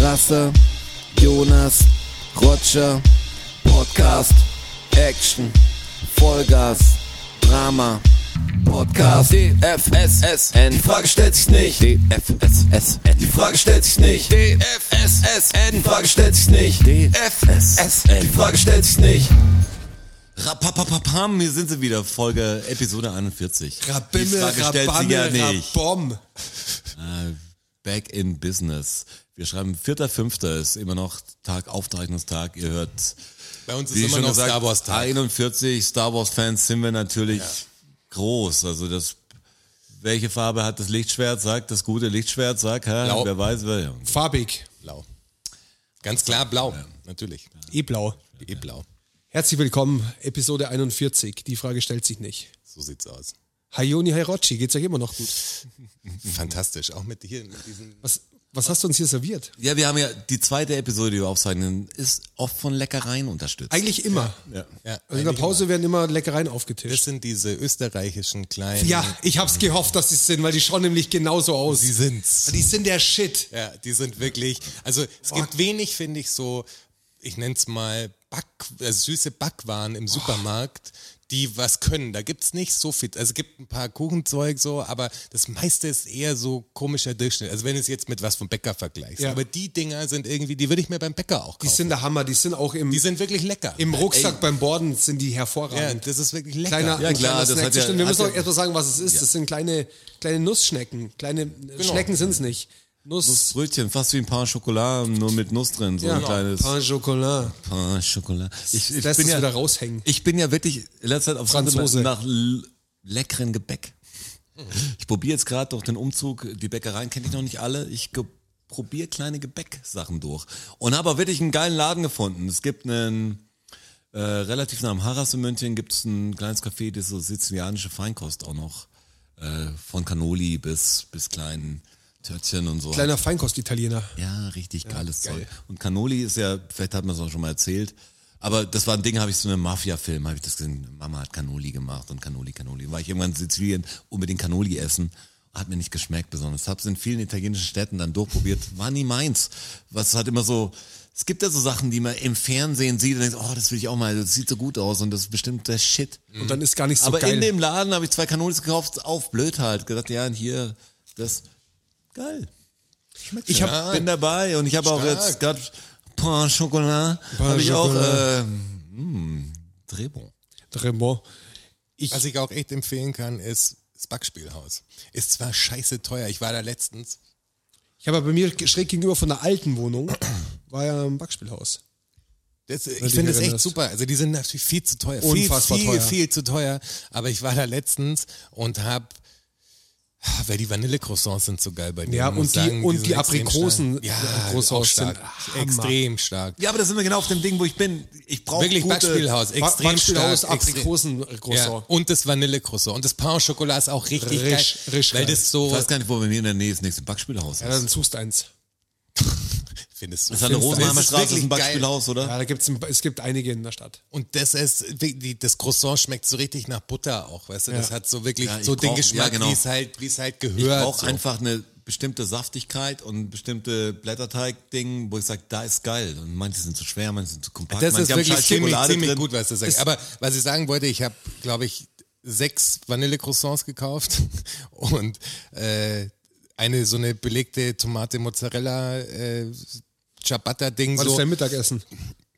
Rasse, Jonas, Roger, Podcast, Action, Vollgas, Drama, Podcast, DFSSN, die Frage stellt sich nicht, DFSSN, die Frage stellt sich nicht, DFSSN, die Frage stellt sich nicht, DFSSN, die Frage stellt sich nicht. Rapapapapam, hier sind sie wieder, Folge, Episode 41. Die Rabimmel, Frage stellt sie ja Rabammel, nicht. Rabom. Äh, Back in Business. Wir schreiben 4.5. ist immer noch Tag, Aufzeichnungstag. Ihr hört, Bei uns ist wie immer schon noch gesagt, Star Wars Tag. 41 Star Wars Fans sind wir natürlich groß. Also das, welche Farbe hat das Lichtschwert? Sagt das gute Lichtschwert? Sagt, hä? Blau. wer weiß, wer. ja. Farbig. Blau. Ganz klar blau, natürlich. E-Blau. Eh blau. Herzlich willkommen, Episode 41. Die Frage stellt sich nicht. So sieht's aus. Hayoni Hayrochi, geht's euch immer noch gut? Fantastisch. Auch mit hier mit diesem. Was, was hast du uns hier serviert? Ja, wir haben ja die zweite Episode, die wir aufzeichnen, ist oft von Leckereien unterstützt. Eigentlich immer. Ja, Also in der Pause werden immer Leckereien aufgetischt. Das sind diese österreichischen kleinen. Ja, ich hab's gehofft, dass sie es sind, weil die schauen nämlich genauso aus. Die sind's. Die sind der Shit. Ja, die sind wirklich. Also es gibt wenig, finde ich, so, ich nenne es mal Back, also süße Backwaren im Supermarkt, die was können. Da gibt's nicht so viel. Also es gibt ein paar Kuchenzeug so, aber das meiste ist eher so komischer Durchschnitt. Also wenn du es jetzt mit was vom Bäcker vergleichst. Ja. Aber die Dinger sind irgendwie, die würde ich mir beim Bäcker auch Die kaufen. sind der Hammer. Die sind auch im, Die sind wirklich lecker. im Rucksack beim Borden sind die ja, hervorragend. das ist wirklich lecker. Kleiner, Ja, klar, ein kleiner das Snack hat zu ja- stimmen. Wir hat müssen ja- Genau. auch erstmal sagen, was es ist. Das sind kleine, kleine Nussschnecken. Kleine Schnecken sind's nicht. Nuss, Brötchen, fast wie ein Pain Schokolade, nur mit Nuss drin. So ein ja, kleines Pain Chocolat. Pain Schokolade. Ich, ich, Lässt bin es ja, wieder raushängen. ich bin ja wirklich in letzter Zeit auf Suche Franzose. nach l- leckeren Gebäck. Ich probiere jetzt gerade durch den Umzug, die Bäckereien kenne ich noch nicht alle. Ich ge- probiere kleine Gebäcksachen durch. Und habe auch wirklich einen geilen Laden gefunden. Es gibt einen, äh, relativ nah am Harras in München, gibt es ein kleines Café, das so sizilianische Feinkost auch noch. Äh, von Cannoli bis, bis kleinen Törtchen und so. Kleiner Feinkost-Italiener. Ja, richtig geiles Zeug. Und Cannoli ist ja, vielleicht hat man es auch schon mal erzählt, aber das war ein Ding, habe ich so in einem Mafia-Film, habe ich das gesehen, Mama hat Cannoli gemacht und Cannoli, Cannoli. War ich irgendwann in Sizilien unbedingt Cannoli essen, hat mir nicht geschmeckt besonders. Hab's in vielen italienischen Städten dann durchprobiert, war nie meins. Was hat immer so, es gibt ja so Sachen, die man im Fernsehen sieht und denkt, oh, das will ich auch mal, das sieht so gut aus und das ist bestimmt der Shit. Und dann Mm, ist gar nicht so Aber geil. in dem Laden habe ich zwei Cannolis gekauft, auf blöd halt. Gesagt, ja, und hier, das, geil. Schmeckt ich hab, bin dabei und ich habe auch Stark. jetzt gerade Pain Chocolat, Pain habe ich auch, Chocolat. äh, mh, Drehbuch. Dremont. Was ich auch echt empfehlen kann, ist das Backspielhaus. Ist zwar scheiße teuer. Ich war da letztens. Ich habe ja bei mir schräg gegenüber von der alten Wohnung, war ja ein Backspielhaus. Das, ich dich finde es echt erinnerst. super. Also die sind natürlich viel zu teuer. Unfassbar viel, teuer. viel, viel zu teuer. Aber ich war da letztens und habe, weil die Vanillecroissants sind so geil bei denen. Ja, muss und ich die- sagen, und sind die extrem Aprikosen- stark. ja, Croissants auch stark. sind Hammer. extrem stark. Ja, aber da sind wir genau auf dem Ding, wo ich bin. Ich brauche Wirklich Backspielhaus, Ba- extrem Backspielhaus, stark. extrem- Ja, Aprikosen-Croissant. und das Vanillecroissant. Und das Pain au Chocolat ist auch richtig Risch- geil. risch weil geil. das Ich so, weiß gar nicht, wo bei mir in der Nähe das nächste Backspielhaus Ja, ist. dann suchst eins. findest du. Das ist an der findest du- Rosenheimer es ist Straße ist wirklich ein geil. Backspielhaus, oder? Ja, da gibt's ein, es gibt einige in der Stadt. Und das ist, die- das Croissant schmeckt so richtig nach Butter auch, weißt du? Das Ja. hat so wirklich Ja, ich so den brauch- ja, Geschmack, genau. wie es halt, wie es halt Ich gehört. brauche so. einfach eine bestimmte Saftigkeit und bestimmte Blätterteig-Ding, wo ich sage, da ist geil. Und manche sind zu schwer, manche sind zu kompakt. das manche ist haben wirklich scheiß ziemlich, Schokolade ziemlich drin. gut, was du sagst. Aber was ich sagen wollte, ich habe, glaube ich, sechs Vanille-Croissants gekauft und äh, eine so eine belegte Tomate-Mozzarella äh, Ciabatta-Ding. War so. Also das dein Mittagessen?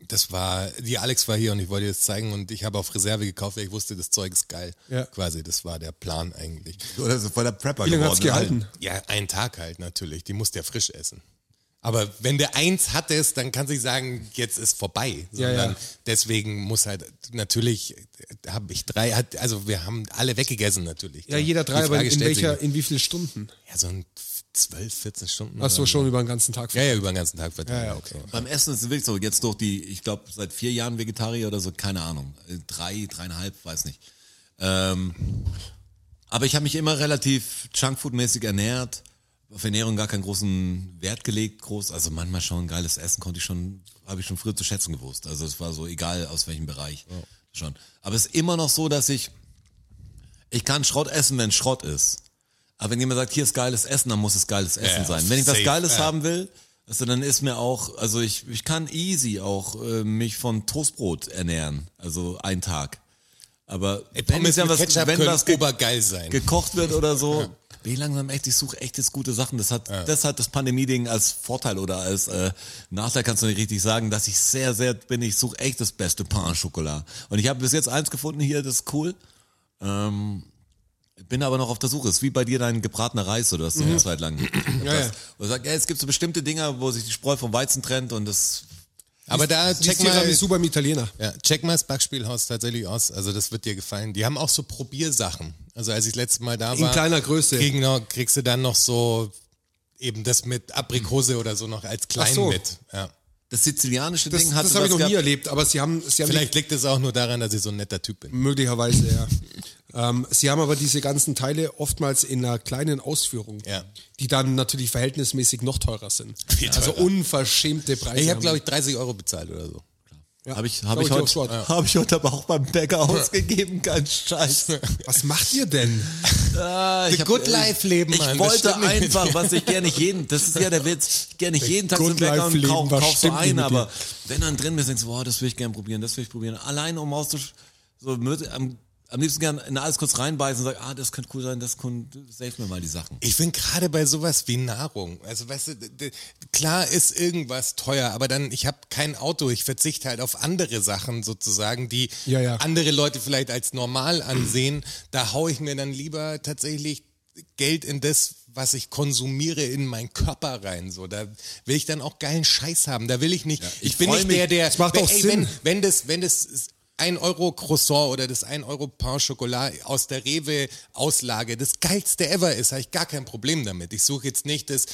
das war, die Alex war hier und ich wollte jetzt zeigen und ich habe auf Reserve gekauft, weil ich wusste, das Zeug ist geil. Ja. also Quasi, das war der Plan eigentlich. Oder so voller Prepper Wie lange hat's gehalten? Ja, einen Tag halt natürlich, die muss der frisch essen. Aber wenn der eins hattest, dann kann sich sagen, jetzt ist vorbei. Ja, Sondern ja. deswegen muss halt, natürlich habe ich drei, hat- also wir haben alle weggegessen natürlich. Ja, jeder Die drei, aber Frage in, stellt sich welcher, nicht. in wie vielen Stunden? Ja, so ein 12, 14 Stunden. Hast du oder so. schon über den ganzen Tag Ja, ja, über den ganzen Tag verteilt. Ja, ja, okay. So. Beim Essen ist es wirklich so, jetzt durch die, ich glaube, seit vier Jahren Vegetarier oder so, keine Ahnung. Äh, Drei, dreieinhalb, weiß nicht. Ähm, aber ich habe mich immer relativ Junkfood-mäßig ernährt, auf Ernährung gar keinen großen Wert gelegt, groß. Also manchmal schon geiles Essen konnte ich schon, habe ich schon früher zu schätzen gewusst. Also es war so egal aus welchem Bereich schon. Aber es ist immer noch so, dass ich, ich kann Schrott essen, wenn Schrott ist. Aber wenn jemand sagt, hier ist geiles Essen, dann muss es geiles Essen Ja, sein. Wenn ich was safe, Geiles ja. haben will, Also dann ist mir auch, also ich, ich kann easy auch äh, mich von Toastbrot ernähren, also einen Tag. Aber Ey, wenn, Pommes ja mit was, Ketchup wenn können was ge obergeil sein. gekocht wird oder so, bin ich langsam echt, ich suche echtes gute Sachen. Das hat, das hat das Pandemie-Ding als Vorteil oder als äh, Nachteil, kannst du nicht richtig sagen, dass ich sehr, sehr bin, ich suche echt das beste Pain au Chocolat. Und ich habe bis jetzt eins gefunden hier, das ist cool. Ähm, Bin aber noch auf der Suche. Ist wie bei dir dein gebratener Reis oder das du eine Zeit lang. ja, ja. Und sagt, ja, es gibt so bestimmte Dinger, wo sich die Spreu vom Weizen trennt und das. Aber da check mal, Tiramisu beim Italiener. ja, check mal das Backspielhaus tatsächlich aus. Also das wird dir gefallen. Die haben auch so Probiersachen. Also als ich letztes Mal da war. In kleiner Größe. kriegen noch, kriegst du dann noch so eben das mit Aprikose oder so noch als klein Ach so. mit. Ja. Das sizilianische Das, Ding hat das habe ich noch gehabt. nie erlebt, aber sie haben, sie haben die- Vielleicht liegt es auch nur daran, dass ich so ein netter Typ bin. möglicherweise, ja. ähm, sie haben aber diese ganzen Teile oftmals in einer kleinen Ausführung, Ja. die dann natürlich verhältnismäßig noch teurer sind. Viel Also teurer. unverschämte Preise. Ich habe, haben glaube ich, 30 Euro bezahlt oder so. Ja. Habe ich, hab ich, Glaub ich aufs Wort. heute, hab ich heute aber auch beim Bäcker ausgegeben, kein Scheiß. die. Was macht ihr denn? Ah, ich hab- good äh, life leben, Ich Mann, das wollte stimmt nicht. einfach, was ich gerne nicht jeden, das ist ja der Witz, ich gerne nicht jeden Tag good zum Bäcker life und leben, kauf, was kauf so stimmt nicht ein, mit aber wenn dann drin bist, denkst du, boah, das will ich gerne probieren, das will ich probieren. Allein um auszusch... So, mit- am, am liebsten gern in alles kurz reinbeißen und sagen, ah, das könnte cool sein, das könnte, save mir mal die Sachen. Ich finde gerade bei sowas wie Nahrung. Also, weißt du, d- d- klar ist irgendwas teuer, aber dann, ich habe kein Auto, ich verzichte halt auf andere Sachen sozusagen, die Ja, ja. andere Leute vielleicht als normal ansehen. Da haue ich mir dann lieber tatsächlich Geld in das, was ich konsumiere, in meinen Körper rein. So, da will ich dann auch geilen Scheiß haben. Da will ich nicht. ich, bin freu nicht mich. der, der. Das macht wenn, auch ey, Sinn. Wenn, wenn das, wenn das 1 Euro Croissant oder das 1 Euro Pain au Chocolat aus der Rewe Auslage das geilste ever ist, habe ich gar kein Problem damit. Ich suche jetzt nicht das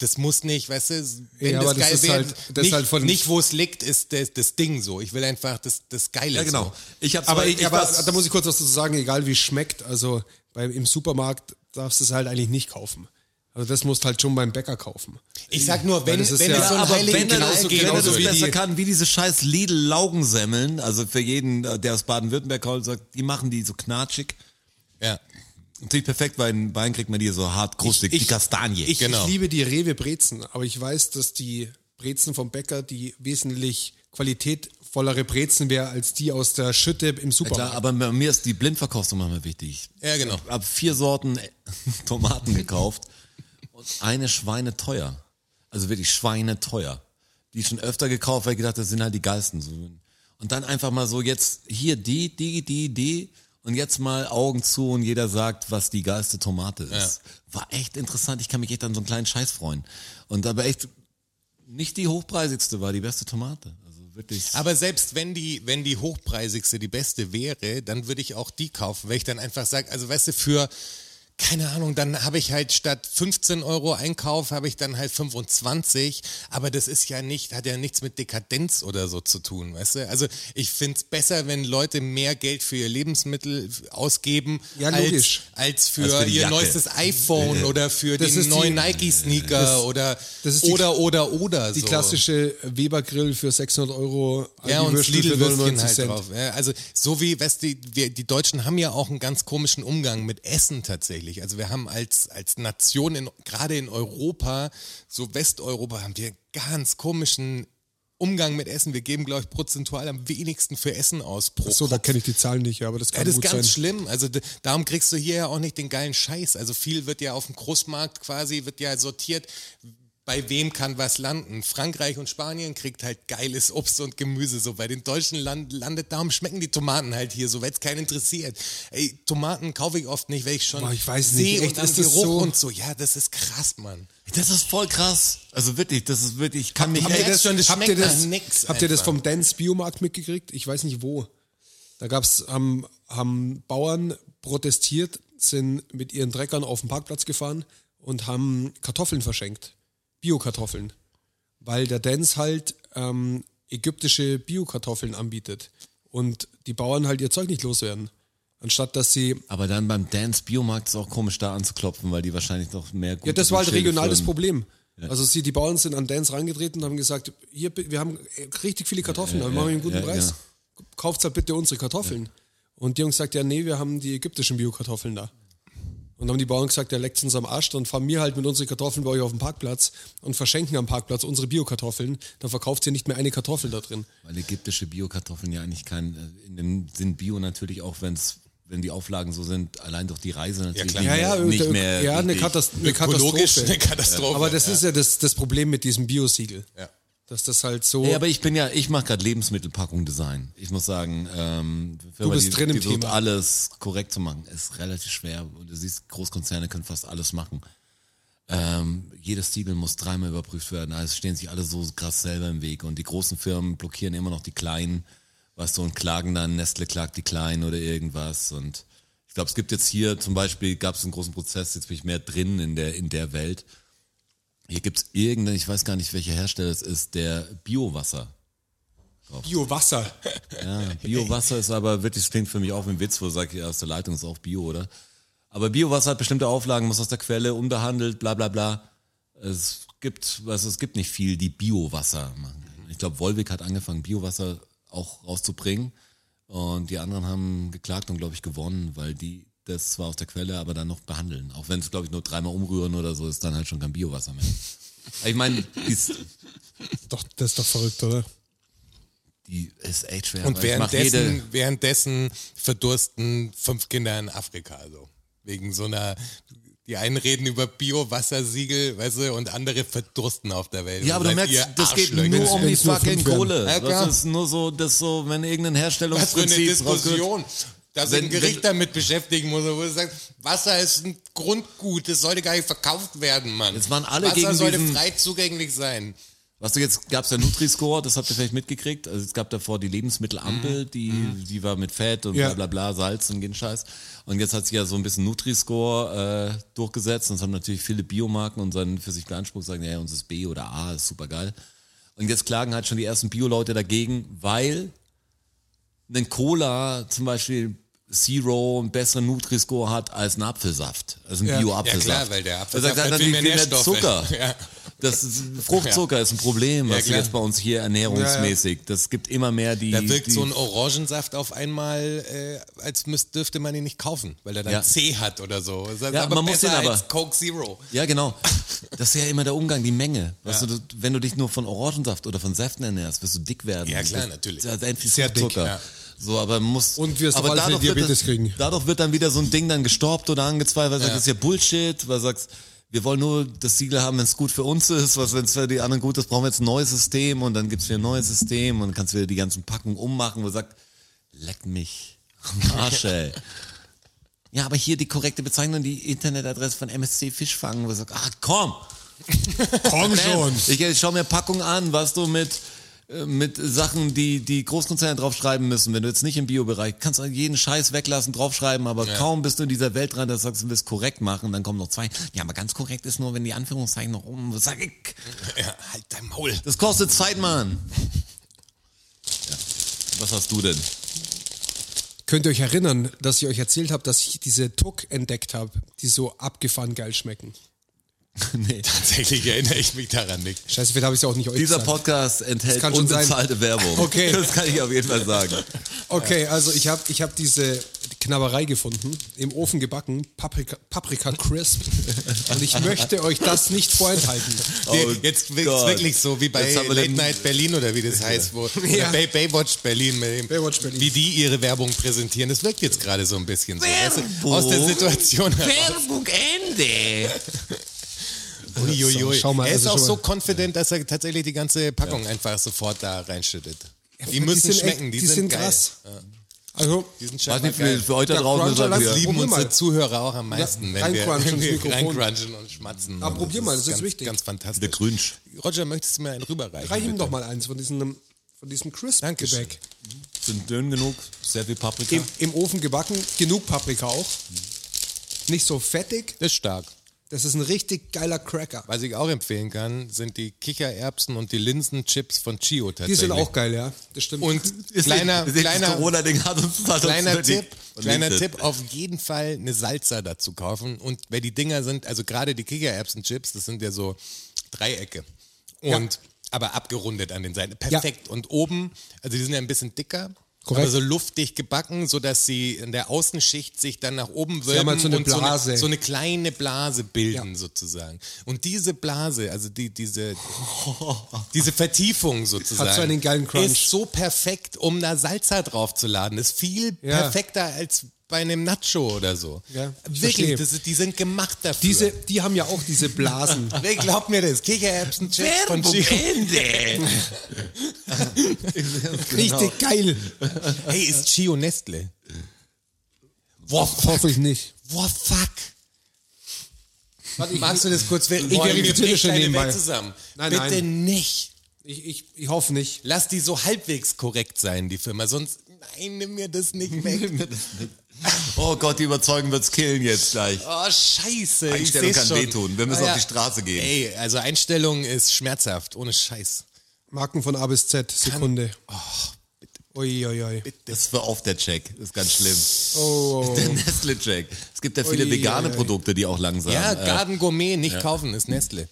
das muss nicht, weißt du, wenn Ja, das aber das geil ist wäre, halt- das ist nicht, halt von- nicht wo es liegt, ist das, das Ding so. Ich will einfach das, das Geile. genau. So. Ich hab's Aber, heute- ich, aber war's- da muss ich kurz was dazu sagen, egal wie es schmeckt, also bei, im Supermarkt darfst du es halt eigentlich nicht kaufen. Also das musst halt schon beim Bäcker kaufen. Ich sag nur, Weil wenn, das ist wenn ja- es so Ja, ein aber Heiligen wenn er Gral das, gibt, wenn er das so besser die- kann, wie diese scheiß Lidl-Laugensemmeln, also für jeden, äh, der aus Baden-Württemberg kommt, sagt, die machen die so knatschig. Ja. Natürlich perfekt, weil in Bayern kriegt man die so hart krustig, Ich- die ich- Kastanie. Ich, Genau. ich liebe die Rewe Brezen, aber ich weiß, dass die Brezen vom Bäcker die wesentlich qualitätvollere Brezen wäre als die aus der Schütte im Klar, Supermarkt. aber bei mir ist die Blindverkostung manchmal wichtig. ja, genau. Ich habe vier Sorten äh, Tomaten gekauft und eine Schweine teuer. Also wirklich Schweine teuer. Die schon öfter gekauft, weil ich gedacht, das sind halt die geilsten. So. Und dann einfach mal so jetzt hier die, die, die, die und jetzt mal Augen zu und jeder sagt, was die geilste Tomate ist. War echt interessant. Ich kann mich echt an so einen kleinen Scheiß freuen. Und aber echt nicht die hochpreisigste war die beste Tomate. Also wirklich. Aber selbst wenn die, wenn die hochpreisigste die beste wäre, dann würde ich auch die kaufen, weil ich dann einfach sage, also weißt du, für, keine Ahnung, dann habe ich halt statt 15 Euro Einkauf, habe ich dann halt 25, aber das ist ja nicht, hat ja nichts mit Dekadenz oder so zu tun, weißt du? Also ich finde es besser, wenn Leute mehr Geld für ihr Lebensmittel ausgeben, Ja, als, logisch. als für, Als für die ihr Jacke. neuestes iPhone oder für Das ist den die- neuen Nike-Sneaker oder, das ist die- oder, oder, oder. Die so. klassische Weber-Grill für 600 Euro, Also Ja, und das Aldi-Würstel für Lidl-Würstchen 99 halt Cent. drauf. Ja, also so wie, weißt du, wir, die Deutschen haben ja auch einen ganz komischen Umgang mit Essen tatsächlich. Also wir haben als, als Nation, in, gerade in Europa, so Westeuropa, haben wir einen ganz komischen Umgang mit Essen. Wir geben, glaube ich, prozentual am wenigsten für Essen aus pro So, da Kopf. kenne ich die Zahlen nicht, aber das kann Ja, das gut ist ganz sein. schlimm. Also d- darum kriegst du hier ja auch nicht den geilen Scheiß. Also viel wird ja auf dem Großmarkt quasi, wird ja sortiert, bei wem kann was landen. Frankreich und Spanien kriegt halt geiles Obst und Gemüse. So bei den Deutschen land, landet, darum schmecken die Tomaten halt hier, so weil's keinen interessiert. Ey, Tomaten kaufe ich oft nicht, weil ich schon Boah, ich weiß nicht, sehe echt, und am ist das Geruch so? und so. Ja, das ist krass, Mann. das ist voll krass. Also wirklich, das ist wirklich, ich kann mich habt ihr echt- das schon, das habt ihr schmeckt nach das, nix Habt ihr das einfach. vom Dance Biomarkt mitgekriegt? Ich weiß nicht wo. Da gab's, haben, haben Bauern protestiert, sind mit ihren Treckern auf den Parkplatz gefahren und haben Kartoffeln verschenkt. Bio-Kartoffeln. Weil der Dance halt ähm, ägyptische Bio-Kartoffeln anbietet. Und die Bauern halt ihr Zeug nicht loswerden. Anstatt dass sie Aber dann beim Dance Biomarkt ist auch komisch da anzuklopfen, weil die wahrscheinlich noch mehr gute Ja, das war halt Schilde regional das führen. Problem. Also sie, die Bauern sind an Dance rangetreten und haben gesagt, hier, bi- wir haben richtig viele Kartoffeln, aber wir machen einen guten ja, Preis. ja. Kauft halt bitte unsere Kartoffeln. Und die Jungs sagt, ja, nee, wir haben die ägyptischen Bio-Kartoffeln da. Und haben die Bauern gesagt, der leckt uns am Arsch, dann fahren wir halt mit unseren Kartoffeln bei euch auf den Parkplatz und verschenken am Parkplatz unsere Bio-Kartoffeln. Dann verkauft ihr nicht mehr eine Kartoffel da drin. Weil ägyptische Bio-Kartoffeln ja eigentlich kein, äh, in dem Sinn Bio natürlich auch, wenn's, wenn die Auflagen so sind, allein durch die Reise natürlich klar. nicht, Ja, ja, mehr, nicht der- mehr. ja eine, richtig. Katast eine Ökologisch Katastrophe. eine Katastrophe. Aber das ist ja das, das Problem mit diesem Bio-Siegel. Ja. Dass das halt so. Ja, aber ich bin ja, ich mache gerade Lebensmittelpackung Design. Ich muss sagen, ähm, Firma, Du bist die, drin im die versucht, Thema. alles korrekt zu machen, ist relativ schwer. Und du siehst, Großkonzerne können fast alles machen. Ähm, jedes Siegel muss dreimal überprüft werden. Also stehen sich alle so krass selber im Weg. Und die großen Firmen blockieren immer noch die kleinen, weißt du, und klagen dann, Nestle klagt die Kleinen oder irgendwas. Und ich glaube, es gibt jetzt hier zum Beispiel, gab es einen großen Prozess, jetzt bin ich mehr drin in der, in der Welt. Hier gibt's irgendeinen, ich weiß gar nicht, welcher Hersteller es ist, der Biowasser Bio-Wasser. ja, Biowasser ist aber wirklich, das klingt für mich auch wie ein Witz, wo du sagst, ja, aus der Leitung ist auch Bio, oder? Aber Biowasser hat bestimmte Auflagen, muss aus der Quelle, unbehandelt, bla bla bla. Es gibt, also es gibt nicht viel, die Biowasser machen. Ich glaube, Volvic hat angefangen, Biowasser auch rauszubringen. Und die anderen haben geklagt und, glaube ich, gewonnen, weil die das zwar aus der Quelle, aber dann noch behandeln. Auch wenn es, glaube ich, nur dreimal umrühren oder so ist, dann halt schon kein Biowasser mehr. Ich meine, die ist, Doch, das ist doch verrückt, oder? die ist echt schwer. Und weil ich mach jede- währenddessen, währenddessen verdursten fünf Kinder in Afrika, also wegen so einer. Die einen reden über Bio-Wassersiegel, weißt du, und andere verdursten auf der Welt. Ja, aber du Seid merkst, ihr das geht Arschlöcher. nur um die wenn's nur fucking fünf wären. Kohle. Ja, klar. das ist nur so, das so, wenn irgendein Was für eine Herstellungsprinzip rausgeht. Diskussion. Dass sich Wenn- ein Gericht wenn- damit beschäftigen muss, wo du sagst, Wasser ist ein Grundgut, das sollte gar nicht verkauft werden, Mann. Jetzt waren alle Wasser gegen sollte diesen- frei zugänglich sein. Was du jetzt gab's ja Nutri-Score, das habt ihr vielleicht mitgekriegt. Also es gab davor die Lebensmittelampel, Mhm. die, die war mit Fett und Ja. bla bla bla, Salz und den Scheiß. Und jetzt hat sich ja so ein bisschen Nutri-Score äh, durchgesetzt. Und das haben natürlich viele Biomarken und dann für sich beansprucht sagen, ja, uns ist B oder A, ist super geil. Und jetzt klagen halt schon die ersten Bio-Leute dagegen, weil ein Cola zum Beispiel Zero einen besseren Nutri-Score hat als ein Apfelsaft. Also ein Ja. Bio-Apfelsaft. Ja, klar, weil der Apfelsaft Das hat hat natürlich viel mehr viel mehr Zucker. Nährstoffe. Ja. Das ist, Fruchtzucker ist ein Problem, was klar. jetzt bei uns hier ernährungsmäßig. Das gibt immer mehr die. Da wirkt die, so ein Orangensaft auf einmal, äh, als müsst, dürfte man ihn nicht kaufen, weil er dann Ja. C hat oder so. Das ist Ja, man muss besser ihn aber- als Coke Zero. ja, genau. Das ist ja immer der Umgang, die Menge. Weißt du, du, wenn du dich nur von Orangensaft oder von Säften ernährst, wirst du dick werden. Ja, klar, das, natürlich. Das ist einfach Sehr dick, Fruchtzucker. ja. So, aber man muss. Und wirst auf aber alle Fälle dadurch wird Diabetes das- kriegen. Dadurch wird dann wieder so ein Ding dann gestorbt oder angezweifelt, weil du sagst, das ist ja Bullshit, weil du sagst, wir wollen nur das Siegel haben, wenn es gut für uns ist, was wenn es für die anderen gut ist, brauchen wir jetzt ein neues System und dann gibt's wieder ein neues System und dann kannst du wieder die ganzen Packungen ummachen, wo du sagst, leck mich am Arsch, ey. Ja, aber hier die korrekte Bezeichnung, die Internetadresse von MSC Fischfangen, wo du sagst, ach komm, Komm Bam. Ich, ich schau mir Packungen an, was du mit äh, mit Sachen, die die Großkonzerne draufschreiben müssen, wenn du jetzt nicht im Bio-Bereich, kannst du jeden Scheiß weglassen, draufschreiben, aber kaum bist du in dieser Welt dran, dass du sagst, du willst korrekt machen, dann kommen noch zwei. Ja, aber ganz korrekt ist nur, wenn die Anführungszeichen noch oben, was sag ich? Ja, halt dein Maul. Das kostet Zeit, Mann. Ja. Was hast du denn? Könnt ihr euch erinnern, dass ich euch erzählt habe, dass ich diese Tuck entdeckt habe, die so abgefahren geil schmecken? nee. Tatsächlich erinnere ich mich daran nicht. Scheiße, vielleicht habe ich es auch nicht euch Dieser gesagt. Podcast enthält kann schon unbezahlte Werbung. Okay. Das kann ich auf jeden Fall sagen. Okay, also ich habe ich hab diese Knabberei gefunden, im Ofen gebacken, Paprika, Paprika Crisp. Und ich möchte euch das nicht vorenthalten. Oh jetzt wirkt's Gott. wirklich so wie bei Jetzt haben wir Late den- Night Berlin oder wie das heißt, wo Ja. Bay, Baywatch Berlin, mit dem, Baywatch Berlin. wie die ihre Werbung präsentieren. Das wirkt jetzt gerade so ein bisschen so. weißt du, Aus der Werbung. Situation heraus. Werbung Ende. Uiuiui. Schau mal, er ist also auch schau so mal. confident, dass er tatsächlich die ganze Packung einfach sofort da reinschüttet. die müssen sind echt- schmecken, die, sind, geil. krass. Also, Die sind Weiß scheinbar nicht, geil. für, für heute Der draußen ist Cruncher halt lass wieder. liegen. lieben Probier unsere mal. Zuhörer auch am meisten, wenn wir, reinquatschen wenn ins wir Mikrofon. reinquatschen und schmatzen. Ah, probier mal, das ist ganz, wichtig. Ganz fantastisch. Der Grünsch. Roger, möchtest du mir einen rüberreichen? reich ihm bitte? doch mal eins von diesem, von diesem Dankeschön. Crisp-Gebäck. Sind dünn genug, sehr viel Paprika. Im, Im Ofen gebacken, genug Paprika auch. Nicht so fettig. Das ist stark. Das ist ein richtig geiler Cracker. Was ich auch empfehlen kann, sind die Kichererbsen und die Linsenchips von Chio Die tatsächlich. sind auch geil, ja. Das stimmt. Und kleiner, das kleiner, Corona-Ding hat uns hat uns kleiner über die- Tipp, kleiner Tipp, auf jeden Fall eine Salsa dazu kaufen. Und wer die Dinger sind, also gerade die Kichererbsenchips, das sind ja so Dreiecke. Und aber abgerundet an den Seiten. Perfekt. Und oben, also die sind ja ein bisschen dicker. Korrekt. Aber so luftig gebacken, sodass sie in der Außenschicht sich dann nach oben haben wölben halt so eine und So, Blase. eine, so eine kleine Blase bilden sozusagen. Und diese Blase, also die, diese, diese Vertiefung sozusagen, Hat so einen geilen Crunch. ist so perfekt, um da Salsa draufzuladen. Ist viel Ja. perfekter als bei einem Nacho oder so. Ja, ich verstehe. Wirklich, das ist, die sind gemacht dafür. Diese, die haben ja auch diese Blasen. Wer glaubt mir das? Kichererbsen-Chips von Chico. Genau. Richtig geil. Hey, ist Chio Nestle? Boah, fuck. Hoffe ich nicht. Boah, fuck. Magst du das kurz? Ich verifiziere schon nebenbei. zusammen. Nein, Bitte nein. nicht. Ich, ich, ich hoffe nicht. Lass die so halbwegs korrekt sein, die Firma. Sonst, nein, nimm mir das nicht weg. Oh Gott, die überzeugen wird's killen jetzt gleich. Oh, scheiße. ich Einstellung seh's kann schon. wehtun. Wir müssen auf Ah, die ja. Straße gehen. Ey, also Einstellung ist schmerzhaft, ohne Scheiß. Marken von A bis Z, Sekunde. Uiuiui. Das war auf der Check. Das ist ganz schlimm. Oh. Der Nestle-Check. Es gibt ja viele Ui, vegane ui, ui. Produkte, die auch langsam. Ja, äh, Garden Gourmet nicht kaufen, ist Nestle.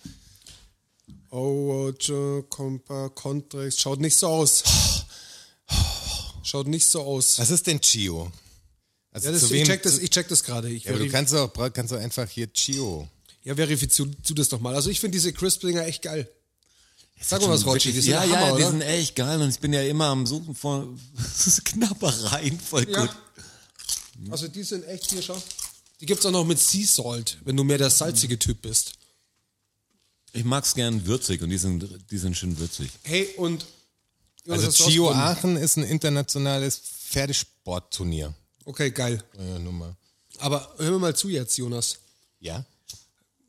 Oh, Ocho, Compa, Contrex. Schaut nicht so aus. Ah. Schaut nicht so aus. Was ist denn Chio? Also Ja, das, ich check das, ich check das gerade. Ich ja, aber du verif- kannst doch kannst doch einfach hier Chio. ja, verifizier du das doch mal. Also ich finde diese Crisp-Dinger echt geil. Sag mal schon was, Rotschi, die wirklich- sind ja, der ja, Hammer, die oder? sind echt geil und ich bin ja immer am Suchen von Knappereien, voll Ja. gut. Also die sind echt hier, schau. Die gibt's auch noch mit Sea Salt, wenn du mehr der Mhm. salzige Typ bist. Ich mag's gern würzig und die sind, die sind schön würzig. Hey, und Jonas, Also hast du Chio rausgefunden? Aachen ist ein internationales Pferdesportturnier. Okay, geil. Äh, Nummer. Aber hör mir mal zu jetzt, Jonas. Ja?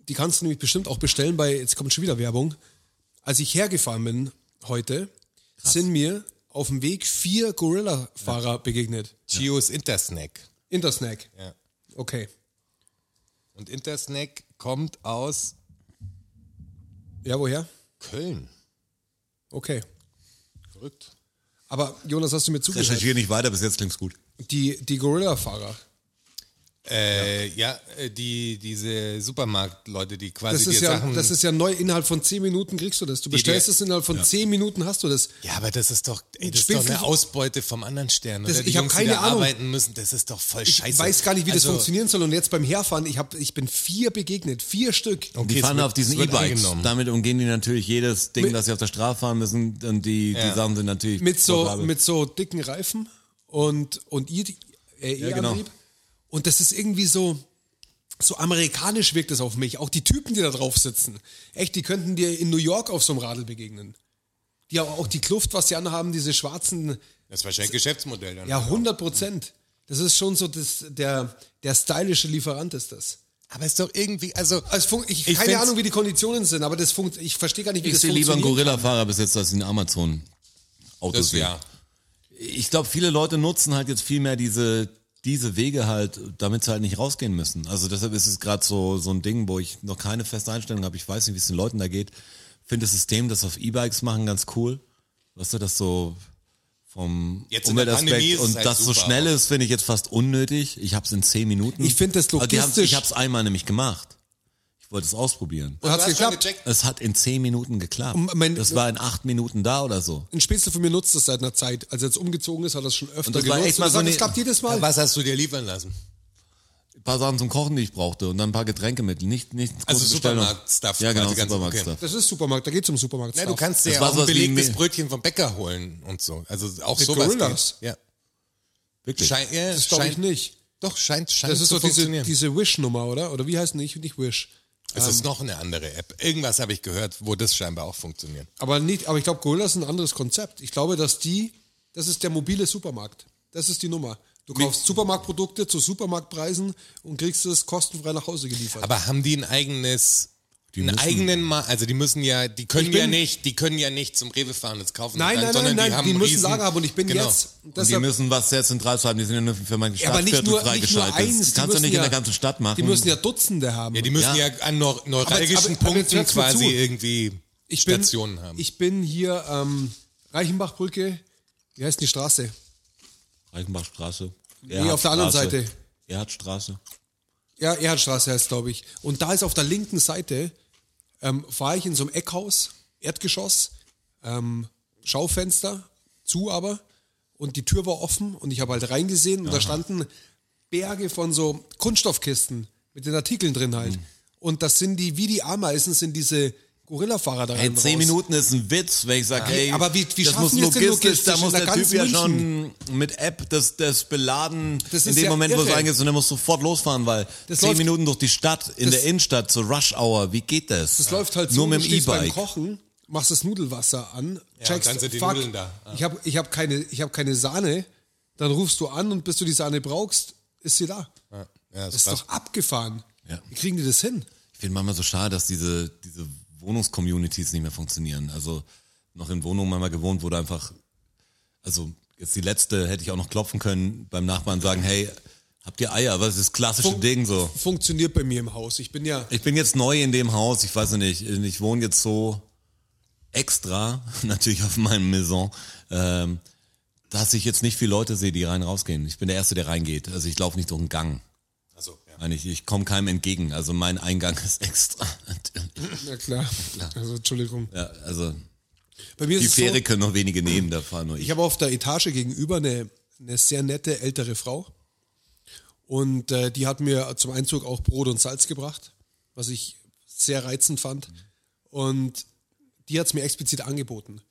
Die kannst du nämlich bestimmt auch bestellen bei, jetzt kommt schon wieder Werbung. Als ich hergefahren bin heute, sind mir auf dem Weg vier Gorilla-Fahrer begegnet. Chio ist Intersnack. Intersnack. Ja. Okay. Und Intersnack kommt aus Ja, woher? Köln. Okay. Verrückt. Aber Jonas, hast du mir zugehört? Recherchiere nicht weiter, bis jetzt klingt's gut. Die, die Gorilla-Fahrer. Äh, ja, äh, die, diese Supermarktleute, Also die quasi Das dir ist, ja, Sachen... das ist ja neu, innerhalb von zehn Minuten kriegst du das. Du bestellst die- es innerhalb von zehn Minuten hast du das. ja, aber das ist doch, ey, Und das ist doch eine spätestens- Ausbeute vom anderen Stern. Oder Das- die ich hab Jungs, keine die da Ahnung. arbeiten müssen, das ist doch voll scheiße. Ich weiß gar nicht, wie das Also, funktionieren soll. Und jetzt beim Herfahren, ich, hab, ich bin vier begegnet. Vier Stück. Die es fahren wird- auf diesen es wird E-Bikes. angenommen. Damit umgehen die natürlich jedes Ding, Mit- dass sie auf der Straße fahren müssen. Und die, die Ja. Sachen sind natürlich. Mit so, portabel. mit so dicken Reifen und, und ihr äh, Ja, genau. E-Antrieb. Und das ist irgendwie so, so amerikanisch wirkt das auf mich. Auch die Typen, die da drauf sitzen. Echt, die könnten dir in New York auf so einem Radl begegnen. Die haben auch die Kluft, was sie anhaben, diese schwarzen, Das ist wahrscheinlich ein Geschäftsmodell dann. ja, 100 Prozent. Das ist schon so, das, der, der stylische Lieferant ist das. Aber ist doch irgendwie, also... Also, fun- ich, Ich keine find's- Ahnung, wie die Konditionen sind, aber das funkt, ich verstehe gar nicht, wie ich das sehe lieber einen funktioniert. Gorilla-Fahrer bis jetzt als einen Amazon-Auto. das, sehe. ja. Ich glaube, viele Leute nutzen halt jetzt viel mehr diese, diese Wege halt, damit sie halt nicht rausgehen müssen. Also deshalb ist es gerade so, so ein Ding, wo ich noch keine feste Einstellung habe. Ich weiß nicht, wie es den Leuten da geht. Finde das System, das auf E-Bikes machen, ganz cool. Weißt du, das so vom Jetzt in der Umweltaspekt Pandemie ist es und halt das so super, schnell ist, finde ich jetzt fast unnötig. Ich habe es in zehn Minuten. Ich finde das Aber die haben's- logistisch- Ich habe es einmal nämlich gemacht. Ich wollte es ausprobieren. Und hat's Du hast schon geklappt? gecheckt? Es hat in zehn Minuten geklappt. Und mein- das war in acht Minuten da oder so. Ein Spätzle von mir nutzt das seit einer Zeit. Als er jetzt umgezogen ist, hat er es schon öfter das war genutzt. echt mal und er so sagt, eine- es klappt jedes Mal. Ja, Was hast du dir liefern lassen? ein paar Sachen zum Kochen, die ich brauchte und dann ein paar Getränkemittel, nicht nicht Also große Bestellung. Supermarkt-Stuff, Ja, genau, quasi ganz- Supermarkt-Stuff. das ist Supermarkt, da geht zum Supermarkt. Na, Ne, du kannst dir Das ja war auch ein sowas wie belegtes Mehl. Brötchen vom Bäcker holen und so. Also auch Mit sowas. Gorillas? geht. Ja. Wirklich. Schein, ja das glaube scheint, ich nicht. Doch, scheint, scheint Das ist zu doch diese, funktionieren. diese ähm, Wish-Nummer, oder? Oder wie heißt denn ich? Nicht Wish. es ist noch eine andere App. Irgendwas habe ich gehört, wo das scheinbar auch funktioniert. Aber, nicht, aber ich glaube, Gorilla ist ein anderes Konzept. Ich glaube, dass die, das ist der mobile Supermarkt. Das ist die Nummer. Du kaufst Supermarktprodukte zu Supermarktpreisen und kriegst es kostenfrei nach Hause geliefert. Aber haben die ein eigenes, einen müssen- eigenen Mal, also die müssen ja, die können Ich ja bin- nicht, die können ja nicht zum Rewe fahren und es kaufen. nein, nein, und dann, nein, sondern nein, die, haben die, einen müssen riesen, Lager haben und ich bin genau. jetzt. Und die müssen was sehr zentral schreiben, die sind ja nur für mein aber nicht nur, nicht nur freigeschaltet. eins. das die kannst du müssen nicht ja, in der ganzen Stadt machen. Die müssen ja Dutzende haben. Ja, die müssen ja, an neu- aber neuralgischen jetzt Punkten hört's mal quasi zu. irgendwie ich bin, Stationen haben. Ich bin hier ähm, Reichenbachbrücke. Wie heißt denn die Straße? Reichenbachstraße. auf der anderen Erhardstraße, Seite. Erhardstraße. Ja, Erhardstraße heißt glaube ich. Und da ist auf der linken Seite, ähm, fahre ich in so einem Eckhaus, Erdgeschoss, ähm, Schaufenster, zu aber. und die Tür war offen und ich habe halt reingesehen und da standen Berge von so Kunststoffkisten mit den Artikeln drin halt. Hm. Und das sind die, wie die Ameisen, sind diese Gorilla-Fahrer da Hey, rein zehn raus. Minuten ist ein Witz, wenn ich sage, Ja. hey, Aber wie- wie das schaffen muss die es denn logistisch, da logistisch muss in der der Typ ganzen ja schon mit App das, das beladen, Das in ist dem ja Moment, wo es irre. reingeht, und er muss sofort losfahren, weil Das zehn läuft- Minuten durch die Stadt, in das- der Innenstadt, zur Rush Hour, wie geht das? Das läuft halt so, Nur du mit dem stehst beim E-Bike. Kochen, machst das Nudelwasser an, checkst, dann sind die fuck, Nudeln da. Ah. ich habe ich hab keine, ich hab keine Sahne, dann rufst du an und bis du die Sahne brauchst, ist sie da. Ja, das Das ist doch abgefahren. Ja. Wie kriegen die das hin? Ich finde manchmal so schade, dass diese, diese Wohnungscommunities nicht mehr funktionieren. Also noch in Wohnungen manchmal gewohnt, wo du einfach, also jetzt die letzte hätte ich auch noch klopfen können beim Nachbarn sagen, hey, habt ihr Eier? Was ist das klassische Fun- Ding so? Funktioniert bei mir im Haus. Ich bin ja, Ich bin jetzt neu in dem Haus, ich weiß nicht, ich wohne jetzt so extra, natürlich auf meinem Maison, ähm, dass ich jetzt nicht viele Leute sehe, die rein rausgehen. Ich bin der Erste, der reingeht. Also ich laufe nicht durch den Gang. Also, ja. Meine Ich, ich komme keinem entgegen. Also mein Eingang ist extra. na klar, also Entschuldigung. Ja, also Bei mir die ist es so, Fähre können noch wenige nehmen, da fahren nur ich. Ich habe auf der Etage gegenüber eine, eine sehr nette ältere Frau. Und äh, die hat mir zum Einzug auch Brot und Salz gebracht, was ich sehr reizend fand. Und die hat es mir explizit angeboten.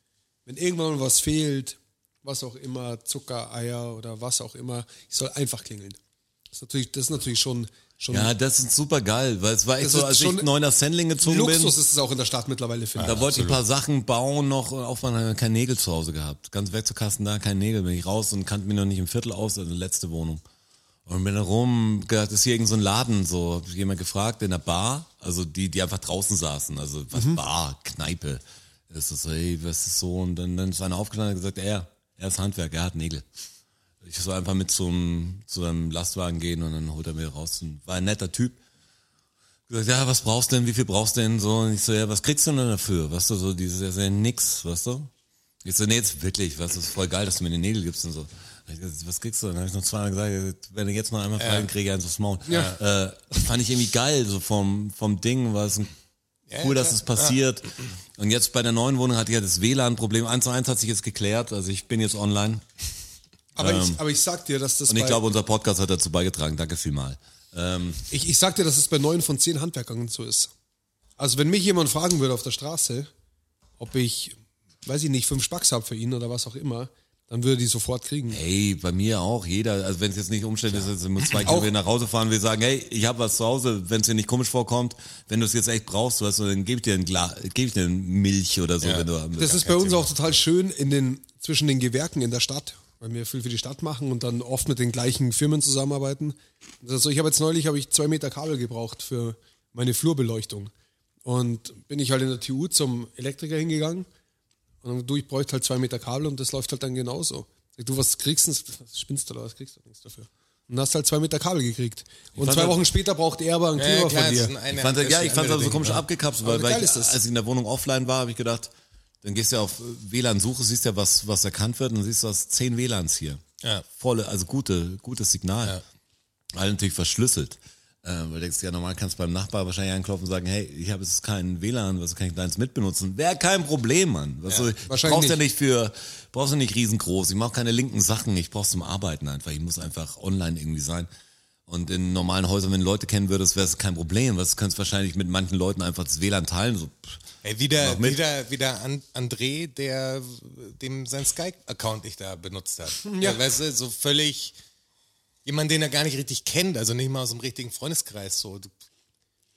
Wenn irgendwann mal was fehlt, was auch immer, Zucker, Eier oder was auch immer, ich soll einfach klingeln. Das ist natürlich, das ist natürlich schon, schon Ja, das ist super geil, weil es war echt Das so, ist als ich schon neu nach Sendling gezogen Luxus bin. ist es auch in der Stadt mittlerweile, finde Da ich. wollte ich ein paar Sachen bauen noch und aufbauen, habe kein Nägel zu Hause gehabt. Ganz weg zu Kasten da, kein Nägel, bin ich raus und kannte mich noch nicht im Viertel aus, also letzte Wohnung. Und bin da rum, gedacht, ist hier irgendein so ein Laden, so, hab ich jemand gefragt, in der Bar, also die, die einfach draußen saßen, also was Mhm. Mhm. Bar, Kneipe. Das ist so, hey, was ist so? Und dann, dann ist einer aufgestanden und hat gesagt, er, er ist Handwerk, er hat Nägel. Ich soll einfach mit zum, zu einem Lastwagen gehen und dann holt er mir raus. Und war ein netter Typ gesagt, ja, was brauchst du denn, wie viel brauchst du denn so? Und ich so, ja, was kriegst du denn dafür? Weißt du, so dieses, ja, so, ja, nix, weißt du? Ich so, nee, jetzt wirklich, weißt du, ist voll geil, dass du mir den Nägel gibst und so. Und ich so, Was kriegst du? Dann habe ich noch zweimal gesagt, wenn du jetzt noch einmal fragen, kriege ich eins aufs Maul. Äh, fand ich irgendwie geil, so vom, vom Ding, war es ein cool, dass es passiert. Und jetzt bei der neuen Wohnung hatte ich ja das WLAN-Problem. Eins zu eins hat sich jetzt geklärt, also ich bin jetzt online. Aber, ich, aber ich sag dir, dass das Ähm. Und ich bei- glaube, unser Podcast hat dazu beigetragen. Danke vielmal. Ähm, Ich, ich sag dir, dass es bei neun von zehn Handwerkern so ist. Also wenn mich jemand fragen würde auf der Straße, ob ich, weiß ich nicht, fünf Spacks hab für ihn oder was auch immer, dann würde die sofort kriegen. Ey, bei mir auch, jeder. Also wenn es jetzt nicht umständlich ist, dass wir mit zwei Kilometern nach Hause fahren, wir sagen, hey, ich habe was zu Hause, wenn es dir nicht komisch vorkommt, wenn du es jetzt echt brauchst, weißt du, dann gebe ich dir ein Glas, gebe ich dir Milch oder so, wenn du haben Das ist bei uns auch total schön in den, zwischen den Gewerken in der Stadt, weil wir viel für die Stadt machen und dann oft mit den gleichen Firmen zusammenarbeiten. Also ich habe jetzt neulich habe ich zwei Meter Kabel gebraucht für meine Flurbeleuchtung. Und bin ich halt in der TU zum Elektriker hingegangen und dann, du, ich bräuchte halt zwei Meter Kabel und das läuft halt dann genauso. Sag, du, was kriegst du? Was spinnst du da? Was kriegst du nichts dafür? Und hast halt zwei Meter Kabel gekriegt. Und fand zwei das- Wochen später braucht er aber einen Ja, Kleber ja, klar, von es ist dir. ein eine- Ich fand, das ist ja, ein ich fand es andere aber so Ding, komisch ja. abgekapselt, Aber weil, wie weil geil ich, ist das? als ich in der Wohnung offline war, habe ich gedacht, dann gehst du ja auf WLAN-Suche, siehst ja, was, was erkannt wird und siehst, du hast zehn WLANs hier. Ja. Volle, also gute, gutes Signal. Weil natürlich verschlüsselt. Äh, weil du denkst, ja, normal kannst du beim Nachbar wahrscheinlich anklopfen und sagen, hey, ich habe jetzt keinen WLAN, was kann ich deins mitbenutzen? Wäre kein Problem, Mann. Was so, ich wahrscheinlich brauchst ja nicht für, brauchst ja nicht riesengroß. Ich mache keine linken Sachen, ich brauch's zum Arbeiten einfach. Ich muss einfach online irgendwie sein. Und in normalen Häusern, wenn du Leute kennen würdest, wäre es kein Problem. Was könntest wahrscheinlich mit manchen Leuten einfach das WLAN teilen. So, pff, Ey, wieder, Noch mit? wieder, wieder An André, der dem sein Skype-Account nicht da benutzt hat. Ja. Der, weißt du, so völlig jemand, den er gar nicht richtig kennt, also nicht mal aus dem richtigen Freundeskreis. So. Du-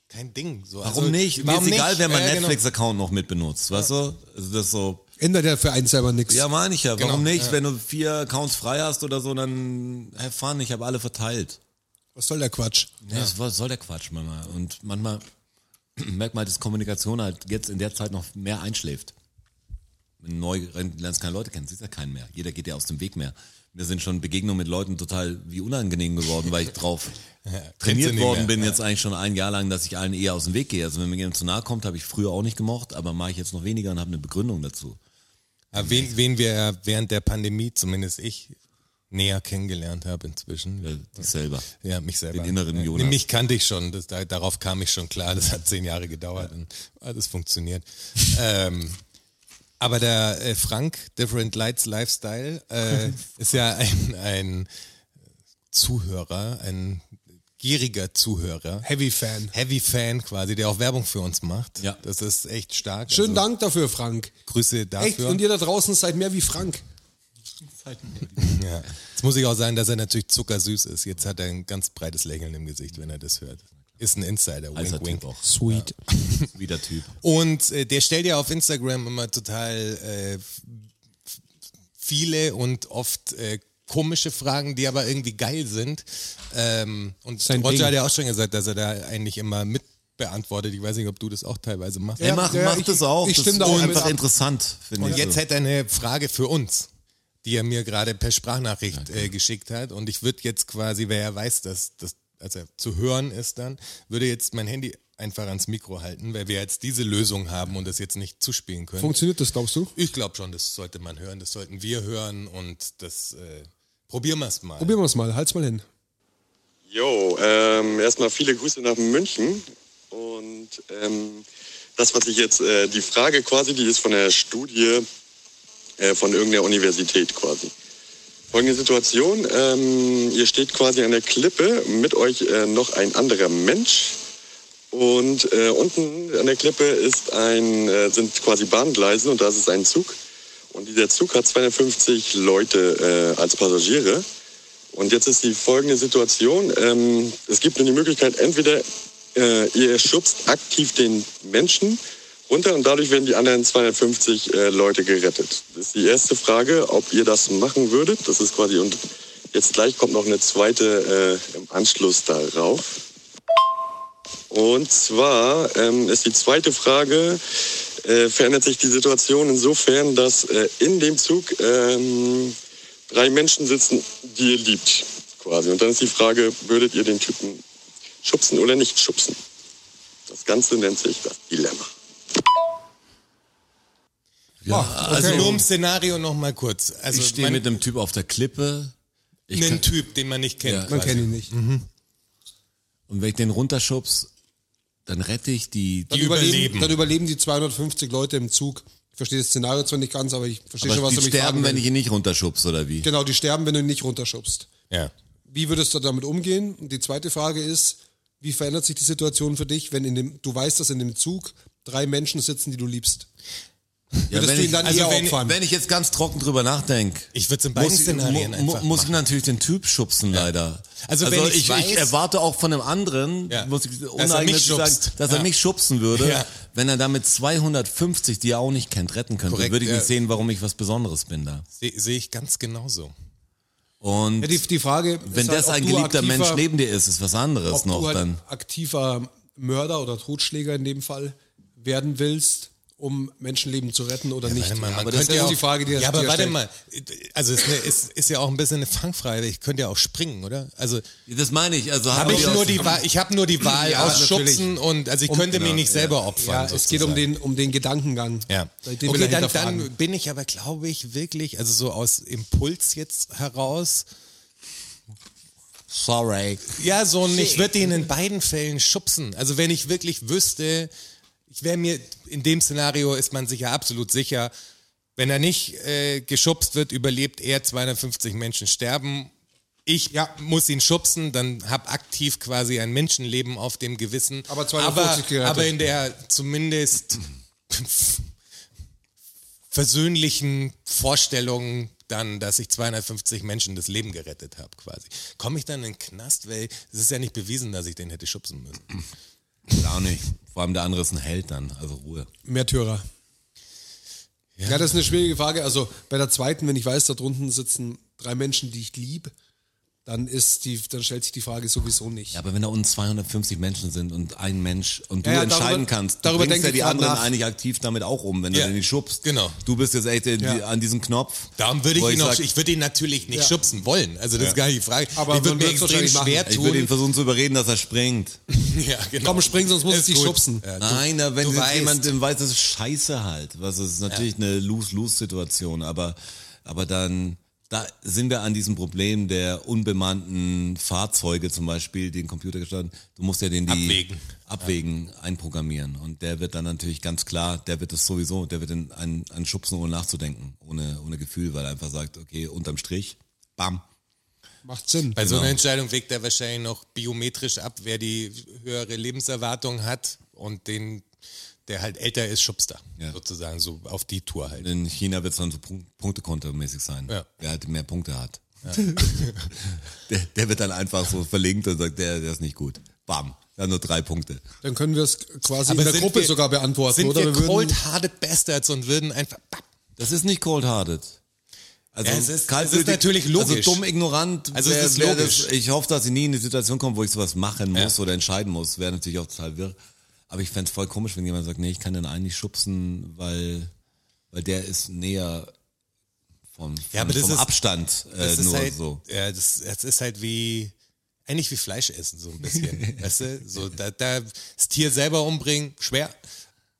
Kein Ding. So. warum also, nicht? Mir Warum ist egal, wer meinen Ja, genau. Netflix-Account noch mit benutzt. Weißt du? Also das ist so. Ändert ja für einen selber nichts. Ja, meine ich ja. Warum Genau, nicht? ja. Wenn du vier Accounts frei hast oder so, dann have fun, ich habe alle verteilt. Was soll der Quatsch? Ja. Das was soll der Quatsch manchmal. Und manchmal merkt man halt, dass Kommunikation halt jetzt in der Zeit noch mehr einschläft. Wenn du neu renn- lernst keine Leute kennen, siehst ja keinen mehr. Jeder geht ja aus dem Weg mehr. Mir sind schon Begegnungen mit Leuten total wie unangenehm geworden, weil ich drauf trainiert genau. nicht worden mehr, bin jetzt eigentlich schon ein Jahr lang, dass ich allen eher aus dem Weg gehe. Also wenn mir jemand zu nahe kommt, habe ich früher auch nicht gemocht, aber mache ich jetzt noch weniger und habe eine Begründung dazu. Aber wen, wen wir ja während der Pandemie, zumindest ich, näher kennengelernt habe inzwischen. Äh, Ich selber. Ja, mich selber. Den inneren Ja, Jonas. Mich kannte ich schon, das, da, darauf kam ich schon klar, das hat zehn Jahre gedauert und alles funktioniert. ähm, Aber der äh, Frank, Different Lights Lifestyle, äh, ist ja ein, ein Zuhörer, ein gieriger Zuhörer. Heavy Fan. Heavy Fan quasi, der auch Werbung für uns macht. Ja. Das ist echt stark. Also, Schönen Dank dafür, Frank. Grüße dafür. Echt, und ihr da draußen seid mehr wie Frank. Ja. Jetzt muss ich auch sagen, dass er natürlich zuckersüß ist. Jetzt hat er ein ganz breites Lächeln im Gesicht, wenn er das hört. Ist ein Insider, wink, Heißer wink. Typ auch. Sweet. Wieder Typ. Und äh, der stellt ja auf Instagram immer total äh, f- viele und oft äh, komische Fragen, die aber irgendwie geil sind. Ähm, und Sein Roger Ding. hat ja auch schon gesagt, dass er da eigentlich immer mit beantwortet. Ich weiß nicht, ob du das auch teilweise machst. Ey, mach, ja, mach ich- das auch. ich das stimme ist da auch mit einfach ab. interessant, finde ich. Und jetzt so. hätte er eine Frage für uns, die er mir gerade per Sprachnachricht äh, geschickt hat. Und ich würde jetzt quasi, wer ja weiß, dass das also zu hören ist dann, würde jetzt mein Handy einfach ans Mikro halten, weil wir jetzt diese Lösung haben und das jetzt nicht zuspielen können. Funktioniert das, glaubst du? ich glaube schon, das sollte man hören, das sollten wir hören und das äh, probieren wir es mal. Probieren wir es mal. Halt's mal hin. Jo, ähm, erstmal viele Grüße nach München. Und ähm, das, was ich jetzt, äh, die Frage quasi, die ist von der Studie äh, von irgendeiner Universität quasi. Folgende Situation, ähm, ihr steht quasi an der Klippe, mit euch äh, noch ein anderer Mensch. Und äh, unten an der Klippe ist ein, äh, sind quasi Bahngleise und da ist es ein Zug. Und dieser Zug hat 250 Leute äh, als Passagiere. Und jetzt ist die folgende Situation. Ähm, es gibt nur die Möglichkeit, entweder äh, ihr schubst aktiv den Menschen runter und dadurch werden die anderen 250 äh, Leute gerettet. Das ist die erste Frage, ob ihr das machen würdet. Das ist quasi, und jetzt gleich kommt noch eine zweite äh, im Anschluss darauf. Und zwar ähm, ist die zweite Frage, äh, verändert sich die Situation insofern, dass äh, in dem Zug ähm, drei Menschen sitzen, die ihr liebt, quasi. Und dann ist die Frage, würdet ihr den Typen schubsen oder nicht schubsen? Das Ganze nennt sich das Dilemma. Ah, Also nur um Szenario nochmal kurz. Also ich stehe man- mit einem Typ auf der Klippe. Ich einen kann, Typ, den man nicht kennt. Ja. Man quasi. kennt ihn nicht. Mhm. und wenn ich den runterschubs, dann rette ich die. Dann die überleben. Dann überleben die 250 Leute im Zug. Ich verstehe das Szenario zwar nicht ganz, aber ich verstehe aber schon, was die du mich sterben, fragen wenn ich willst. ihn nicht runterschubs, oder wie? Genau, die sterben, wenn du ihn nicht runterschubst. Ja. Wie würdest du damit umgehen? Und die zweite Frage ist, wie verändert sich die Situation für dich, wenn in dem, du weißt, dass in dem Zug drei Menschen sitzen, die du liebst? Ja, Würdest wenn du ihn ich, dann also eher wenn, opfern? wenn ich jetzt ganz trocken drüber nachdenke. Ich würd's in beiden Szenarien mu, einfach Muss ich machen. natürlich den Typ schubsen, leider. Also wenn ich's ich, weiß- ich erwarte auch von einem anderen, Ja. muss ich Dass er uneigennützig mich sagen, schubst. dass Ja. er mich schubsen würde, Ja. wenn er damit 250, die er auch nicht kennt, retten könnte. Korrekt, würde ich ja. nicht sehen, warum ich was Besonderes bin da. Sehe seh ich ganz genauso. Und Ja, die, die Frage, wenn ist das halt, ein ob du geliebter aktiver- Mensch neben dir ist, ist was anderes ob noch du halt dann. aktiver Mörder oder Totschläger in dem Fall werden willst, um Menschenleben zu retten oder nicht. Warte mal, man aber das könnte ist ja auch, die Frage, die er Ja, aber die er warte stellt. mal. Also es ist, eine, ist, ist ja auch ein bisschen eine Fangfrage. Ich könnte ja auch springen, oder? Also Das meine ich. Also habe ich auch- nur die Wahl, ich habe nur die Wahl Ja, aus natürlich. Um- Genau, Schubsen und also ich könnte mich nicht selber Ja, opfern. es geht um den, um den Gedankengang. Ja. Den okay, will er dann, hinterfragen. dann bin ich aber, glaube ich, wirklich, also so aus Impuls jetzt heraus. Sorry. Ja, so ein, ich würde ihn in beiden Fällen schubsen. Also wenn ich wirklich wüsste, ich wäre mir, in dem Szenario ist man sicher absolut sicher, wenn er nicht äh, geschubst wird, überlebt er, 250 Menschen sterben. Ich muss ihn schubsen, dann hab aktiv quasi ein Menschenleben auf dem Gewissen. Aber 250 aber, gerettet. aber in der zumindest versöhnlichen Vorstellung dann, dass ich 250 Menschen das Leben gerettet habe, quasi. Komme ich dann in den Knast? Weil es ist ja nicht bewiesen, dass ich den hätte schubsen müssen. Auch nicht. Vor allem der andere ist ein Held dann, also Ruhe. Märtyrer. Ja. das ist eine schwierige Frage. Also bei der zweiten, wenn ich weiß, da drunten sitzen drei Menschen, die ich lieb, dann ist die, dann stellt sich die Frage sowieso nicht. Ja, aber wenn da unten 250 Menschen sind und ein Mensch und du Ja, ja, entscheiden darüber- kannst, du darüber bringst denke ja ich die grad anderen nach. eigentlich aktiv damit auch um, wenn Ja, du den nicht schubst. genau. Du bist jetzt echt äh, die, Ja. an diesem Knopf. Darum würde ich wo ihn auch, sag, ich würde ihn natürlich nicht Ja. schubsen wollen. Also das ist gar nicht die Frage. Aber ich würde man mir wird's extrem wahrscheinlich machen. schwer ich tun. würde ihn versuchen zu überreden, dass er springt. ja, genau. Komm, spring, sonst muss Ist ich dich gut. schubsen. Ja, Nein, aber wenn du jetzt weißt. jemand im weiß, das ist scheiße halt. Was ist natürlich eine Lose-Lose-Situation, aber, aber dann da sind wir an diesem Problem der unbemannten Fahrzeuge zum Beispiel, den Computer gestanden. Du musst ja den die Abwägen. abwägen, einprogrammieren. Und der wird dann natürlich ganz klar, der wird das sowieso, der wird den einen, einen schubsen, ohne nachzudenken, ohne, ohne Gefühl, weil er einfach sagt, okay, unterm Strich, bam. Macht Sinn. Bei so einer Entscheidung wägt er wahrscheinlich noch biometrisch ab, wer die höhere Lebenserwartung hat und den, der halt älter ist, schubst er. Ja. Sozusagen so auf die Tour halt. In China wird es dann so Punk- Punktekonto-mäßig sein. Ja. Wer halt mehr Punkte hat. der, der wird dann einfach so verlinkt und sagt, der, der ist nicht gut. Bam. Dann nur drei Punkte. Dann können wir es quasi Aber in der sind Gruppe wir- sogar beantworten, Sind oder? wir würden- Äh, cold-hearted Bastards und würden einfach... Das ist nicht cold-hearted. Also Ja, es ist- kaltblütig- es ist natürlich logisch. Also dumm ignorant. Also es ist logisch. Das, ich hoffe, dass ich nie in die Situation komme, wo ich sowas machen Ja. muss oder entscheiden muss. Wäre natürlich auch total wirr. Aber ich fänd's voll komisch, wenn jemand sagt, nee, ich kann den einen nicht schubsen, weil, weil der ist näher vom, vom, Ja, aber das vom ist- Abstand äh, Das ist nur halt, so. ja, das, das ist halt wie, eigentlich wie Fleisch essen, so ein bisschen. weißt du, so, da, da, das Tier selber umbringen, schwer.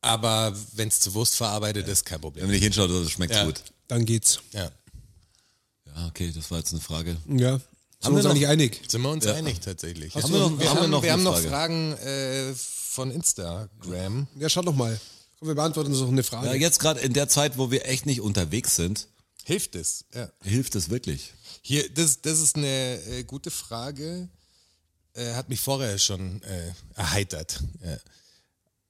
Aber wenn es zu Wurst verarbeitet ist, kein Wenn Problem. man nicht hinschaut, das schmeckt's Ja. gut. Dann geht's. Ja. Ja, okay, das war jetzt eine Frage. Ja. Sind wir wir uns noch- eigentlich einig? Sind wir uns einig tatsächlich. Haben wir noch- wir haben wir haben, noch eine wir haben noch Frage? Fragen äh, von Instagram. Ja, schau doch mal. Komm, wir beantworten uns noch eine Frage. Ja, genau, jetzt gerade in der Zeit, wo wir echt nicht unterwegs sind, Hilft es? Ja. hilft es wirklich. Hier, das, das ist eine äh, gute Frage. Äh, hat mich vorher schon äh, erheitert. Ja.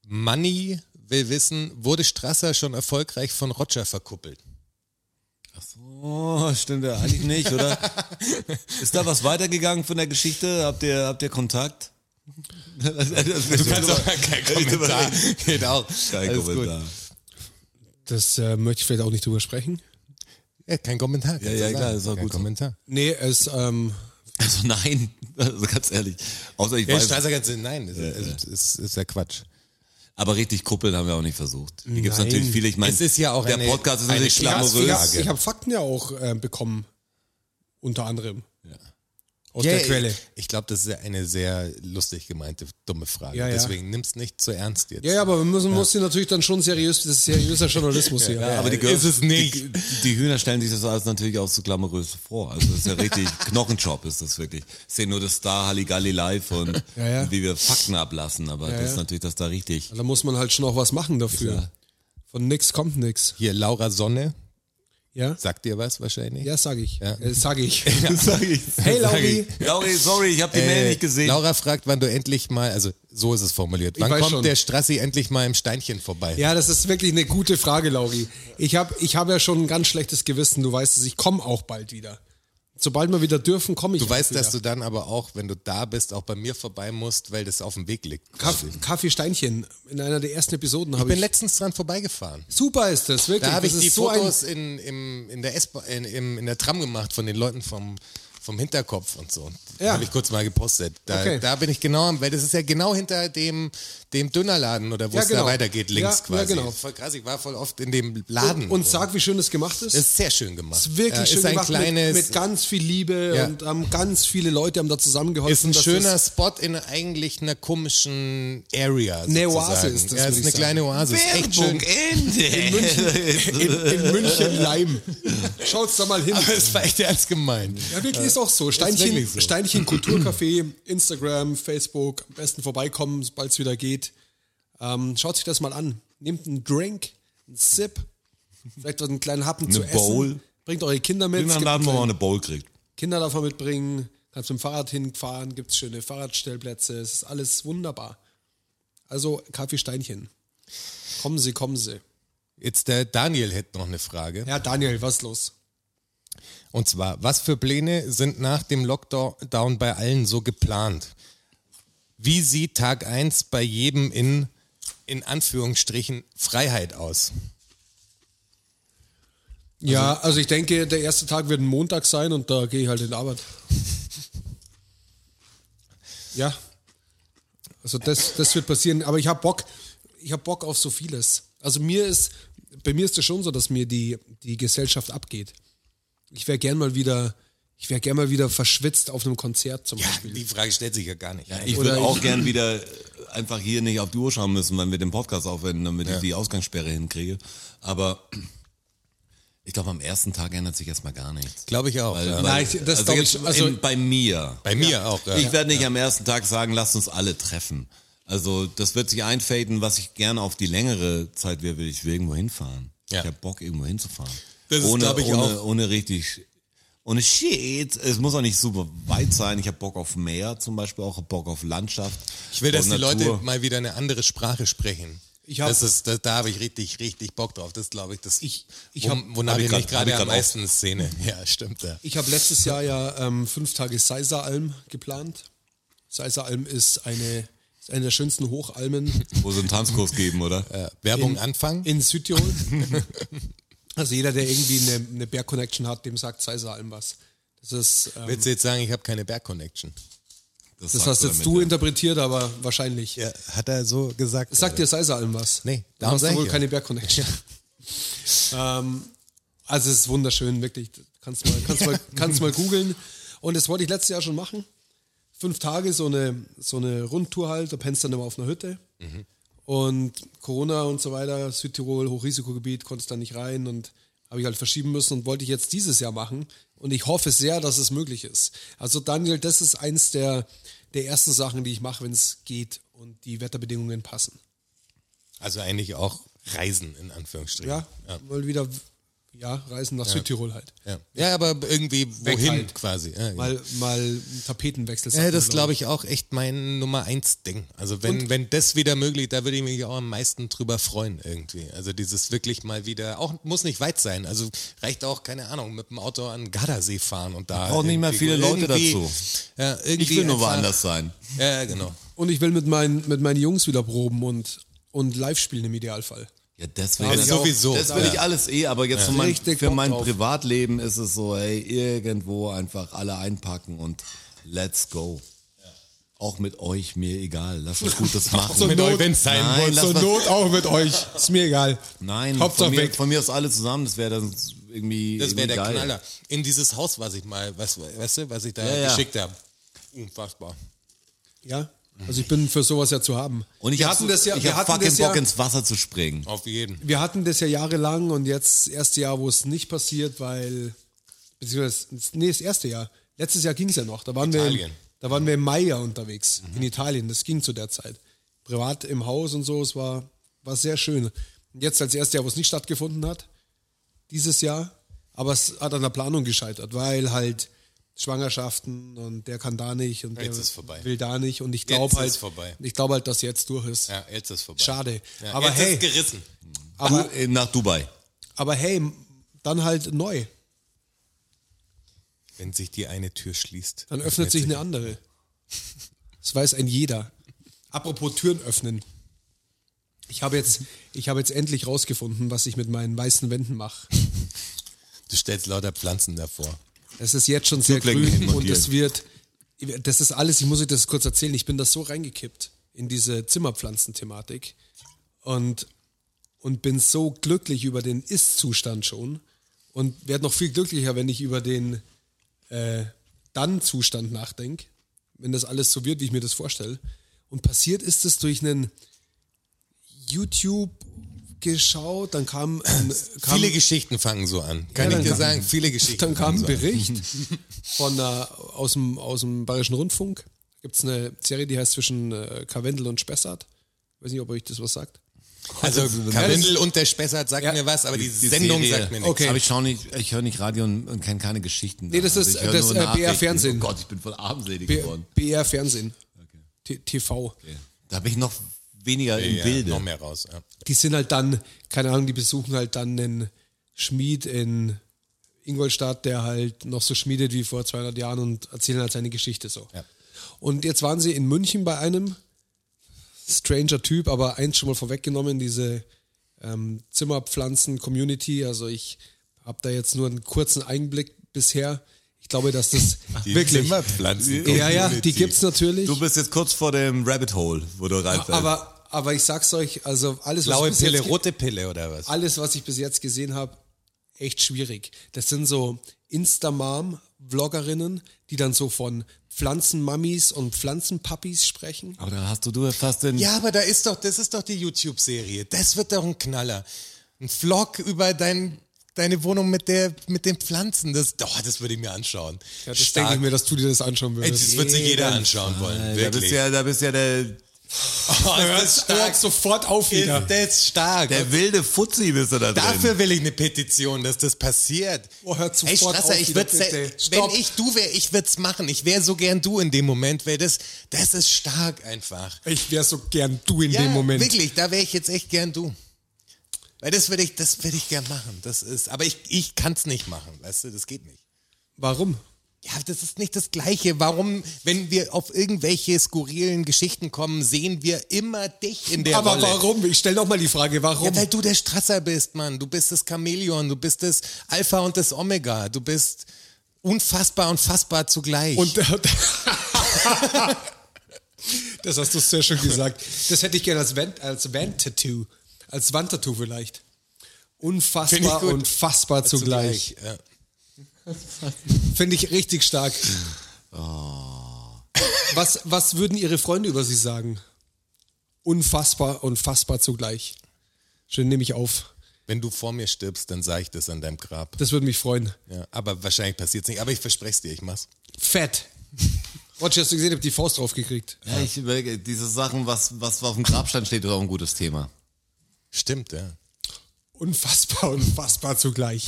Manni will wissen, wurde Strasser schon erfolgreich von Roger verkuppelt? Oh, stimmt ja eigentlich nicht, oder? Ist da was weitergegangen von der Geschichte? Habt ihr, habt ihr Kontakt? Du kannst kein Kommentar. Geht Genau. auch. kein Alles gut. Kommentar. Das äh, möchte ich vielleicht auch nicht drüber sprechen. Ja, kein Kommentar. kannst du ja, sagen. klar, ist auch kein gut so. Kommentar. Nee, es, ähm, Also nein, also ganz ehrlich. Außer ich Ja, weiß, Strasser ganz nein, das ist, ist, ist ja Quatsch. aber richtig kuppeln haben wir auch nicht versucht. Hier gibt's Nein. natürlich viele, ich meine, Es ist ja auch der eine- Podcast ist eine natürlich ich glamourös. habe hab Fakten ja auch äh, bekommen. Unter anderem. Ja. Aus Ja, der Quelle. Ich, ich glaube, das ist eine sehr lustig gemeinte, dumme Frage. Ja, ja. Deswegen nimm's nicht zu ernst jetzt. Ja, ja, aber wir müssen, muss sie natürlich dann schon seriös, das ist seriöser Journalismus hier. Ja, aber die Ist es nicht. Die, die Hühner stellen sich das alles natürlich auch so glamourös vor. Also das ist ja richtig Knochenjob ist das wirklich. Ich sehe nur das Star Halligalli live und Ja, ja. wie wir Fakten ablassen, aber das ist ja. natürlich, dass da richtig. Da muss man halt schon auch was machen dafür. Ja. Von nix kommt nix. Hier, Laura Sonne, Ja? sagt dir was wahrscheinlich? Ja, sag ich. Ja. Äh, sag ich. sag ich. Hey, Lauri. Lauri, sorry, ich habe die Mail Äh, nicht gesehen. Laura fragt, wann du endlich mal, also so ist es formuliert, wann weiß kommt schon. der Strassi endlich mal im Steinchen vorbei? Ja, das ist wirklich eine gute Frage, Lauri. Ich habe ich hab ja schon ein ganz schlechtes Gewissen. Du weißt es, ich komme auch bald wieder. Sobald wir wieder dürfen, komme ich Du auch weißt, wieder. dass du dann aber auch, wenn du da bist, auch bei mir vorbei musst, weil das auf dem Weg liegt. Kaff Kaffeesteinchen. In einer der ersten Episoden Ich habe bin ich. letztens dran vorbeigefahren. Super ist das, wirklich. Da habe das ich ist die so Fotos in, im, in, der S in, im, in der Tram gemacht von den Leuten vom, vom Hinterkopf und so. Ja. Ja. Habe ich kurz mal gepostet. Da, Okay. da bin ich genau am, weil das ist ja genau hinter dem, dem Dönerladen oder wo Ja, es genau. da weitergeht, links Ja, ja, quasi. genau. Voll krass, ich war voll oft in dem ein, Laden. und, und so. sag, wie schön es gemacht ist. Das ist sehr schön gemacht. ist wirklich Ja, schön ist ein gemacht kleines, mit, mit ganz viel Liebe Ja. und haben ganz viele Leute haben da zusammengeholfen. ist ein dass schöner das- Spot in eigentlich einer komischen Area. Eine Oase sozusagen. ist das, würde ich Ja, ist eine sagen. kleine Oase. Ist echt schön. Ende. In München. in, in München Leim. Schaut's da mal hin. Aber es war echt ernst gemeint. Ja, wirklich ist auch so. Steinchen, wirklich so. Steinchen Kulturcafé, Instagram, Facebook, am besten vorbeikommen, sobald es wieder geht. Ähm, schaut sich das mal an. Nehmt einen Drink, einen Sip, vielleicht einen kleinen Happen zu Bowl. essen. Bringt eure Kinder mit. In Es einem gibt Laden, wo einen man eine Bowl kriegt. Kinder davon mitbringen, kannst mit dem Fahrrad hinfahren, gibt es schöne Fahrradstellplätze, es ist alles wunderbar. Also Kaffeesteinchen. Kommen Sie, kommen Sie. Jetzt der Daniel hätte noch eine Frage. Ja, Daniel, was ist los? Und zwar, was für Pläne sind nach dem Lockdown bei allen so geplant? Wie sieht Tag 1 bei jedem in, in Anführungsstrichen, Freiheit aus? Ja, also ich denke, der erste Tag wird ein Montag sein und da gehe ich halt in die Arbeit. Ja. Also das, das wird passieren, aber ich habe Bock, ich habe Bock auf so vieles. Also mir ist, bei mir ist es schon so, dass mir die, die Gesellschaft abgeht. Ich wäre gern mal wieder, ich wäre gern mal wieder verschwitzt auf einem Konzert zum Beispiel. Die Frage stellt sich ja gar nicht. Ich Oder würde ich- auch gern wieder äh, einfach hier nicht auf die Uhr schauen müssen, wenn wir den Podcast aufwenden, damit ich die Ausgangssperre hinkriege. Aber Ich glaube, am ersten Tag ändert sich erstmal gar nichts. Glaube ich auch. ja. Nein, ich- das also glaub jetzt ich- also- in, bei mir. Bei mir auch. Ja. Ich werde nicht am ersten Tag sagen, lasst uns alle treffen. Also das wird sich einfaden, was ich gerne auf die längere Zeit will, will ich irgendwo hinfahren. Ja. Ich habe Bock, irgendwo hinzufahren. Das ist, ohne, glaub ich, ohne, auch- ohne richtig, ohne Shit. Es muss auch nicht super weit sein. Ich habe Bock auf Meer zum Beispiel, auch Bock auf Landschaft. Ich will, dass auf die Natur. Leute mal wieder eine andere Sprache sprechen. Ich hab- das ist, da, da habe ich richtig, richtig Bock drauf. Das glaube ich, das Ich- ich wo, hab- wonach hab ich ich mich grad- hab gerade ich am grad auch. meisten Szene. Ja, stimmt. Ja. Ich habe letztes Jahr ja ähm, fünf Tage Seiseralm geplant. Seiseralm ist eine, ist eine der schönsten Hochalmen Wo sie einen Tanzkurs geben, oder? Werbung anfangen? in Südtirol. Also jeder, der irgendwie eine, eine Berg-Connection hat, dem sagt Seiseralm was. Das ist, ähm, Willst du jetzt sagen, ich habe keine Berg-Connection? das sagst hast jetzt damit, du ja. interpretiert, aber wahrscheinlich. Ja, hat er so gesagt. Also, Sagt dir Seiseralm was? Nee, da darum hast sag du ich wohl ja. keine Berg-Connection. ähm, also es ist wunderschön, wirklich. Kannst mal, kannst mal, kannst mal googeln. Und das wollte ich letztes Jahr schon machen. Fünf Tage, so eine, so eine Rundtour halt, da pennst du dann immer auf einer Hütte. Mhm. Und Corona und so weiter, Südtirol, Hochrisikogebiet, konntest da nicht rein und habe ich halt verschieben müssen und wollte ich jetzt dieses Jahr machen. Und ich hoffe sehr, dass es möglich ist. Also Daniel, das ist eins der, der ersten Sachen, die ich mache, wenn es geht und die Wetterbedingungen passen. Also eigentlich auch Reisen in Anführungsstrichen. Ja, mal wieder ja, reisen nach Südtirol halt. Ja. ja, aber irgendwie wohin halt. quasi. Ja, ja. Mal, mal einen Tapetenwechsel. ja, das ist, glaube ich auch echt mein Nummer eins Ding. Also wenn, wenn das wieder möglich, da würde ich mich auch am meisten drüber freuen irgendwie. Also dieses wirklich mal wieder, auch muss nicht weit sein. Also reicht auch, keine Ahnung, mit dem Auto an den Gardasee fahren und da. Braucht nicht mal irgendwie- viele Leute irgendwie- dazu. Ja, irgendwie Ich will nur einfach- woanders sein. Ja, genau. Und ich will mit meinen, mit meinen Jungs wieder proben und, und live spielen im Idealfall. Ja, das will Das ich sowieso. Das will Ja. ich alles eh, aber jetzt für mein, Richtig für Bock mein drauf. Privatleben ist es so, hey, irgendwo einfach alle einpacken und let's go. Auch mit euch, mir egal. Lass uns Gutes machen. Zur Not, wenn's sein Nein, muss. lass Zur mal- Not auch mit euch. Ist mir egal. Nein, Hauptsache von mir, weg. von mir aus alle zusammen, das wäre dann irgendwie Das wäre irgendwie der geil. Knaller. In dieses Haus, was ich mal, was, weißt du, was ich da Ja, ja. geschickt habe. Unfassbar. Ja, also ich bin für sowas ja zu haben. Und ich wir hab hatten so- das ja, ich wir hab hatten fucking das ja, Oh, Bock ins Wasser zu springen. Auf jeden. wir hatten das ja jahrelang und jetzt das erste Jahr, wo es nicht passiert, weil beziehungsweise nee, das erste Jahr. Letztes Jahr ging es ja noch. Da waren wir, im, Italien. Mhm. da waren wir im Mai ja unterwegs in Italien. Das ging zu der Zeit privat im Haus und so. Es war war sehr schön. Und jetzt als erstes Jahr, wo es nicht stattgefunden hat, dieses Jahr, aber es hat an der Planung gescheitert, weil halt Schwangerschaften und der kann da nicht und Jetzt der ist vorbei. will da nicht und ich Jetzt glaube ist halt, vorbei. ich glaube halt, dass jetzt durch ist. Ja, jetzt ist vorbei. Schade. Ja, aber jetzt hey, ist gerissen. aber du, äh, nach Dubai. aber hey, dann halt neu. Wenn sich die eine Tür schließt. Dann öffnet sich eine andere. Das weiß ein jeder. Apropos Türen öffnen. Ich habe jetzt, ich habe jetzt endlich rausgefunden, was ich mit meinen weißen Wänden mache. Du stellst lauter Pflanzen davor. Es ist jetzt schon sehr Türklinken grün und montieren. es wird, das ist alles, ich muss euch das kurz erzählen, ich bin da so reingekippt in diese Zimmerpflanzen-Thematik und, und bin so glücklich über den Ist-Zustand schon und werde noch viel glücklicher, wenn ich über den äh, Dann-Zustand nachdenke, wenn das alles so wird, wie ich mir das vorstelle. Und passiert ist es durch einen YouTube geschaut, dann kam, ein- kam Viele Geschichten fangen so an. Ja, Kann ich dann dir kam- sagen, viele Geschichten. dann kam fangen ein so an. Bericht von der, aus, dem, aus dem Bayerischen Rundfunk. Gibt es eine Serie, die heißt zwischen äh, Karwendel und Spessart. Weiß nicht, ob euch das was sagt. Also Karwendel und der Spessart sagt Ja. mir was, aber die, Die Sendung Serie. sagt mir nichts. Okay. Aber ich schaue nicht, ich höre nicht Radio und, und kenne keine Geschichten. Also Nee, das ist- ich höre das, nur äh, BR Nachrichten. Fernsehen. Oh Gott, ich bin voll armselig B geworden. BR Fernsehen. T- TV. Da bin ich noch weniger im Ja, Bilde. Noch mehr raus. Ja. Die sind halt dann, keine Ahnung, die besuchen halt dann einen Schmied in Ingolstadt, der halt noch so schmiedet wie vor 200 Jahren und erzählen halt seine Geschichte so. Ja. Und jetzt waren sie in München bei einem stranger Typ, aber eins schon mal vorweggenommen, diese ähm, Zimmerpflanzen-Community. Also ich habe da jetzt nur einen kurzen Einblick bisher. Ich glaube, dass das wirklich... Zimmerpflanzen. Ja, ja, die gibt's natürlich. Du bist jetzt kurz vor dem Rabbit Hole, wo du reinfällst. Aber, aber ich sag's euch, also alles, was Blaue ich bis jetzt Pille, ge- rote Pille oder was? alles, was ich bis jetzt gesehen habe, echt schwierig. Das sind so Instamam-Vloggerinnen, die dann so von Pflanzenmammis und Pflanzenpapis sprechen. Aber da hast du, du fast den. Ja, aber da ist doch, das ist doch die YouTube-Serie. Das wird doch ein Knaller. Ein Vlog über dein, deine Wohnung mit, der, mit den Pflanzen. Das, oh, das würde ich mir anschauen. Ja, das Stark. denke ich mir, dass du dir das anschauen Ey, würdest. das wird sich jeder anschauen wollen. Da bist Wirklich. ja, da bist ja der, oh, ist das Hört's- stark. hört's sofort auf Ist wieder. das stark. der wilde Fuzzi bist du da drin. Dafür will ich eine Petition, dass das passiert. Oh, hört Ey, sofort Strasser, auf ich wieder, würd's, bitte. wenn Stopp. ich du wäre, ich würde es machen. Ich wäre so gern du in dem Moment, weil das, das ist stark einfach. Ich wäre so gern du in Ja, dem Moment. wirklich, da wäre ich jetzt echt gern du. Weil das würde ich, das würde ich gern machen. Das ist, aber ich, ich kann es nicht machen, weißt du, das geht nicht. Warum? Ja, das ist nicht das Gleiche. Warum, wenn wir auf irgendwelche skurrilen Geschichten kommen, sehen wir immer dich in der Aber Rolle? warum? Ich stelle nochmal die Frage, warum? Ja, weil du der Strasser bist, Mann. Du bist das Chamäleon, du bist das Alpha und das Omega. Du bist unfassbar und fassbar zugleich. Und das hast du sehr schön gesagt. Das hätte ich gerne als, Wand, als Wand-Tattoo. Als Wand-Tattoo vielleicht. Find ich Unfassbar gut. und fassbar zugleich. Ja. Finde ich richtig stark. Oh. Was, was würden Ihre Freunde über Sie sagen? Unfassbar und fassbar zugleich. Schön nehme ich auf. Wenn du vor mir stirbst, dann sage ich das an deinem Grab. Das würde mich freuen. Ja, aber wahrscheinlich passiert es nicht. Aber ich verspreche es dir, ich mach's. Fett. Roger, hast du gesehen, ich habe die Faust drauf gekriegt. Ja, ich überlege, diese Sachen, was, was auf dem Grabstein steht, ist auch ein gutes Thema. Stimmt, ja. Unfassbar und fassbar zugleich.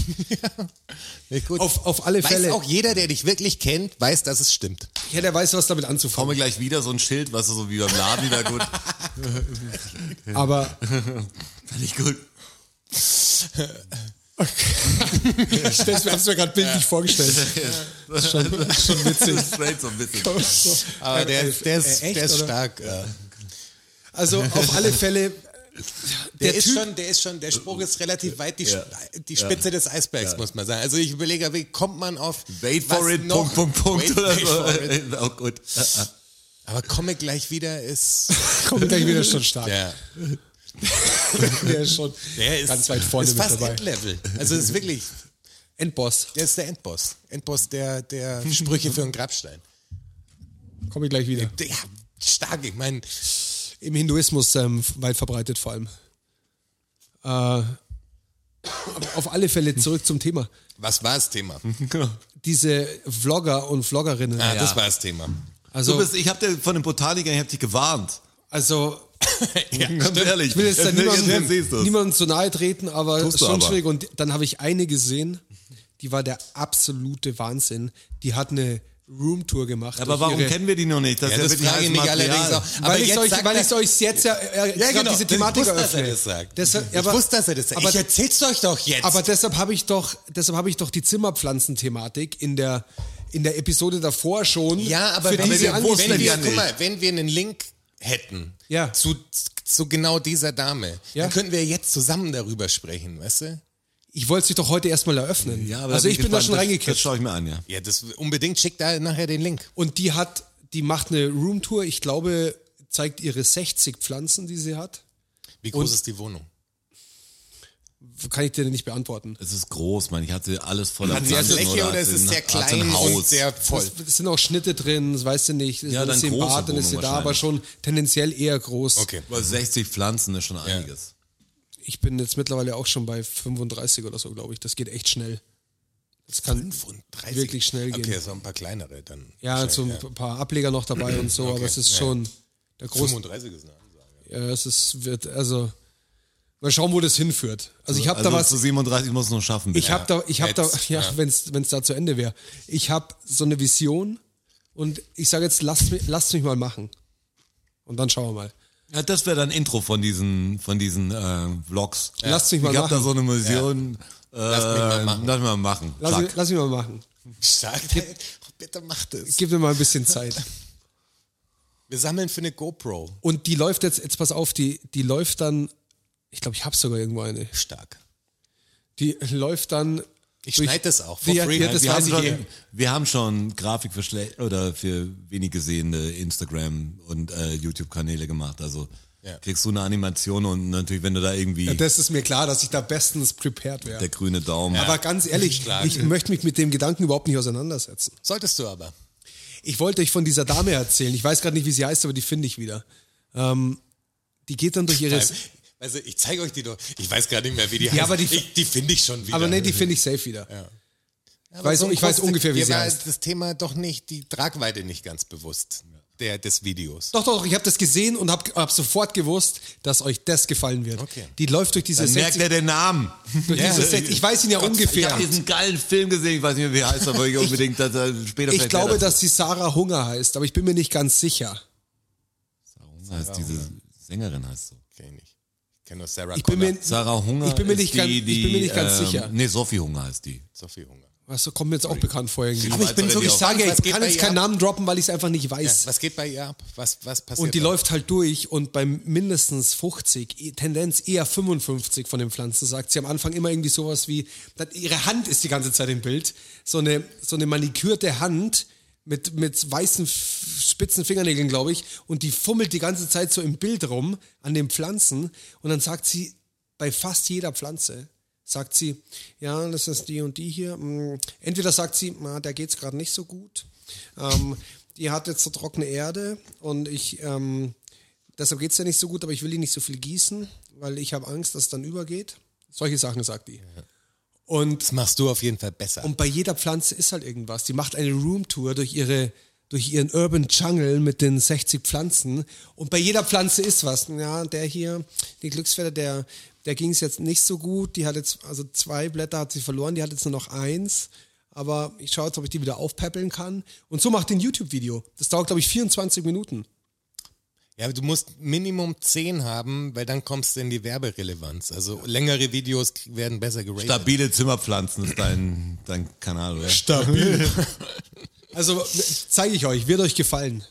Nicht gut. Auf, auf alle weiß Fälle. auch jeder, der dich wirklich kennt, weiß, dass es stimmt. Ja, der weiß, was damit Komme anzufangen. gleich wieder so ein Schild, weißt du, so wie beim Laden, da gut. Aber Fand ich gut. ich stell's mir, hab's mir gerade bildlich vorgestellt. Das ist schon, schon witzig. Straight so witzig. Aber der, äh, der ist, äh, echt, der ist oder? stark. Ja. Also auf alle Fälle, Der, der ist Typ, schon, der ist schon, der Spruch ist relativ weit die, Sp- die Spitze des Eisbergs, muss man sagen. Also ich überlege, wie kommt man auf Wait for was it, noch? Punkt, Punkt, Punkt. Wait, oder wait for it. Äh, so. Auch gut. Aber komme gleich wieder ist kommt gleich wieder schon stark. der, Der ist schon der ist ganz weit vorne ist mit fast dabei. Endlevel. Also ist wirklich, Endboss. der ist der Endboss. Endboss der, der Sprüche für einen Grabstein. Komme ich gleich wieder. Ja, stark. Ich meine, Im Hinduismus ähm, weit verbreitet vor allem. Äh, aber auf alle Fälle zurück zum Thema. was war das Thema? Diese Vlogger und Vloggerinnen. Ah, das war das Thema. Du Also, bist, ich hab dir von dem Botaniker, ich hab dich gewarnt. also ja, Ganz ehrlich. ich will jetzt da jetzt siehst niemandem, du's. niemandem zu nahe treten, aber Tust du schon aber. schwierig. Und dann habe ich eine gesehen, die war der absolute Wahnsinn. Die hat eine Roomtour gemacht. Aber durch warum ihre- kennen wir die noch nicht? Das Ja, ist das wirklich frage ich heißes mich Material. allerdings auch. Weil Aber ich jetzt euch, sagt weil er- ich euch jetzt ja, äh, Ja, grad genau. diese Das- ich Thematik wusste, dass eröffne. er das sagt. Deshalb- ich wusste, dass er das sagt. aber- Ich erzähl's euch doch jetzt. Aber deshalb habe ich doch, deshalb habe ich doch die Zimmerpflanzenthematik in der in der Episode davor schon. Ja, aber für wenn, die sie wir, angeschrieben wenn, wir, ja guck nicht. mal, wenn wir einen Link hätten Ja. zu, zu genau dieser Dame, Ja. dann könnten wir jetzt zusammen darüber sprechen, weißt du? Ich wollte sie doch heute erstmal eröffnen. Ja, aber also ich bin da gespannt. schon Das- Das reingekippt. schaue ich mir an, ja. Ja, das unbedingt schickt da nachher den Link. Und die hat, die macht eine Roomtour. Ich glaube, zeigt ihre 60 Pflanzen, die sie hat. Wie groß ist die Wohnung? Kann ich dir nicht beantworten. Es ist groß, Mann. Ich hatte alles voller Hat sie eine Pflanzen Fläche oder hat ist sie es ein- sehr hat sie ein klein und Haus. sehr voll? Es, es sind auch Schnitte drin, das weißt du nicht. Ja, dann ist sie im große Bad, dann ist sie Wohnung da, aber schon tendenziell eher groß. Okay. Über 60 Pflanzen ist schon einiges. Ich bin jetzt mittlerweile auch schon bei 35 oder so, glaube ich. Das geht echt schnell. Das kann 35. wirklich schnell gehen. Okay, so ein paar kleinere dann. Ja, so ein paar Ableger noch dabei und so, aber es ist halt, ja. schon der große. 35 ist eine Ansage. Ja, es ist, wird, also, mal schauen, wo das hinführt. Also, ich habe Also da zu was, 37 muss noch schaffen. ich habe da, ich habe da, Jetzt, ja, ja. wenn's wenn's da zu Ende wäre. Ich habe so eine Vision und ich sage jetzt, lasst mich, lasst mich mal machen. Und dann schauen wir mal. Ja, das wäre dann Intro von diesen, von diesen äh, Vlogs. Lasst mich mal ich hab machen. da so eine Mission. Lasst mich mal Äh, machen. Lass mich mal machen. Lass, mich, Zack. lass mich mal machen. Stark. Oh, Bitte macht es. Gib mir mal ein bisschen Zeit. Wir sammeln für eine GoPro. Und die läuft jetzt, jetzt pass auf, die, die läuft dann, ich glaube, ich habe sogar irgendwo eine. Stark. Die läuft dann. Ich durch- schneide das auch. For Die, free. ja, das wir, haben weiß ich eh. schon, wir haben schon Grafik für schlecht oder für wenig gesehene Instagram und äh, YouTube-Kanäle gemacht. Also Ja. kriegst du eine Animation und natürlich, wenn du da irgendwie Ja, das ist mir klar, dass ich da bestens prepared wäre. der grüne Daumen. Aber ganz ehrlich, Stark. ich möchte mich mit dem Gedanken überhaupt nicht auseinandersetzen. Solltest du aber. Ich wollte euch von dieser Dame erzählen. Ich weiß gerade nicht, wie sie heißt, aber die finde ich wieder. Ähm, die geht dann durch ihre. Weil, Also ich zeige euch die doch. Ich weiß gar nicht mehr, wie die Ja, aber die- ich, die finde ich schon wieder. Aber nee, die finde ich safe wieder. ich weiß- ich weiß ungefähr, wie sie heißt. das Thema doch nicht, die Tragweite nicht ganz bewusst der, des Videos. Doch, doch, ich habe das gesehen und habe hab sofort gewusst, dass euch das gefallen wird. Okay. Die läuft durch diese Dann merkt 60, er den Namen. durch Ja, diese ich- 60 ich weiß ihn ja Ich ungefähr. habe diesen geilen Film gesehen, ich weiß nicht mehr, wie er heißt, aber ich unbedingt, dass er später Ich vielleicht glaube, der dass sie Sarah Hunger heißt, aber ich bin mir nicht ganz sicher. das heißt, diese Sängerin heißt so. Kenn ich. Ich kenne nur Sarah Ich bin mir, Sarah Hunger. Ich bin mir ist nicht die, ganz- ich die, bin mir nicht ganz ähm, sicher. Nee, Sophie Hunger heißt die. Sophie Hunger. was kommt mir jetzt auch bekannt vor irgendwie. Aber Ich bin so, Alter, die ich auch- sage, ja, Was ich geht kann bei jetzt ihr keinen ab? Namen droppen, weil ich es einfach nicht weiß. Was geht bei ihr ab? Was, was passiert? und die da? läuft halt durch und beim mindestens 50, eh, Tendenz eher 55 von den Pflanzen sagt sie am Anfang immer irgendwie sowas wie, dat- ihre Hand ist die ganze Zeit im Bild, so eine, so eine manikürte Hand mit, mit weißen, f- spitzen Fingernägeln, glaube ich, und die fummelt die ganze Zeit so im Bild rum an den Pflanzen und dann sagt sie bei fast jeder Pflanze, sagt sie, ja, das ist die und die hier. mm. Entweder sagt sie, na, der geht's gerade nicht so gut. Ähm, die hat jetzt so trockene Erde und ich, ähm, deshalb geht's ja nicht so gut, aber ich will die nicht so viel gießen, weil ich habe Angst, dass es dann übergeht. Solche Sachen sagt die. Und, Das machst du auf jeden Fall besser. und bei jeder Pflanze ist halt irgendwas. Die macht eine Roomtour durch ihre durch ihren Urban Jungle mit den 60 Pflanzen und bei jeder Pflanze ist was. Ja, der hier, die Glücksfeder, der, der ging es jetzt nicht so gut. Die hat jetzt, also zwei Blätter hat sie verloren, die hat jetzt nur noch eins. Aber ich schaue jetzt, ob ich die wieder aufpäppeln kann. Und so macht ein YouTube-Video. Das dauert, glaube ich, 24 Minuten. Ja, aber du musst Minimum 10 haben, weil dann kommst du in die Werberelevanz. Also längere Videos k- werden besser geratet. Stabile Zimmerpflanzen ist dein, dein Kanal, oder? Stabil. Also zeige ich euch, wird euch gefallen.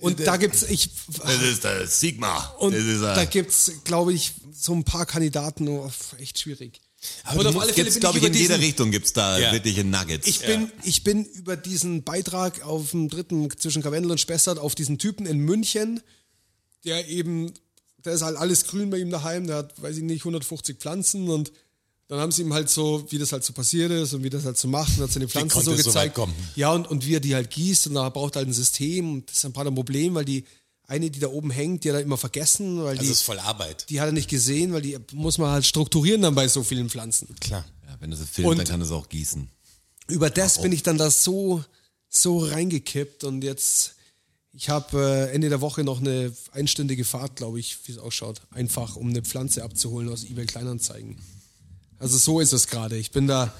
Und da gibt's, ich Das ist der Sigma. Und das ist da der gibt es, glaube ich, so ein paar Kandidaten, oh, echt schwierig. Aber Und du auf musst- alle Fälle gibt's, bin glaub ich ich, über in jeder diesen- Richtung gibt es da Ja. wirkliche Nuggets. Ich bin, ich bin über diesen Beitrag auf dem dritten zwischen Karwendel und Spessart auf diesen Typen in München, der eben, da ist halt alles grün bei ihm daheim, der hat, weiß ich nicht, 150 Pflanzen und dann haben sie ihm halt so, wie das halt so passiert ist und wie das halt so macht und hat seine Pflanzen konnte so es so gezeigt. weit kommen? ja, und, und wie er die halt gießt und da braucht er halt ein System und das ist ein paar ein Problem, weil die eine, die da oben hängt, die hat er immer vergessen, weil Das die ist voll Arbeit. die hat er nicht gesehen, weil die muss man halt strukturieren dann bei so vielen Pflanzen. Klar. ja, wenn du sie filmst, Und- dann kann es auch gießen. Über das bin ich dann da so, so reingekippt und jetzt, ich habe äh, Ende der Woche noch eine einstündige Fahrt, glaube ich, wie es ausschaut, einfach um eine Pflanze abzuholen aus eBay Kleinanzeigen. Also so ist es gerade. Ich bin da,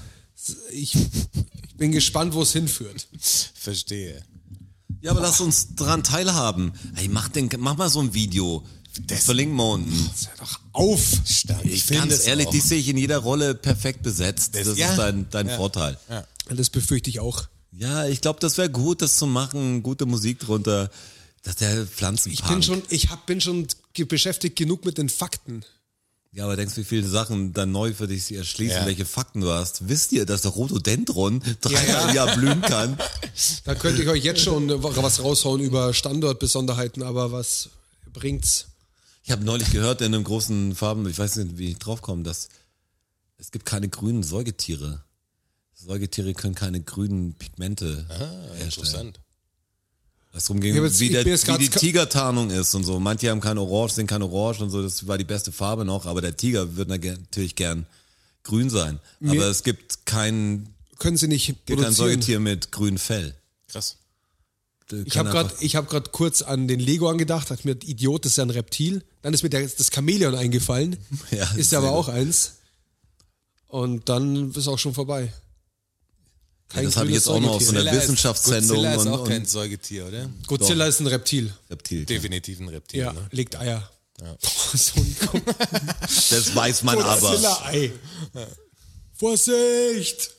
ich, ich bin gespannt, wo es hinführt. Verstehe. Ja, aber lass uns dran teilhaben. Ey, mach, den, mach mal so ein Video. Das verlinken wir unten. Ach, auf! Stark. Ich ganz ehrlich, dich sehe ich in jeder Rolle perfekt besetzt. Das, ja. ist dein, dein Ja. Vorteil. Ja. Das befürchte ich auch. Ja, ich glaube, das wäre gut, das zu machen. Gute Musik drunter. Dass der Pflanzenpunk. Ich bin schon, ich hab, bin schon ge- beschäftigt genug mit den Fakten. Ja, aber denkst, wie viele Sachen dann neu für dich sie erschließen, Ja. welche Fakten du hast. Wisst ihr, dass der Rhododendron dreimal im Jahr blühen kann? Da könnte ich euch jetzt schon was raushauen über Standortbesonderheiten, aber was bringt's? Ich habe neulich gehört in einem großen Farben, ich weiß nicht, wie ich draufkomme, dass es gibt keine grünen Säugetiere. Säugetiere können keine grünen Pigmente herstellen. Interessant. Was drum ging, Ich hab jetzt- wie, ich der, bin jetzt wie grad- die Tigertarnung ist und so. Manche haben kein Orange, sind kein Orange und so. Das war die beste Farbe noch, aber der Tiger wird na- natürlich gern grün sein. Aber Mir- es gibt kein, Können Sie nicht gibt kein produzieren? Säugetier mit grünem Fell. Krass. Ich habe gerade grad hab grad kurz an den Lego angedacht, dachte mir, Idiot, das ist ja ein Reptil. Dann ist mir der, das Chamäleon eingefallen, Ja, ist sehr ja aber gut. auch eins. Und dann ist auch schon vorbei. Kein das habe ich grünes jetzt auch noch aus so Säugetier. einer Wissenschaftssendung Godzilla ist und, auch kein und Säugetier, oder? Godzilla ist ein Reptil. Reptil. Definitiv ein Reptil. Ja, Ne? legt Eier. so ein Das weiß man aber. Godzilla-Ei. Vorsicht!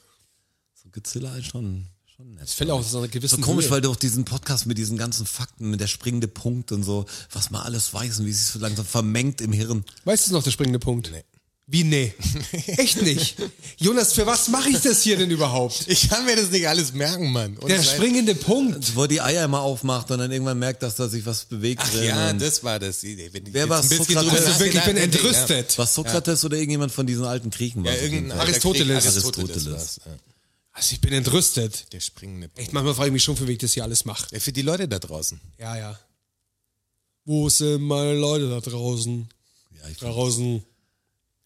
Godzilla ist schon, schon nett. Das fällt auch aus einer So gewissen komisch, Höhe. weil du auch diesen Podcast mit diesen ganzen Fakten, mit der springende Punkt und so, was man alles weiß und wie sich so langsam vermengt im Hirn. Weißt du noch der springende Punkt? Nee. Wie nee? Echt nicht? Jonas, für was mache ich das hier denn überhaupt? Ich kann mir das nicht alles merken, Mann. Und Der seit- springende Punkt. Wo er die Eier immer aufmacht und dann irgendwann merkt, dass da sich was bewegt Ach drin. ja, und das war das. Wenn ich Wer jetzt war ein bisschen Sokrates? drüber Also Also wirklich, ich bin nachgedacht hätte, entrüstet. was Sokrates oder irgendjemand von diesen alten Griechen war. Ja, es auf jeden irgendein Fall. Aristoteles. Aristoteles. Aristoteles. war's, ja. Also ich bin entrüstet. Der springende. Punkt. Echt, manchmal frage ich mich schon, für wen ich das hier alles mache. Ja, Für die Leute da draußen. Ja, ja. Wo sind meine Leute da draußen? Ja, ich Da draußen.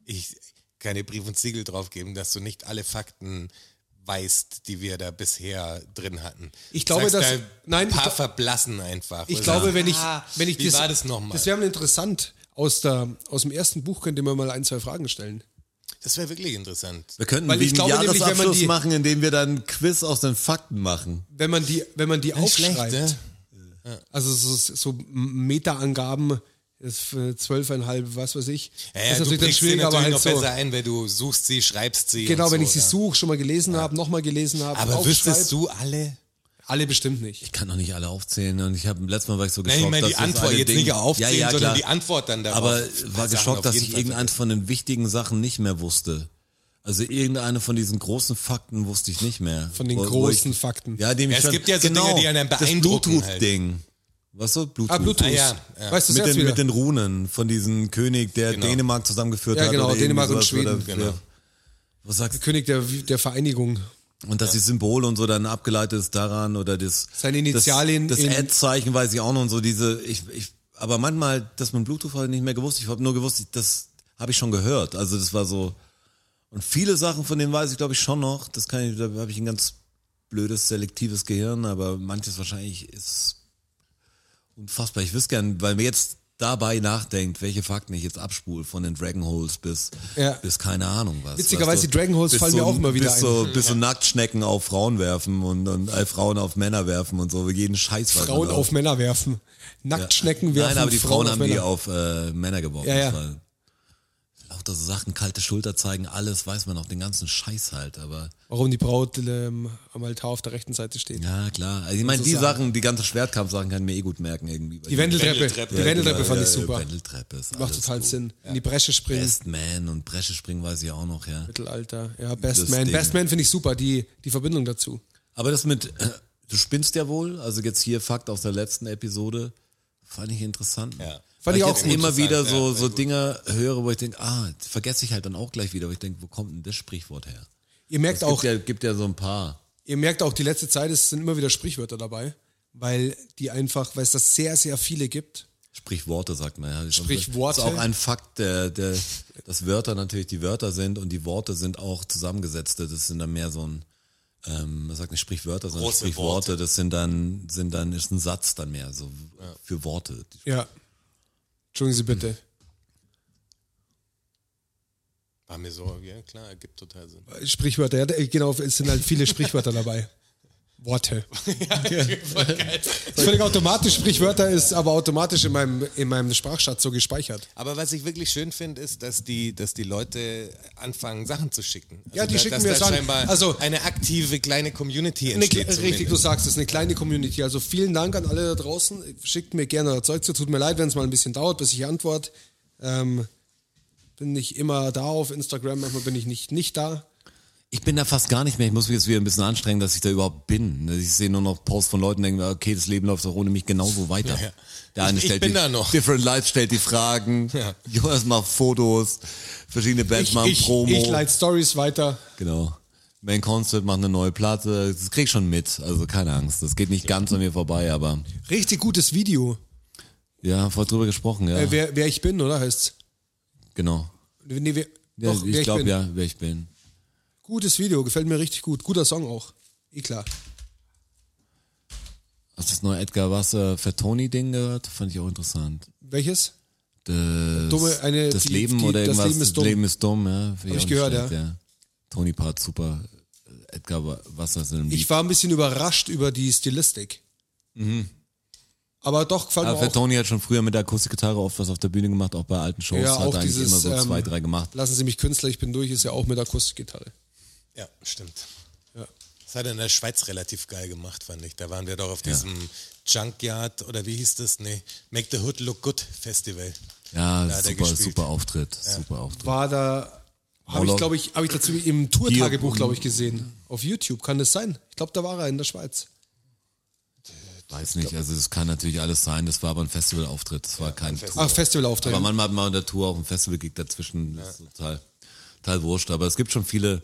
ich keine Brief und Siegel draufgeben, dass du nicht alle Fakten weißt, die wir da bisher drin hatten. Ich glaube, dass- da nein, ein paar ich gl- verblassen einfach. Ich Und glaube, sagen, wenn ich, ah, wenn ich wie war das nochmal? Das wäre mal interessant. Aus, der, aus dem ersten Buch könnte man mal ein, zwei Fragen stellen. Das wäre wirklich interessant. Wir könnten Weil einen ich glaube nämlich, wenn man Jahresabschluss die- machen, indem wir dann Quiz aus den Fakten machen. Wenn man die, wenn man die aufschreibt, ne? also so, so Meta-Angaben, ist für zwölfeinhalb, was weiß ich. Ja, ja, du bringst sie natürlich noch besser ein, weil du suchst sie, schreibst sie. halt Genau, und wenn so, ich sie ja. suche, schon mal gelesen habe, nochmal gelesen habe, Aber wüsstest du alle? Alle bestimmt nicht. Ich kann noch nicht alle aufzählen und ich habe letztes Mal war ich so geschockt, Nein, ich meine die dass das Antwort eine jetzt Ding- nicht aufzählen, ja, ja, sondern klar. die Antwort dann darauf. Aber Ein paar war Sachen geschockt, auf dass jeden ich Fall irgendeine von den wichtigen Sachen nicht mehr wusste. Also irgendeine von diesen großen Fakten wusste ich nicht mehr. Von den Wo- wo großen ich, Fakten. Ja, dem Ja, ich es schon, gibt ja so Dinge, genau, die einen das beeindrucken halt. Bluetooth-Ding. Was so? Bluetooth. Ah, Bluetooth. Ah, ja, ja. Weißt du Mit jetzt den, wieder? mit den Runen von diesem König, der Genau. Dänemark zusammengeführt Ja, hat. genau, oder Dänemark irgendwie und sowas, Schweden, Oder, genau. Was sagst König der, der Vereinigung. Und dass die Symbole und so dann abgeleitet ist daran oder das Seine Initialien das, in- das Ad-Zeichen weiß ich auch noch und so diese ich, ich aber manchmal, dass man Bluetooth halt nicht mehr gewusst. Ich habe nur gewusst, ich, das habe ich schon gehört. Also das war so und viele Sachen von denen weiß ich glaube ich schon noch. Das kann ich, da habe ich ein ganz blödes selektives Gehirn, aber manches wahrscheinlich ist unfassbar. Ich wüsste gern, weil mir jetzt dabei nachdenkt, welche Fakten ich jetzt abspule von den Dragon Holes bis Ja. bis keine Ahnung was. Witzigerweise, weißt die Dragon Holes bis fallen mir auch immer wieder bis ein. So, bis so Oh, Nacktschnecken auf Frauen werfen und, und äh, Frauen auf Männer werfen und so, jeden Scheiß. weiß man Frauen Genau. auch. auf Männer werfen. Nacktschnecken werfen. Nein, aber die Frauen, haben die Männer. auf äh, Männer geworfen. Ja, ja. Das war- Lauter so Sachen, kalte Schulter zeigen, alles weiß man noch, den ganzen Scheiß halt, aber Warum die Braut ähm, am Altar auf der rechten Seite steht. ja klar. Also ich meine, die Sachen. Sachen, die ganzen Schwertkampfsachen kann ich mir eh gut merken irgendwie. Die Wendeltreppe. Wendeltreppe. Die Wendeltreppe Ja, fand ich ja, super. Wendeltreppe ist Macht alles total gut. Sinn. In die Bresche springen. Best Man und Bresche springen weiß ich auch noch, ja. Mittelalter. Ja, Best Das Man. Ding. Best Man finde ich super, die, die Verbindung dazu. Aber das mit, äh, du spinnst ja wohl, also jetzt hier Fakt aus der letzten Episode, fand ich interessant. Ja. Fand ich auch auch gut. immer wieder Interessant, so, ja, so Dinge höre, wo ich denke, ah, vergesse ich halt dann auch gleich wieder, wo ich denke, wo kommt denn das Sprichwort her? Ihr merkt Es auch, gibt ja, gibt ja so ein paar. ihr merkt auch, die letzte Zeit es sind immer wieder Sprichwörter dabei, weil die einfach, weil es das sehr, sehr viele gibt. Sprichworte, sagt man ja. Also Sprichworte. Das ist auch ein Fakt, der, der, dass Wörter natürlich die Wörter sind und die Worte sind auch zusammengesetzte. Das sind dann mehr so ein, ähm, man sagt nicht Sprichwörter, sondern Große Sprichworte. Das sind dann, sind dann, ist ein Satz dann mehr, so für Worte. Ja. Entschuldigen Sie bitte. War mir so, ja klar, ergibt total Sinn. Sprichwörter, ja, genau, es sind halt viele Sprichwörter dabei. Worte. Völlig automatisch, Sprichwörter ist aber automatisch in meinem, in meinem Sprachschatz so gespeichert. Aber was ich wirklich schön finde, ist, dass die, dass die Leute anfangen, Sachen zu schicken. Also Ja, die da, schicken dass mir da Sachen. scheinbar Also- eine aktive kleine Community Eine, entsteht. richtig, du zumindest. sagst es, eine kleine Community. Also vielen Dank an alle da draußen. Schickt mir gerne euer Zeug zu. Tut mir leid, wenn es mal ein bisschen dauert, bis ich antworte. Ähm, bin nicht immer da auf Instagram, manchmal bin ich nicht, nicht da. Ich bin da fast gar nicht mehr. Ich muss mich jetzt wieder ein bisschen anstrengen, dass ich da überhaupt bin. Also Ich sehe nur noch Posts von Leuten, denke, mir, okay, das Leben läuft doch ohne mich genauso weiter. ja. Der eine Ich- ich stellt bin die, da noch. Different Light stellt die Fragen. Jonas macht Fotos. Verschiedene Bands Ich, machen ich, Promo. ich leite Stories weiter. genau. Main Concert macht eine neue Platte. Das krieg ich schon mit. Also keine Angst. Das geht nicht ganz an mir vorbei, aber Richtig gutes Video. ja, haben vorher drüber gesprochen, ja. Äh, wer, wer ich bin, oder heißt's? genau. Nee, wer, Ja, doch, wer ich ich glaube bin. ja, wer ich bin. Gutes Video, gefällt mir richtig gut. Guter Song auch. Eh klar. Hast du das neue Edgar Wasser für Tony Ding gehört? Fand ich auch interessant. Welches? das, Dumme- eine- das Äh, die- Leben die- oder das irgendwas. Leben ist dumm. ja. Hab ich gehört, ja. Tony Part super. Äh, Edgar Wa- Wasser sind im Ich Lied. war ein bisschen überrascht über die Stilistik. Aber doch, gefällt Mhm. Aber mir für auch. Tony hat schon früher mit der Akustikgitarre oft was auf der Bühne gemacht, auch bei alten Shows Ja, hat auch er eigentlich dieses, immer so ähm, zwei, drei gemacht. Lassen Sie mich Künstler, ich bin durch, ist ja auch mit Akustikgitarre. Ja, stimmt. Das hat er in der Schweiz relativ geil gemacht, fand ich. Da waren wir doch auf diesem Junkyard oder wie hieß das? Nee, Make the Hood Look Good Festival. Ja, da hat er super, gespielt. super Auftritt, super Auftritt. War da, habe ich Urlaub. glaube ich, habe ich dazu im Tourtagebuch, glaube ich, gesehen. Auf YouTube, kann das sein? Ich glaube, da war er in der Schweiz. Weiß nicht, also das kann natürlich alles sein, das war aber ein Festivalauftritt, das war kein Tour. Ach, Festivalauftritt. Aber manchmal hat man auf der Tour auch einen Festival-Gig dazwischen. Das ist total, total wurscht. Aber es gibt schon viele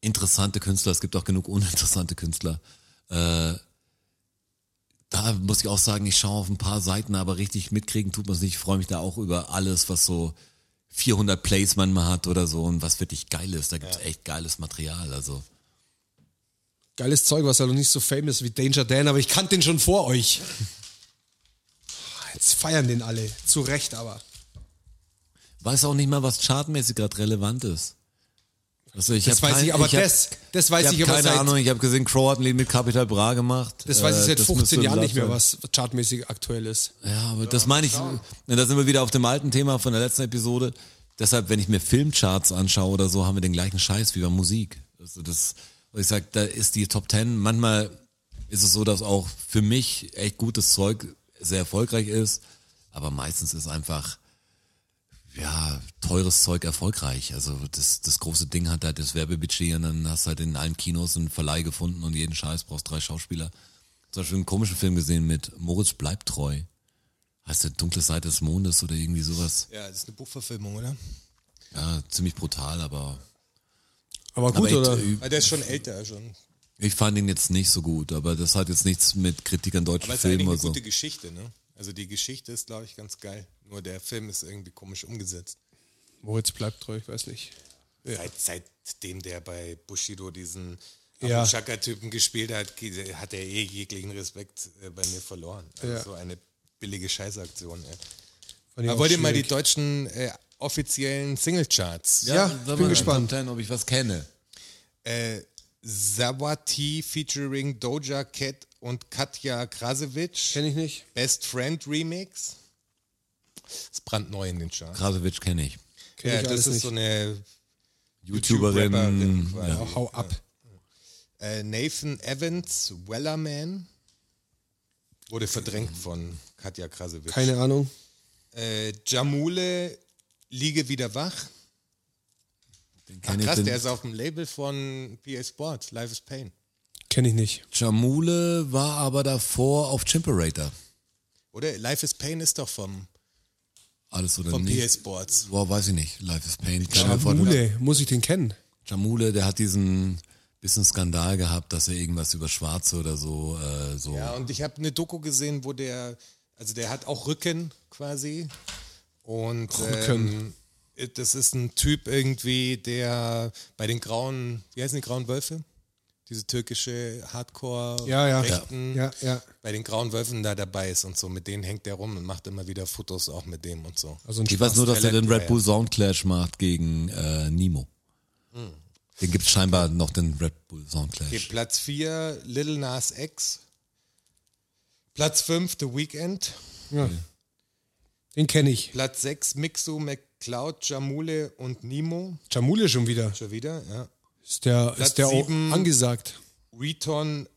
interessante Künstler. Es gibt auch genug uninteressante Künstler. Äh, da muss ich auch sagen, ich schaue auf ein paar Seiten, aber richtig mitkriegen tut man es nicht. Ich freue mich da auch über alles, was so 400 Plays man mal hat oder so und was wirklich geil ist. Da gibt es echt geiles Material. Also Geiles Zeug, was ja noch nicht so famous wie Danger Dan, aber ich kannte den schon vor euch. Jetzt feiern den alle. Zu Recht aber. weiß auch nicht mal, was chartmäßig gerade relevant ist. Also ich Das hab weiß kein- ich, aber ich hab- das, das ich weiß ich, habe aber keine seit, Ahnung, ich habe gesehen, Crow hat ein Lied mit Capital Bra gemacht. das weiß ich Äh, seit das 15 müsste Jahren nicht mehr, sein. was chartmäßig aktuell ist. Ja, aber das meine ich, da sind wir wieder auf dem alten Thema von der letzten Episode. Deshalb, wenn ich mir Filmcharts anschaue oder so, haben wir den gleichen Scheiß wie bei Musik. Also das, wo ich sage, da ist die Top Ten. Manchmal ist es so, dass auch für mich echt gutes Zeug sehr erfolgreich ist, aber meistens ist einfach ja, teures Zeug erfolgreich. Also das, das große Ding hat halt das Werbebudget und dann hast du halt in allen Kinos einen Verleih gefunden und jeden Scheiß brauchst drei Schauspieler. Zum Beispiel einen komischen Film gesehen mit Moritz bleibt treu. Heißt der Dunkle Seite des Mondes oder irgendwie sowas. Ja, das ist eine Buchverfilmung, oder? Ja, ziemlich brutal, aber, Aber gut, aber oder? echt, äh, Weil der ist schon älter schon. ich fand ihn jetzt nicht so gut, aber das hat jetzt nichts mit Kritik an deutschen Aber es ist Filmen eigentlich oder eine so. gute Geschichte, ne? Also die Geschichte ist, glaube ich, ganz geil. Nur der Film ist irgendwie komisch umgesetzt. Moritz bleibt treu, ich weiß nicht. Seit, seitdem der bei Bushido diesen Ja. chaka typen gespielt hat, ge- hat er eh jeglichen Respekt äh, bei mir verloren. Also Ja. So eine billige Scheißaktion, ey. Fand ich Aber auch wollt ihr mal die schwierig. deutschen äh, offiziellen Singlecharts? Ja, sag bin mal, gespannt. Top 10, ob ich was kenne. Äh, Zawati featuring Doja Cat und Katja Krasewitsch. Kenn ich nicht. Best Friend Remix. Ist brandneu in den Charts. Krasowitsch kenne ich. Kenn ja, ich das alles ist nicht. so eine YouTuberin. YouTuberin quasi. ja. Hau ab. Äh, Nathan Evans, Wellerman. Wurde verdrängt von Katja Krasewitsch. Keine Ahnung. Äh, Jamule, Liege wieder wach. Den Ach, kenn ich, krass, den- der ist auf dem Label von PA Sports, Life is Pain. Kenn ich nicht. Jamule war aber davor auf Chimperator. Oder? Life is Pain ist doch vom, Alles oder Also vom PA nicht? Sports. Boah, weiß ich nicht. Life is Pain. Keine Ahnung. Mule, muss ich den kennen? Jamule, der hat diesen bisschen Skandal gehabt, dass er irgendwas über Schwarze oder so, äh, so. Ja, und ich habe eine Doku gesehen, wo der, also der hat auch Rücken quasi. Und Rücken. Ähm, das ist ein Typ irgendwie, der bei den grauen, wie heißen die grauen Wölfe? Diese türkische Hardcore Ja, ja. Rechten, Ja, ja. bei den grauen Wölfen da dabei ist und so. Mit denen hängt der rum und macht immer wieder Fotos auch mit dem und so. Also ein Ich weiß nur, dass er den Relativ, Red Bull Sound Clash macht gegen äh, Nemo. Hm. Den gibt es scheinbar noch, den Red Bull Sound Okay, Clash. Platz 4, Little Nas X. Platz 5, The Weeknd. Ja. Den kenne ich. Platz 6, Mixu, McCloud, Jamule und Nimo. Jamule schon wieder. Schon wieder, ja. Ist der, Platz ist der auch sieben. angesagt. Reton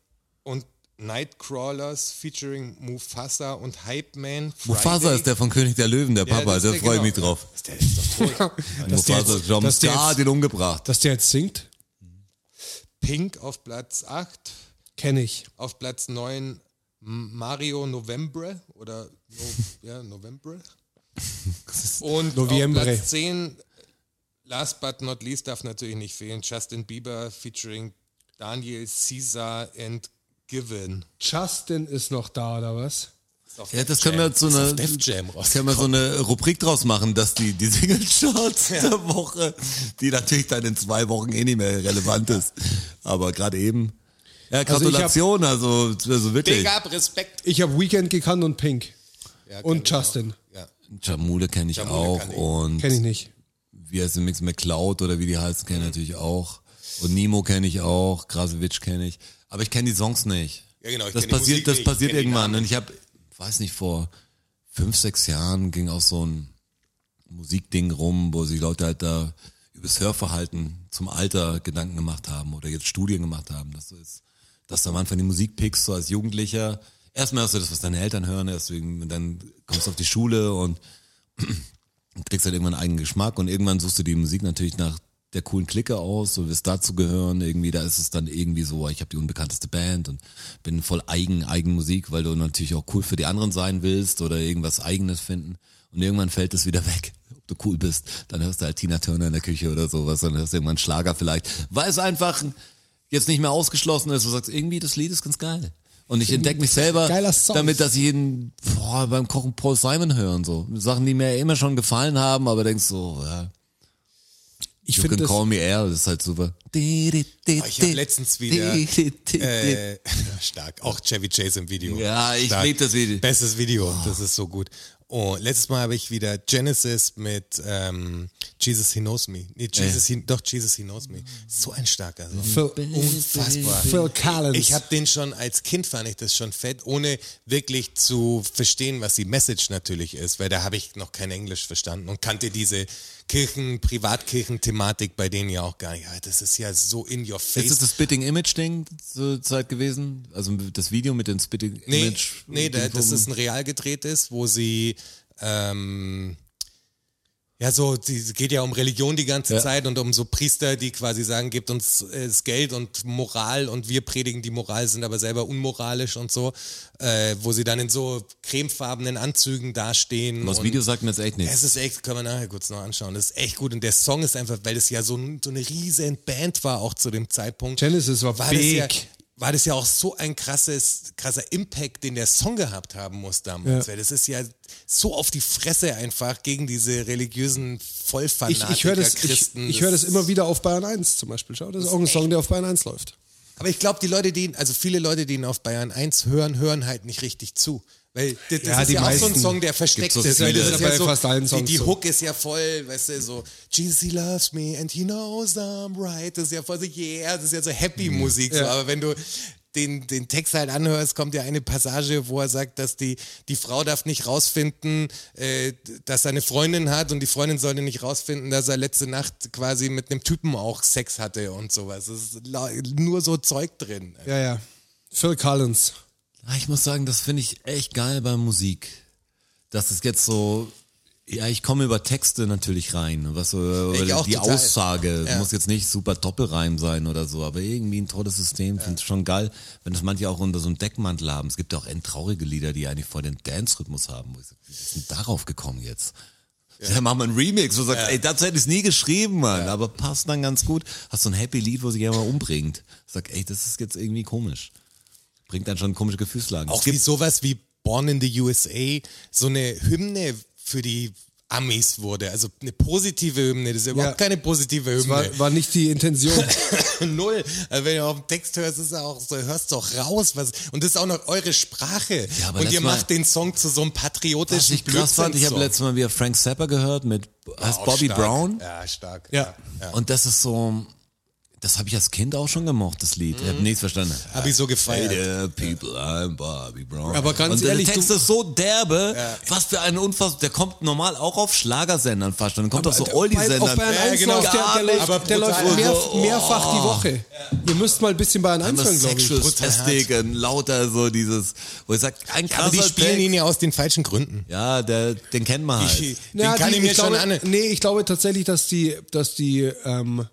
und Nightcrawlers featuring Mufasa und Hype Man. Friday. Mufasa ist der von König der Löwen, der Ja, Papa, das da ist der, freue ich mich genau. drauf. Der ist doch tot. Dass der, Mufasa jetzt, ist John dass, der Star, jetzt, den umgebracht. dass der jetzt singt, Pink auf Platz 8. kenne ich. Auf Platz 9 Mario Novembre oder no, ja, Novembre. Und Noviembre. auf Platz 10, last but not least, darf natürlich nicht fehlen, Justin Bieber featuring Daniel Caesar and Given. Justin ist noch da, oder was? Ja, das können wir zu Ist einer, auf Def Jam das können wir so eine Rubrik draus machen, dass die, die Single-Charts der Woche, die natürlich dann in zwei Wochen eh nicht mehr relevant ist. Aber gerade eben. Ja, ich hab- Gratulation, also, also, wirklich. Big up, Respekt. Ich habe Weekend gekannt und Pink. Ja, Und kann ich Justin. auch. Ja. Jamule kenne ich Jamule auch kann ich. und Kenne ich nicht. wie heißt der Mix McCloud oder wie die heißen, Mhm. kenne ich natürlich auch. Und Nemo kenne ich auch, Krasowitsch kenne ich. Aber ich kenne die Songs nicht. Ja, genau, ich das kenn die passiert, Musik das nicht, ich passiert kenn die irgendwann. Und Namen ich habe, weiß nicht, vor fünf, sechs Jahren ging auch so ein Musikding rum, wo sich Leute halt da übers Hörverhalten zum Alter Gedanken gemacht haben oder jetzt Studien gemacht haben, dass du jetzt, dass du am Anfang die Musik pickst, so als Jugendlicher. Erstmal hörst du das, was deine Eltern hören, deswegen, dann kommst du auf die Schule und und kriegst halt irgendwann einen eigenen Geschmack und irgendwann suchst du die Musik natürlich nach der coolen Clique aus, so wirst dazu gehören, irgendwie, da ist es dann irgendwie so, ich habe die unbekannteste Band und bin voll eigen, Eigenmusik, weil du natürlich auch cool für die anderen sein willst oder irgendwas eigenes finden und irgendwann fällt es wieder weg, ob du cool bist, dann hörst du halt Tina Turner in der Küche oder sowas, dann hörst du irgendwann einen Schlager vielleicht, weil es einfach jetzt nicht mehr ausgeschlossen ist, du sagst, irgendwie das Lied ist ganz geil Und ich entdecke mich selber Geiler Song. damit, dass ich jeden boah, beim Kochen Paul Simon höre und so. Sachen, die mir immer schon gefallen haben, aber denkst so, ja, Ich you finde can das, call me air, das ist halt super. Ah, Ich habe letztens wieder äh, stark, auch Chevy Chase im Video. Ja, ich Stark. lieb das Video. Bestes Video, das ist so gut. Oh, letztes Mal habe ich wieder Genesis mit ähm, Jesus He Knows Me. Nee, Jesus He, doch, Jesus He Knows Me. So ein starker Song. Phil, Unfassbar. Phil Collins. Ich habe den schon als Kind fand ich das schon fett, ohne wirklich zu verstehen, was die Message natürlich ist, weil da habe ich noch kein Englisch verstanden und kannte diese Kirchen, Privatkirchen-Thematik bei denen ja auch gar nicht. Ja, das ist ja so in your face. Ist es das Spitting Image Ding zur Zeit gewesen? Also das Video mit dem Spitting nee, Image? nee da, das ist ein real gedrehtes, wo sie ähm, ja so, die- es geht ja um Religion die ganze Ja. Zeit und um so Priester, die quasi sagen, gebt uns äh, das Geld und Moral und wir predigen die Moral, sind aber selber unmoralisch und so, äh, wo sie dann in so cremefarbenen Anzügen dastehen. Das und- Video sagt mir jetzt echt nichts. es ist echt, können wir nachher kurz noch anschauen. Das ist echt gut. Und der Song ist einfach, weil es ja so, ein- so eine riesen Band war, auch zu dem Zeitpunkt. Genesis war big. Das ja, war das ja auch so ein krasses, krasser Impact, den der Song gehabt haben muss damals. Ja. Weil das ist ja so auf die Fresse einfach gegen diese religiösen ich, Vollfanatiker ich höre das, ich, Christen. ich hör das immer wieder auf Bayern 1 zum Beispiel. Schau, das ist auch ein Song, der auf Bayern 1 läuft. Aber ich glaube, die Leute, die ihn, also viele Leute, die ihn auf Bayern 1 hören, hören halt nicht richtig zu. Weil das, das Ja, ist die ja auch so ein meisten. Song, der versteckt so ist. Weil viele. das ist Das ja ist so, bei fast allen die, Songs die so. Hook ist ja voll, weißt du, so Jesus he loves me and he knows I'm right. Das ist ja voll so, yeah, das ist ja so Happy-Musik. So. Mhm. Ja. Aber wenn du den, den Text halt anhörst, kommt ja eine Passage, wo er sagt, dass die, die Frau darf nicht rausfinden, äh, dass er eine Freundin hat und die Freundin sollte nicht rausfinden, dass er letzte Nacht quasi mit einem Typen auch Sex hatte und sowas. Es ist lau- nur so Zeug drin. Ja, ja. Phil Collins. Ah, Ich muss sagen, das finde ich echt geil bei Musik. Dass es jetzt so, ja, ich komme über Texte natürlich rein, was so, Ich oder auch die total. Aussage Ja. muss jetzt nicht super Doppelreim sein oder so, aber irgendwie ein tolles System, finde ich schon geil, wenn das manche auch unter so einem Deckmantel haben. Es gibt ja auch endtraurige Lieder, die eigentlich voll den Dance-Rhythmus haben. Wo ich sag, wie ist denn darauf gekommen jetzt? Ja. machen wir einen Remix, wo du sagst, ey, dazu hätte ich es nie geschrieben, Mann, aber passt dann ganz gut. Hast so ein Happy Lied, wo sich jemand umbringt. Sag, ey, das ist jetzt irgendwie komisch. Bringt dann schon komische Gefühlslagen. Auch wie sowas wie Born in the USA, so eine Hymne für die Amis wurde. Also eine positive Hymne, das ist überhaupt keine positive Das Hymne. war, war nicht die Intention. Null. Also wenn du auf den Text hörst, ist er auch so, hörst du auch raus. Was, und das ist auch noch eure Sprache. Ja, aber und das ihr war- macht den Song zu so einem Was patriotischen ich krass fand, ich habe Blödsinn-Song. letztes Mal wieder Frank Zappa gehört mit heißt Auch Bobby stark. Brown. Ja, stark. Ja. Und das ist so, das habe ich als Kind auch schon gemocht, das Lied. Ich Mhm. habe nichts verstanden. Habe ich so Hey gefeiert. there, people, I'm Bobby Brown. Aber ganz und ehrlich, der Text du- ist so derbe, was für ein Unfass. Der kommt normal auch auf Schlagersendern fast. Dann kommt auf so Oldie-Sendern. Auf Bayern Ja, 1 genau. läuft der, der Ja, aber läuft, der brutal. läuft mehr, Also, oh. mehrfach die Woche. Ihr müsst mal ein bisschen Bayern 1 hören, glaube ich. Sexual Testing, ein lauter so dieses, wo ich sag, ein krasser Aber die spielen Text. ihn ja aus den falschen Gründen. Ja, der, den kennt man halt. Ich, den Ja, kann die- ich mir schon glaube, an. Nee, ich glaube tatsächlich, dass die, dass die, ähm,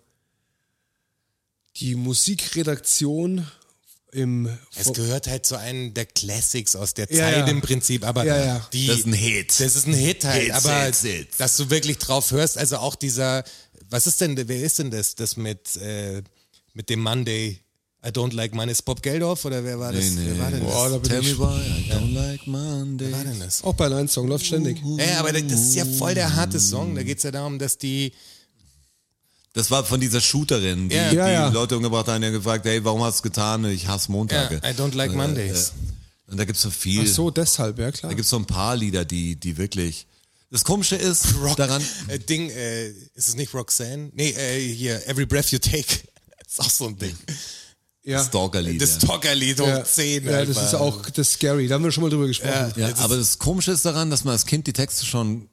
die Musikredaktion im Es gehört halt zu einem der Classics aus der Zeit Ja, ja. im Prinzip, aber Ja, ja. die Das ist ein Hit. Das ist ein Hit halt, Hits, aber Hits, Hits. dass du wirklich drauf hörst, also auch dieser was ist denn wer ist denn das das mit äh, mit dem Monday I don't like mine is Bob Geldorf oder wer war das? Wer war denn Boah, das? da bin Tell me why I don't like Monday. Wer war denn das? auch Bayern 1 Song läuft ständig. Äh, Ja, aber das ist ja voll der harte Song, da geht's ja darum, dass die Das war von dieser Shooterin, die, Ja. die Ja, ja. Leute umgebracht haben, die haben gefragt, hey, warum hast du es getan? Ich hasse ja, Montage. Äh, I don't like Mondays. Und da gibt's so viel. Ach so, deshalb, ja klar. Da gibt's so ein paar Lieder, die, die wirklich. Das Komische ist, daran, Äh, Ding, äh, ist es nicht Roxanne? Nee, äh, hier, Every Breath You Take. ist auch so ein Ding. Ja. Stalker-Lieder. Das Talkerlied um hoch ja. 10. ja, das Alter. ist auch das Scary, da haben wir schon mal drüber gesprochen. Ja, aber das Komische ist daran, dass man als Kind die Texte schon,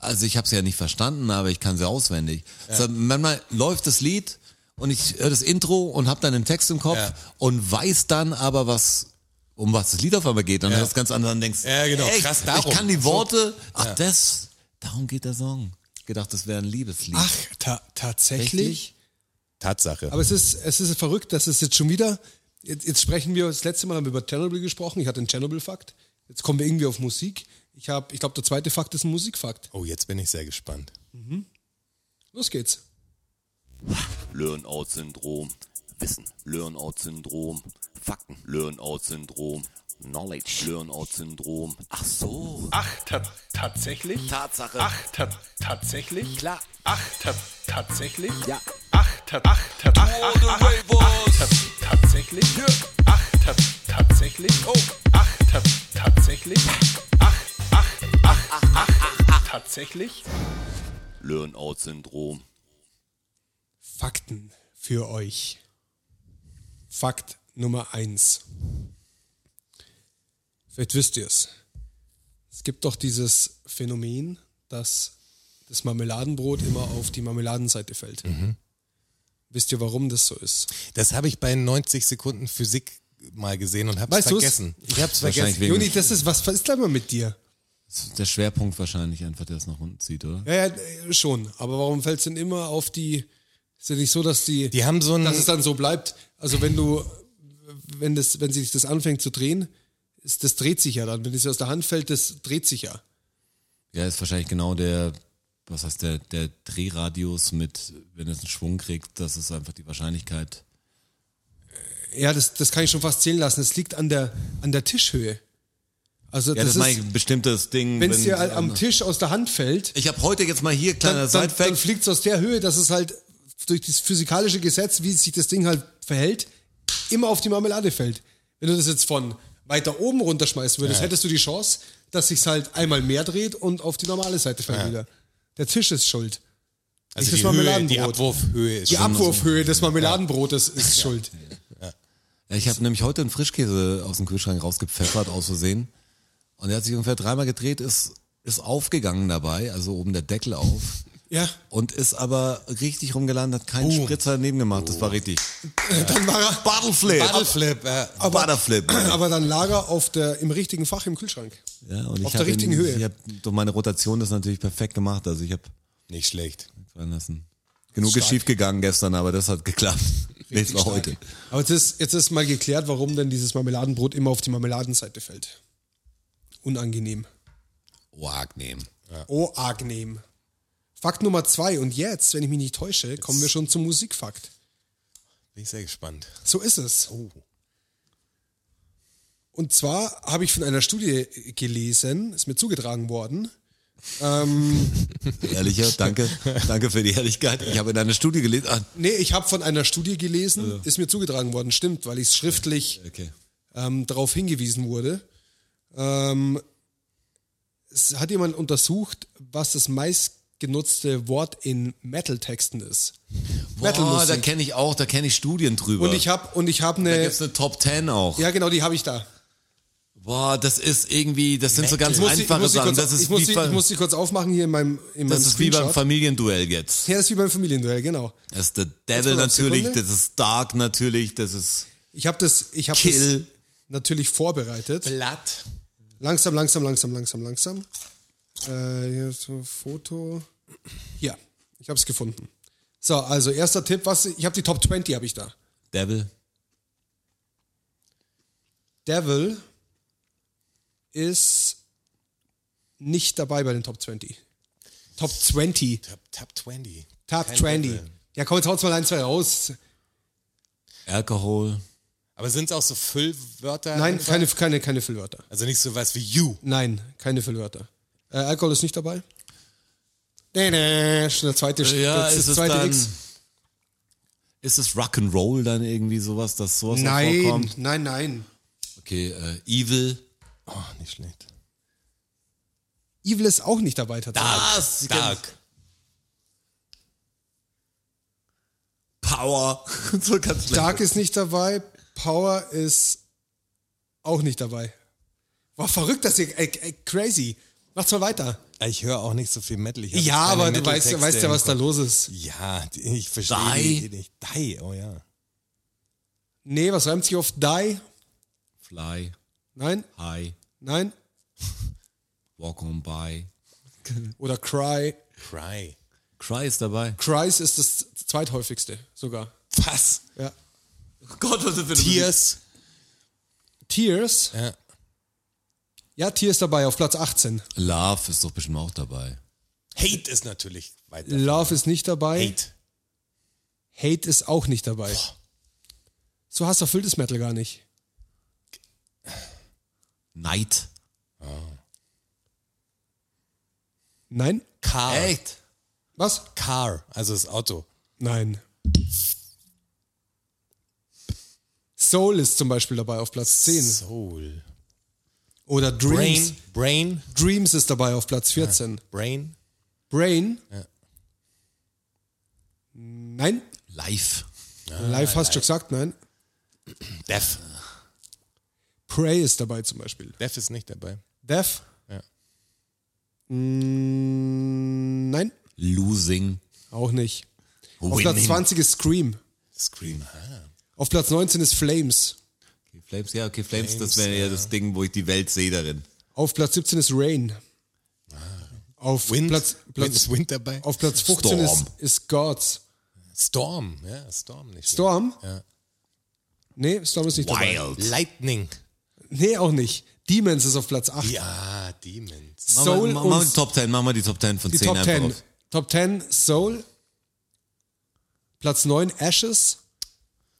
also ich habe sie ja nicht verstanden, aber ich kann sie auswendig. Also manchmal läuft das Lied und ich höre das Intro und habe dann den Text im Kopf Ja. und weiß dann aber, was um was das Lied auf einmal geht. Und dann hast du ganz anderen denkst, Ja, genau. ey, Krass, darum. ich kann die Worte, ach das, darum geht der Song. Gedacht, das wäre ein Liebeslied. Ah. Ach, ta tatsächlich? Richtig? Tatsache. Aber es ist, es ist verrückt, dass es jetzt schon wieder, jetzt, jetzt sprechen wir, das letzte Mal haben wir über Chernobyl gesprochen, ich hatte einen Chernobyl-Fakt, jetzt kommen wir irgendwie auf Musik. Ich habe, ich glaube, der zweite Fakt ist ein Musikfakt. oh, jetzt bin ich sehr gespannt. Los geht's. Learn-out-Syndrom. Wissen. Learn-out-Syndrom. Fakten. Learn-out-Syndrom. Knowledge. Learn-out-Syndrom. Ach so. Ach, ta tatsächlich? Tatsache. Ach, ta tatsächlich? Klar. Ach, ta tatsächlich? Ja. Ach, ta ach, ta ach, ach, ach, ach, ta tatsächlich? Ach, ta tatsächlich? Oh. Ach, ta tatsächlich? Ach, ach, ach, ach, ach, tatsächlich? Learn-out-Syndrom. Fakten für euch. Fakt Nummer eins. Vielleicht wisst ihr es. Es gibt doch dieses Phänomen, dass das Marmeladenbrot immer auf die Marmeladenseite fällt. Wisst ihr, warum das so ist? Das habe ich bei 90 Sekunden Physik mal gesehen und habe es Weißt du's? vergessen. Ich habe es Wahrscheinlich vergessen. wegen- Juni, das ist, was was ist da immer mit dir? Der Schwerpunkt wahrscheinlich einfach, der es nach unten zieht, oder? Ja, ja, äh, schon. Aber warum fällt es denn immer auf die. Ist ja nicht so, dass die. Die haben so ein... dass es dann so bleibt. Also wenn du, wenn das, wenn sich das anfängt zu drehen, ist, das dreht sich ja dann. Wenn es aus der Hand fällt, das dreht sich ja. Ja, ist wahrscheinlich genau der, was heißt der, der Drehradius mit, wenn es einen Schwung kriegt, das ist einfach die Wahrscheinlichkeit. Ja, das, das kann ich schon fast zählen lassen. Es liegt an der, an der Tischhöhe. Also Ja, das, das, meine ich, ist, ein bestimmtes Ding. wenn es dir halt am Tisch aus der Hand fällt, ich habe heute jetzt mal hier Äh, kleiner dann, dann, dann Sidefact. fliegt es aus der Höhe, dass es halt durch das physikalische Gesetz, wie sich das Ding halt verhält, immer auf die Marmelade fällt. Wenn du das jetzt von weiter oben runterschmeißen würdest, hättest du die Chance, dass sich halt einmal mehr dreht und auf die normale Seite fällt wieder. Der Tisch ist schuld. das also die, Höhe, die Marmeladenbrot. Abwurfhöhe ist Die schon... Abwurfhöhe des Marmeladenbrotes ist schuld. Ja, ich habe nämlich heute einen Frischkäse aus dem Kühlschrank rausgepfeffert, aus Versehen. Und der hat sich ungefähr dreimal gedreht, ist, ist aufgegangen dabei, also oben der Deckel auf. Ja, Und ist aber richtig rumgelandet, hat keinen Spritzer daneben gemacht. Das war richtig. dann war er. Butterflip. Butterflip, äh, Aber, Butterflip. Aber dann lag er auf der, im richtigen Fach im Kühlschrank. ja, und ich auf der hab ihn- richtigen Höhe. Ich hab durch meine Rotation das natürlich perfekt gemacht. Also ich habe nicht schlecht. sein lassen. Genug ist schief gegangen gestern, aber das hat geklappt. Nächstes war heute. Aber jetzt ist, jetzt ist mal geklärt, warum denn dieses Marmeladenbrot immer auf die Marmeladenseite fällt. Unangenehm. Oh, arg nehmen. Oh, angenehm. Fakt Nummer zwei. Und jetzt, wenn ich mich nicht täusche, kommen wir schon zum Musikfakt. Bin ich sehr gespannt. So ist es. Und zwar habe ich von einer Studie gelesen, ist mir zugetragen worden. Ehrlicher, danke. Danke für die Ehrlichkeit. Ich habe in einer Studie gelesen. Ah, Nee, ich habe von einer Studie gelesen, ist mir zugetragen worden, stimmt, weil ich es schriftlich okay. ähm, darauf hingewiesen wurde. Ähm, es hat jemand untersucht, was das meistgenutzte Wort in Metal-Texten ist. Boah, da Metal-Musik. kenne ich auch, da kenne ich Studien drüber. Und ich habe und ich habe da eine gibt's eine Top 10 auch. Ja, genau, die habe ich da. Boah, das ist irgendwie, das sind so ganz Ich muss, sie- ich einfache muss, sie Sachen. kurz, Das ist, ich, muss wie, sie, bei- ich muss sie kurz aufmachen hier in meinem in das meinem ist wie beim Screenshot. Familienduell jetzt. Ja, das ist wie beim Familienduell, genau. Das ist der mal Devil eine natürlich, Sekunde. das ist Dark natürlich, das ist Ich habe das, ich habe das Kill. natürlich vorbereitet. Blatt. Langsam, langsam, langsam, langsam, langsam. Äh, hier ist so ein Foto. Hier, ich habe es gefunden. So, also erster Tipp, was ich habe die Top 20 habe ich da. Devil. Devil ist nicht dabei bei den Top 20. Top 20. Top, Top 20. Top Kein 20. Devil. Ja, komm, jetzt haut's mal ein, zwei raus. Alkohol. Aber sind es auch so Füllwörter? Nein, einfach? keine, keine, keine Füllwörter. Also nicht so was wie you. Nein, keine Füllwörter. Äh, Alkohol ist nicht dabei. Nee, nee, schon der zweite, Ja, das ist es zweite dann, X. ist es Rock'n'Roll dann irgendwie sowas, dass sowas auch Nein, vorkommt? nein, nein. Okay, äh, Evil. Oh, nicht schlecht. Evil ist auch nicht dabei tatsächlich. Das, Dark. Power. so ganz schlecht. Dark ist nicht dabei. Power ist auch nicht dabei. War verrückt, dass ihr. Ey, ey, crazy. Macht's mal weiter. Ich höre auch nicht so viel Metal. Ich hab Ja, keine aber du weißt, Metal-Texte weißt ja, im was da Kopf. los ist. Ja, die- ich verstehe Die. die nicht. Die, oh ja. Nee, was reimt sich auf die? Fly, Nein, high, nein. walk on by. Oder cry. Cry. Cry ist dabei. Cries ist das zweithäufigste sogar. Was? Ja. also Gott, was ist für Tears. Tears. Ja. Ja, Tears dabei auf Platz 18. Love ist doch bestimmt auch dabei. Hate ist natürlich weiter. Love ist nicht dabei. Hate. Hate ist auch nicht dabei. So hasserfülltes Metal gar nicht. Neid. Nein? Car. Echt? Was? Car, also das Auto. Nein. Soul ist zum Beispiel dabei auf Platz 10. Soul. Oder Dreams. Brain. Brain. Dreams ist dabei auf Platz 14. Brain. Brain? Nein. Live. Live hast du schon gesagt, nein. Death. Prey ist dabei zum Beispiel. Death ist nicht dabei. Death? Ja. Mm, nein, Losing. auch nicht. Auf Winning. Platz 20 ist Scream. Scream. Ah. Auf Platz 19 ist Flames. Okay, Flames, ja, okay, Flames, das wäre ja das Ding, wo ich die Welt sehe darin. Auf Platz 17 ist Rain. Auf Wind. Platz, Wind Platz, ist Wind dabei. auf Platz 15 ist, Storm. ist Gods. Storm. Ja, Storm nicht. Storm? Ja. Nee, Storm ist nicht dabei. Wild. Lightning. Nee, auch nicht. Demons ist auf Platz 8. Ja, Demons. Mach Soul mal, mach mal die und Top 10, mach mal die Top 10 von die 10 Top einfach 10. auf. Top 10 Soul. Platz 9 Ashes.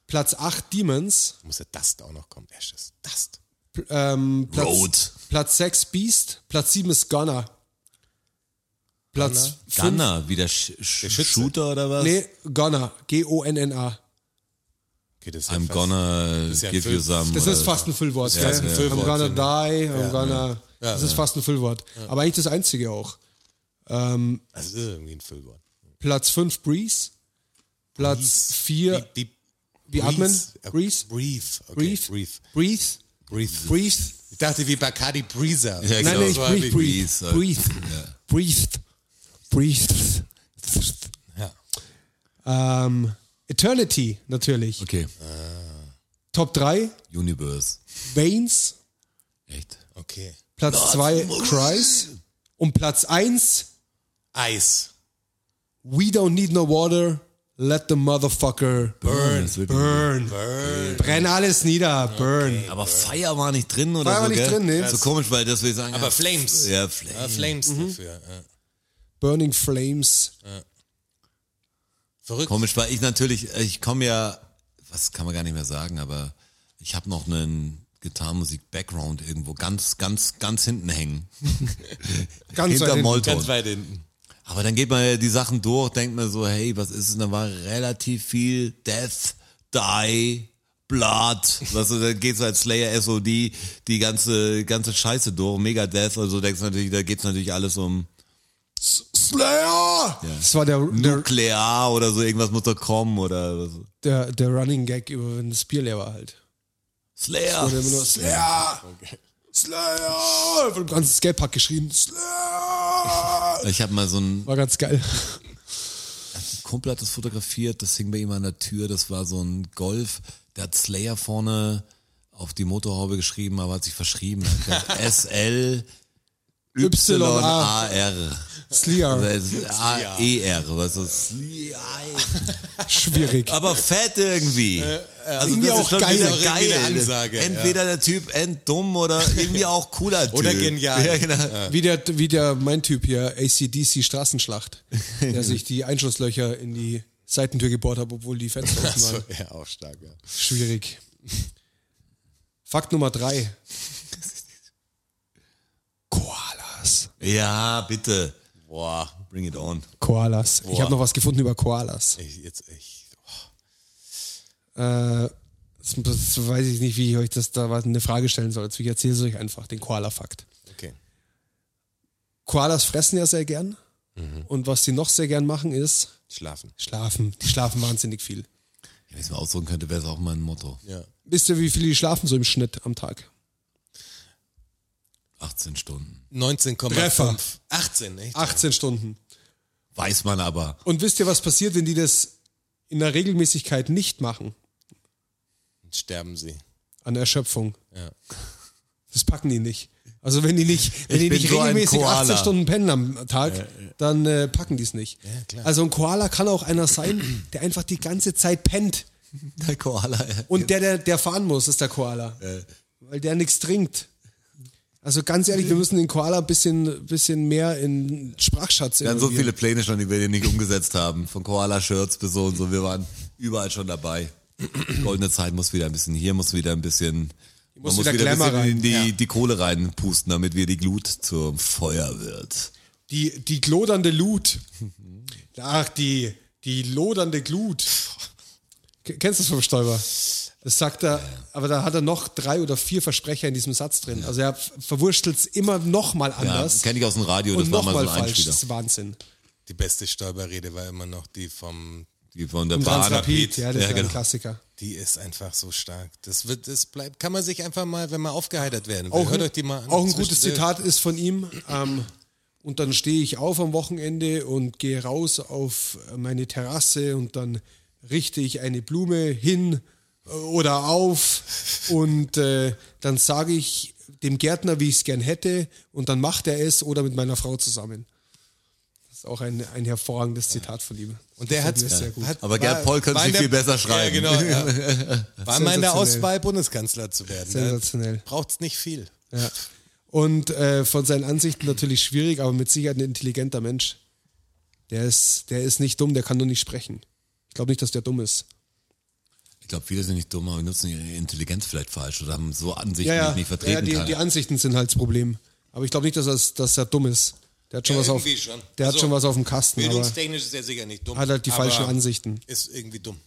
Platz 8 Demons. Muss ja Dust auch noch kommen. Ashes. Dust. Pl- ähm, Platz, Road. Platz 6 Beast, Platz 7 ist Gunner. Platz 5. Gunner, wie der, Sch Sch Schütze. Shooter oder was? Nee, Gunner. G-O-N-N-A. Okay, das ist ja I'm fast- gonna ist ja give you fünf. some. äh, Das oder ist fast ein Füllwort. Ja, gell? ist ein genau. I'm Füllwort, gonna ja. die, I'm gonna. das ist fast ein Füllwort. Aber eigentlich das einzige auch. Also das ist irgendwie ein Füllwort. Platz 5 Breeze. Platz 4 Die, die, Wie atmen? Breathe? Breathe. Breathe. Okay, Breathe. Breathe. Breathe. Breathe. Breathe. Ich dachte wie Bacardi Breezer. Ja, Nein, genau. nein, ich So breathe, breathe, Breeze, halt. breathe, breathe, breathe. Ja. Ähm, Eternity natürlich. Okay. Top 3, Universe. Veins, Echt. Okay. Platz 2, Cries und Platz 1, Eis. We Don't Need No Water, Let the Motherfucker Burn. Das wird- burn. Brenn alles nieder, burn. Aber Fire war nicht drin oder Fire so, war nicht gell? drin, nee. So komisch, weil das will ich sagen. Aber ja, Flames. Ja, Flames. Ah, Flames dafür. Ja. Burning Flames. Verrückt. Komisch, weil ich natürlich, äh, ich komme ja, was kann man gar nicht mehr sagen, aber ich habe noch einen Gitarrenmusik-Background irgendwo ganz, ganz, ganz hinten hängen. Ganz weit Hinter hinten. Molton. Ganz weit hinten. Aber dann geht man ja die Sachen durch, denkt man so, hey, was ist es? Und dann war relativ viel Death, Die, Blood. Weißt du, dann geht's als Slayer SOD die ganze, ganze Scheiße durch, Mega Death. Also denkst du natürlich, da geht's natürlich alles um Slayer! Das war der, der, Nuklear oder so, irgendwas muss da kommen oder was. der, der Running Gag über wenn das Bier leer war halt. Slayer. Wurde immer nur Slayer! Slayer! Von dem ganzen Skatepark geschrieben. Slayer! Ich habe mal so ein War ganz geil. Kumpel hat das fotografiert, das hing bei ihm an der Tür, das war so ein Golf, der hat Slayer vorne auf die Motorhaube geschrieben, aber hat sich verschrieben. Er hat gesagt, SL Y-A. Y-A-R. Slayer. A-E-R, E was ist das? Schwierig. Aber fett irgendwie. Also Irgendwie das auch ist schon geil, wieder irgendwie geil. eine Ansage, ja. Entweder der Typ enddumm oder irgendwie auch cooler Typ. Oder genial. Ja, genau. Wie der, wie der, mein Typ hier, ACDC Straßenschlacht, der sich die Einschusslöcher in die Seitentür gebohrt hat, obwohl die Fenster offen Also, waren. ja, auch stark, ja. Schwierig. Fakt Nummer drei. Koalas. ja, bitte. Boah, bring it on. Koalas. Ich habe noch was gefunden über Koalas. Ich, jetzt, ich, Äh, das, das weiß ich nicht, wie ich euch das da was- eine Frage stellen soll. Jetzt, Ich erzähle es euch einfach, den Koala-Fakt. okay. Koalas fressen ja sehr gern. Und was sie noch sehr gern machen, ist Schlafen. schlafen. Die schlafen wahnsinnig viel. Wenn ich es mal ausdrücken könnte, wäre es auch mein Motto. Ja. Wisst ihr, wie viele die schlafen so im Schnitt am Tag? 18 Stunden. 19,5. Treffer. 18, echt? 18 Stunden. Weiß man aber. Und wisst ihr, was passiert, wenn die das in der Regelmäßigkeit nicht machen? Sterben sie. An Erschöpfung. Ja. Das packen die nicht. Also wenn die nicht, wenn Ich die bin nicht so ein regelmäßig Koala. 18 Stunden pennen am Tag, dann äh, packen die es nicht. klar. Also ein Koala kann auch einer sein, der einfach die ganze Zeit pennt. Der Koala. ja. Und der, der, der fahren muss, ist der Koala. Weil der nichts trinkt. Also ganz ehrlich, wir müssen den Koala ein bisschen, bisschen mehr in Sprachschatz Wir hatten so involvieren. viele Pläne schon, die wir nicht umgesetzt haben. Von Koala-Shirts bis so und so. Wir waren überall schon dabei. Goldene Zeit muss wieder ein bisschen, hier muss wieder ein bisschen Man Ich muss muss wieder wieder, Glamour ein bisschen rein. in die, ja. die Kohle reinpusten, damit wir die Glut zum Feuer wird. die, die glodernde Glut. Ach, die, die lodernde Glut. K- Kennst du das vom Stoiber? Das sagt er, aber da hat er noch drei oder vier Versprecher in diesem Satz drin. Also er verwurschtelt es immer nochmal Ja, anders kenne ich aus dem Radio, das und war mal so nochmal ein falsch. Einspieler. Das ist Wahnsinn. Die beste Stolperrede war immer noch die vom, Die von der Im Bahn. Transrapid, ja, das ist ja ein genau. Klassiker. die ist einfach so stark. Das wird, das bleibt, kann man sich einfach mal, wenn man aufgeheitert werden will. Auch, Hört ein- euch die mal an. auch ein Zwischen- gutes Zitat ist von ihm. Ähm, und dann stehe ich auf am Wochenende und gehe raus auf meine Terrasse und dann richte ich eine Blume hin äh, oder auf und äh, dann sage ich dem Gärtner, wie ich es gern hätte und dann macht er es oder mit meiner Frau zusammen. Das ist auch ein, ein hervorragendes Zitat von ihm. Und der hat hat's- sehr gut. hat- Aber Gerd war- Poll könnte war in sich der- viel besser schreiben. Ja, genau. Ja. War mal in Sensationell. der Auswahl, Bundeskanzler zu werden. Sensationell. Braucht es nicht viel. Ja. Und äh, von seinen Ansichten natürlich schwierig, aber mit Sicherheit ein intelligenter Mensch. Der ist, der ist nicht dumm, der kann nur nicht sprechen. Ich glaube nicht, dass der dumm ist. Ich glaube, viele sind nicht dumm, aber nutzen ihre Intelligenz vielleicht falsch oder haben so Ansichten, Ja, die ja, ich nicht ja vertreten die, die kann. Ansichten sind halt das Problem. Aber ich glaube nicht, dass er, dass er dumm ist. Der hat schon, Ja, was, auf, irgendwie schon. Der hat Also, schon was auf dem Kasten, aber Bildungstechnisch ist er sicher nicht dumm. hat halt die aber falschen Ansichten. Ist irgendwie dumm.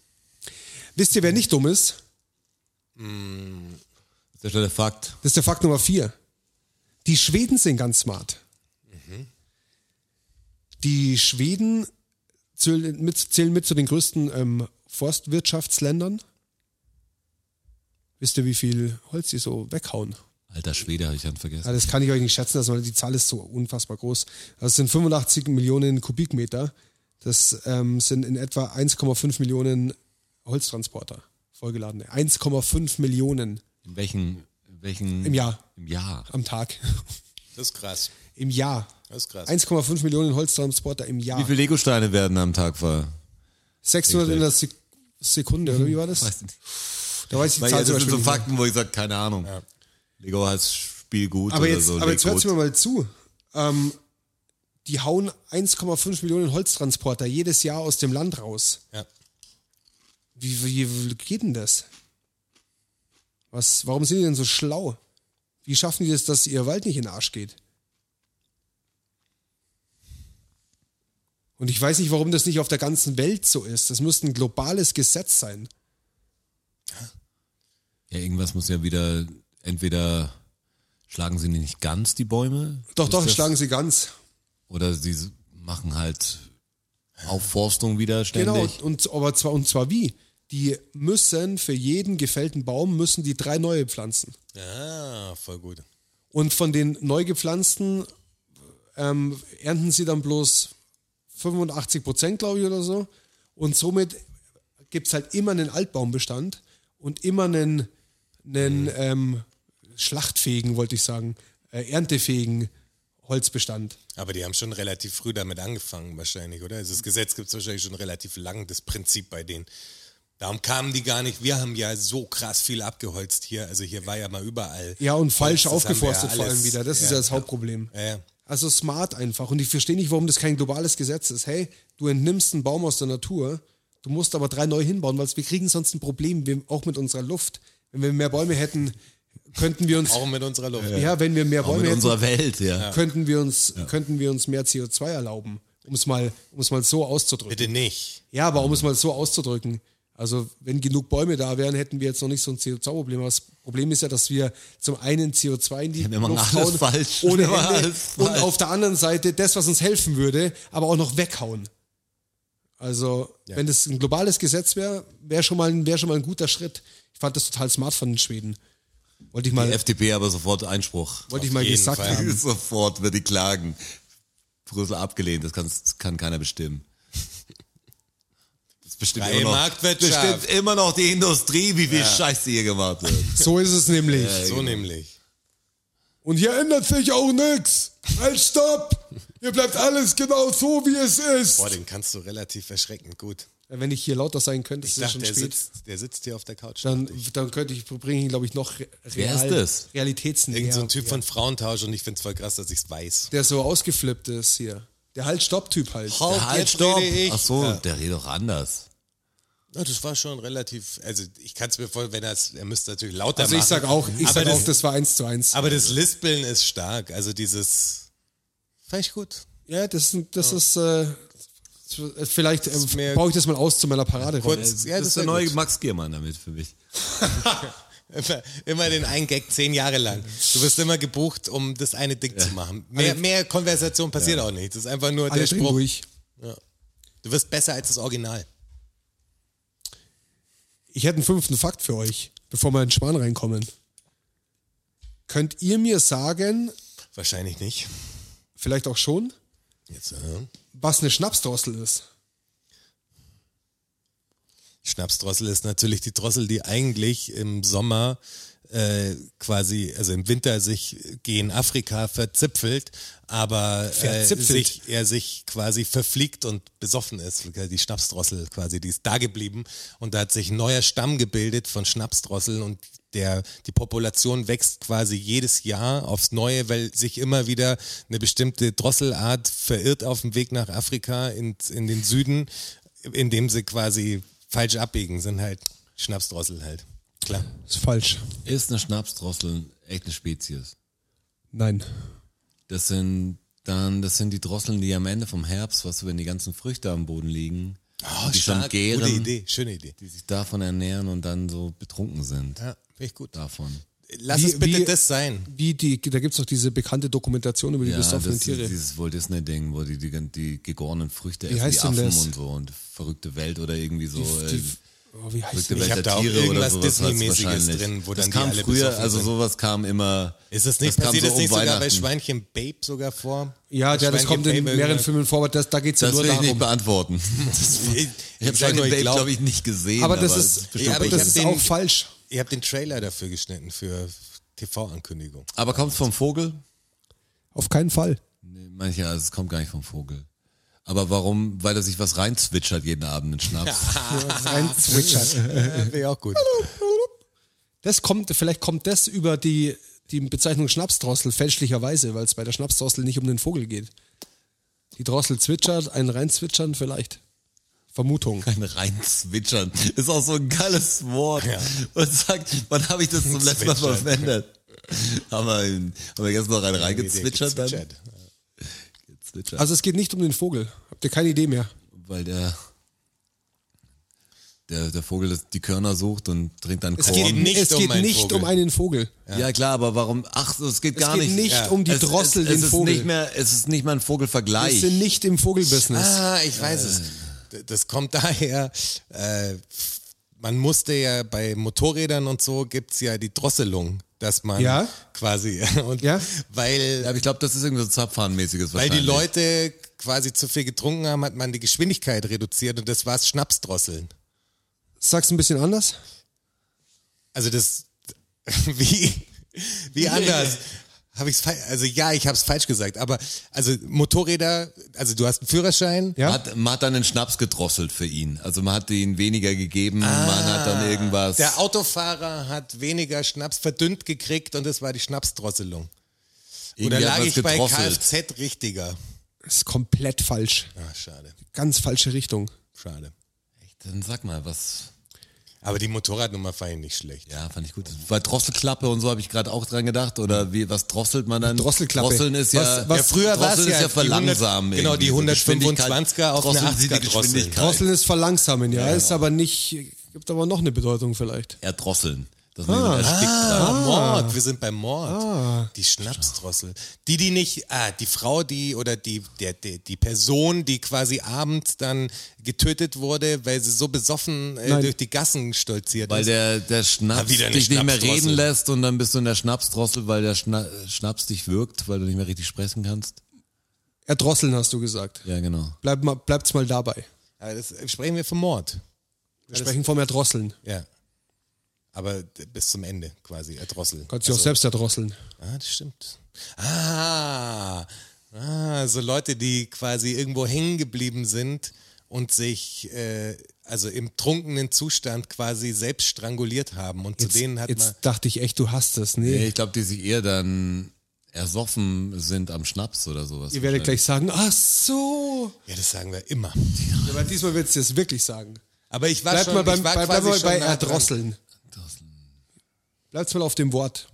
Wisst ihr, wer nicht dumm ist? Das ist ja der Fakt. Das ist der Fakt Nummer vier. Die Schweden sind ganz smart. Die Schweden zählen mit, zählen mit zu den größten ähm, Forstwirtschaftsländern. Wisst ihr, wie viel Holz die so weghauen? Alter Schwede, habe ich dann Ja, vergessen. das kann ich euch nicht schätzen, lassen, weil die Zahl ist so unfassbar groß. Das sind 85 Millionen Kubikmeter. Das ähm, sind in etwa 1,5 Millionen Holztransporter vollgeladene. 1,5 Millionen In welchen, in welchen im Jahr, Im Jahr. am Tag. Das ist krass. Im Jahr. Das ist krass. 1,5 Millionen Holztransporter im Also Wie Jahr. viele Legosteine werden am Tag ver? 600 in der Sek Sekunde, oder wie war das? Weiß nicht. Da weiß ich die Weil ja, Zahl das zum sind Beispiel so nicht mehr. Fakten, wo ich sage, keine Ahnung. Lego heißt Spiel gut Aber oder jetzt, so. aber jetzt hört Legut. mir mal zu. Ähm, die hauen 1,5 Millionen Holztransporter jedes Jahr aus dem Land raus. Ja. Wie, wie, wie geht denn das? Was, warum sind die denn so schlau? Wie schaffen die das, dass ihr Wald nicht in den Arsch geht? Und ich weiß nicht, warum das nicht auf der ganzen Welt so ist. Das müsste ein globales Gesetz sein. Ja, irgendwas muss ja wieder, entweder schlagen sie nicht ganz die Bäume. Doch, Ist doch, das- schlagen sie ganz. Oder sie machen halt Aufforstung wieder Genau, ständig. und, und, aber zwar, und zwar wie? Die müssen für jeden gefällten Baum müssen die drei neue pflanzen. Ja, voll gut. Und von den neu gepflanzten ähm, ernten sie dann bloß 85 Prozent, glaube ich, oder so. Und somit gibt es halt immer einen Altbaumbestand und immer einen, einen Mhm. ähm, schlachtfähigen, wollte ich sagen, äh, erntefähigen Holzbestand. Aber die haben schon relativ früh damit angefangen, wahrscheinlich, oder? Also das Gesetz gibt es wahrscheinlich schon relativ lang, das Prinzip bei denen. Darum kamen die gar nicht. Wir haben ja so krass viel abgeholzt hier. Also hier war ja mal überall. Ja, und falsch Holz, das haben wir aufgeforstet ja vor alles. allem wieder. Das ist ja das Hauptproblem. Ja, ja. Also smart einfach. Und ich verstehe nicht, warum das kein globales Gesetz ist. Hey, du entnimmst einen Baum aus der Natur, du musst aber drei neu hinbauen, weil wir kriegen sonst ein Problem, wir, auch mit unserer Luft. Wenn wir mehr Bäume hätten, könnten wir uns. Auch mit unserer Luft. ja, wenn wir mehr Auch Bäume mit hätten, unserer Welt, ja. könnten wir, uns, könnten wir uns mehr CO2 erlauben, um es mal, um es mal so auszudrücken. Bitte nicht. Ja, aber um es mal so auszudrücken, also wenn genug Bäume da wären, hätten wir jetzt noch nicht so ein CO2-Problem. Aber das Problem ist ja, dass wir zum einen CO2 in die wir machen Luft alles hauen, falsch. ohne Wir machen Ende, alles und falsch. auf der anderen Seite das, was uns helfen würde, aber auch noch weghauen. Also wenn das ein globales Gesetz wäre, wäre schon, mal ein- wäre schon mal ein guter Schritt. Ich fand das total smart von den Schweden. Wollte ich Die mal, FDP aber sofort Einspruch. wollte ich mal jeden gesagt Fall. haben. Sofort wird die klagen. Brüssel abgelehnt, das kann, das kann keiner bestimmen. Das bestimmt Freie immer, noch, Marktwirtschaft. bestimmt immer noch die Industrie, wie viel Scheiße hier gemacht wird. So ist es nämlich. So nämlich. Und hier ändert sich auch nichts. Halt, stopp! Hier bleibt alles genau so, wie es ist. Boah, den kannst du relativ erschreckend gut. Äh, Wenn ich hier lauter sein könnte, ist Ich es dachte, schon der spät. sitzt, der sitzt hier auf der Couch. Dann, dachte ich. dann könnte ich, bringe ich, glaube ich, noch re- Wer real, ist das? realitätsnäher. Irgend so ein Typ von Frauentausch und ich find's voll krass, dass ich's weiß. Der so ausgeflippt ist hier. Der Halt-Stopp-Typ halt. Halt, halt, jetzt stopp! rede ich. Ach so, Ja. der redet doch anders. Ja, das war schon relativ, also ich kann es mir voll, wenn er es, er müsste natürlich lauter Also machen. ich sag auch, ich aber sag das, auch, das war eins zu eins. Aber das Lispeln ist stark, also dieses, fand ich gut. Ja, das, ist- das ist äh, vielleicht ist äh, mehr- baue ich das mal aus zu meiner Parade. Kurz, ja, das das ist der neue neue Max Giermann damit für mich. immer, immer den einen Gag zehn Jahre lang. Du wirst immer gebucht, um das eine Ding zu machen. Mehr, mehr Konversation passiert auch nicht. Das ist einfach nur der Alle drin Spruch. durch. Du wirst besser als das Original. Ich hätte einen fünften Fakt für euch, bevor wir in den Schwan reinkommen. Könnt ihr mir sagen, Wahrscheinlich nicht. vielleicht auch schon, Jetzt, äh, was eine Schnapsdrossel ist? Schnapsdrossel ist natürlich die Drossel, die eigentlich im Sommer äh, quasi, also im Winter sich gegen Afrika verzipfelt, aber äh, Verzipfelt. sich, er sich quasi verfliegt und besoffen ist. Die Schnapsdrossel quasi, die ist da geblieben und da hat sich ein neuer Stamm gebildet von Schnapsdrosseln und der, die Population wächst quasi jedes Jahr aufs Neue, weil sich immer wieder eine bestimmte Drosselart verirrt auf dem Weg nach Afrika in, in den Süden, indem sie quasi falsch abbiegen, sind halt Schnapsdrossel halt. Klar. Ist falsch. Ist eine Schnapsdrossel echt eine Spezies? Nein. Das sind dann, das sind die Drosseln, die am Ende vom Herbst, was wenn die ganzen Früchte am Boden liegen, und die schon gären, Gute Idee, schöne Idee. die sich davon ernähren und dann so betrunken sind Ja, finde ich gut. davon. Lass Wie- es bitte wie- das sein. Wie die, da gibt's doch diese bekannte Dokumentation über die Ja, das besoffenen ist Tiere. dieses Walt Disney Ding, wo die die, die gegorenen Früchte essen, die heißt denn Affen das? und so und verrückte Welt oder irgendwie so. Die- äh, die- oh, wie heißt Verrückte die? Ich Welt hab der da auch Tiere oder irgendwas sowas heißt Disney-mäßiges wahrscheinlich. drin, wo das dann die kam alle früher, besoffen also sind. sowas kam immer. Ist das nicht das kam passiert? so das um nicht sogar bei Weihnachten. Schweinchen Babe sogar vor? Ja, ja, das Schweinchen kommt in Babe mehreren irgendwann- Filmen vor, aber das, da geht's ja Das nur will ich nicht darum. beantworten. Ich, Ich habe sag Shining nur, Babe, ich glaube glaube, ich, nicht gesehen. Aber das es ist, bestimmt Ja, aber ich das hab ist den- auch falsch. ihr habt den Trailer dafür geschnitten für TV-Ankündigung. Aber kommt vom Vogel? Auf keinen Fall. Nee, Manche, also es kommt gar nicht vom Vogel. Aber warum? Weil er sich was reinzwitschert jeden Abend in Schnaps. Ein Zwitschern. Wäre ja auch gut. Das kommt, vielleicht kommt das über die, die Bezeichnung Schnapsdrossel fälschlicherweise, weil es bei der Schnapsdrossel nicht um den Vogel geht. Die Drossel zwitschert, ein reinzwitschern vielleicht. Vermutung. Ein reinzwitschern. Ist auch so ein geiles Wort. Und sagt, wann habe ich das zum letzten Mal Zwitschern. verwendet? haben, wir, haben wir gestern noch einen reingezwitschert dann? Gezwitschert. Gezwitschert. Also es geht nicht um den Vogel. Habt ihr keine Idee mehr? Weil der, der, der Vogel das, die Körner sucht und trinkt dann Es Korn. geht nicht, es um geht einen nicht Vogel. um einen Vogel. ja. klar, aber warum? Ach, so, es geht Es gar geht nicht. nicht um die Es- Drossel, es, es den ist Vogel. Nicht mehr, es ist nicht mehr ein Wir Vogelvergleich. sind nicht im Vogelbusiness. Ah, ich weiß es. D- Das kommt daher, äh, man musste ja bei Motorrädern und so gibt's ja die Drosselung, dass man Ja. quasi, und Ja. Ja, weil, aber ich glaube, das ist irgendwie so Zapfhahnmäßiges weil die wahrscheinlich. Leute quasi zu viel getrunken haben, hat man die Geschwindigkeit reduziert und das war's Schnapsdrosseln. Sag's ein bisschen anders. Also das, wie, wie anders? Habe ich's falsch, also ja, ich habe es falsch gesagt, aber also Motorräder, also du hast einen Führerschein, Ja? Man hat, man hat dann den Schnaps gedrosselt für ihn. Also man hat ihn weniger gegeben, man hat Ah. dann irgendwas. Der Autofahrer hat weniger Schnaps verdünnt gekriegt und das war die Schnapsdrosselung. Oder irgendwie hat lag man's ich bei gedrosselt. Kfz richtiger? Das ist komplett falsch. Ah, schade, Ganz falsche Richtung. schade. Dann sag mal, was. Aber die Motorradnummer fand ich nicht schlecht. Ja, fand ich gut. Bei Drosselklappe und so habe ich gerade auch dran gedacht. Mhm. Oder wie, was drosselt man dann? Drosselklappe. Drosseln ist ja. Was- was- ja, früher war's Drosseln ist ja ja die 100 verlangsamen. genau, die irgendwie. So 125er auf Drosseln eine sieht 80er die Geschwindigkeit. Drosseln ist verlangsamen, ja, ist aber nicht, gibt aber noch eine Bedeutung vielleicht. Ja, Drosseln. Das ah, erstickt Ah, dran. Mord, wir sind beim Mord. Die Schnapsdrossel. Die, die nicht, ah, die Frau, die oder die, der, der, die Person, die quasi abends dann getötet wurde, weil sie so besoffen äh, Nein. durch die Gassen stolziert Weil ist. der, der Schnaps Ah, wieder eine dich nicht mehr Schnapsdrossel. reden lässt und dann bist du in der Schnapsdrossel, weil der Schna Schnaps dich wirkt, weil du nicht mehr richtig sprechen kannst. Erdrosseln hast du gesagt. Ja, genau. Bleib mal, bleibt's mal dabei. Aber Äh, das sprechen wir vom Mord. Wir sprechen vom Erdrosseln. Ja. Aber d- bis zum Ende quasi äh, erdrosseln. Kannst du auch selbst erdrosseln. Ah, das stimmt. Ah, ah, so Leute, die quasi irgendwo hängen geblieben sind und sich äh, also im trunkenen Zustand quasi selbst stranguliert haben. Und zu denen hat jetzt man. dachte ich echt, du hast es. Nee. Nee, ich glaube, die sich eher dann ersoffen sind am Schnaps oder sowas. Ihr werdet gleich sagen, ach so. Ja, das sagen wir immer. Aber diesmal wird es jetzt wirklich sagen. Aber ich war Bleibt schon, mal beim, ich war bleib, bleib quasi mal schon bei nah dran. Erdrosseln. Bleibt mal auf dem Wort.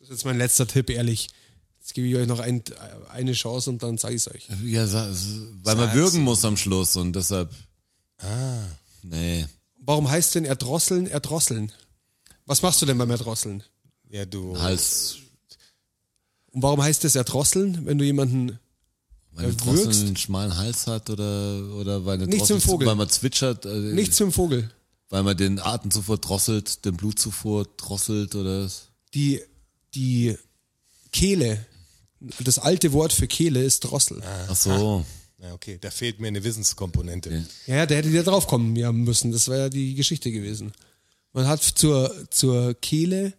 Das ist jetzt mein letzter Tipp, ehrlich. Jetzt gebe ich euch noch ein, eine Chance und dann sage ich es euch. Ja, sa- s- weil man würgen muss am Schluss und deshalb. Ah. Nee. Warum heißt denn Erdrosseln Erdrosseln? Was machst du denn beim Erdrosseln? Ja, du. Hals. Und warum heißt es Erdrosseln, wenn du jemanden. Weil eine Äh, Drossel würgst? einen schmalen Hals hat oder, oder weil eine Nicht Drossel, zum Vogel. weil man zwitschert, äh, Nichts für einen Vogel. weil man den Atemzufuhr drosselt, den Blutzufuhr drosselt oder Die, die Kehle, das alte Wort für Kehle ist Ah. Drossel. ach so. Na, okay, da fehlt mir eine Wissenskomponente. Ja, ja, da hätte der drauf kommen ja, müssen. Das wäre ja die Geschichte gewesen. Man hat zur, zur Kehle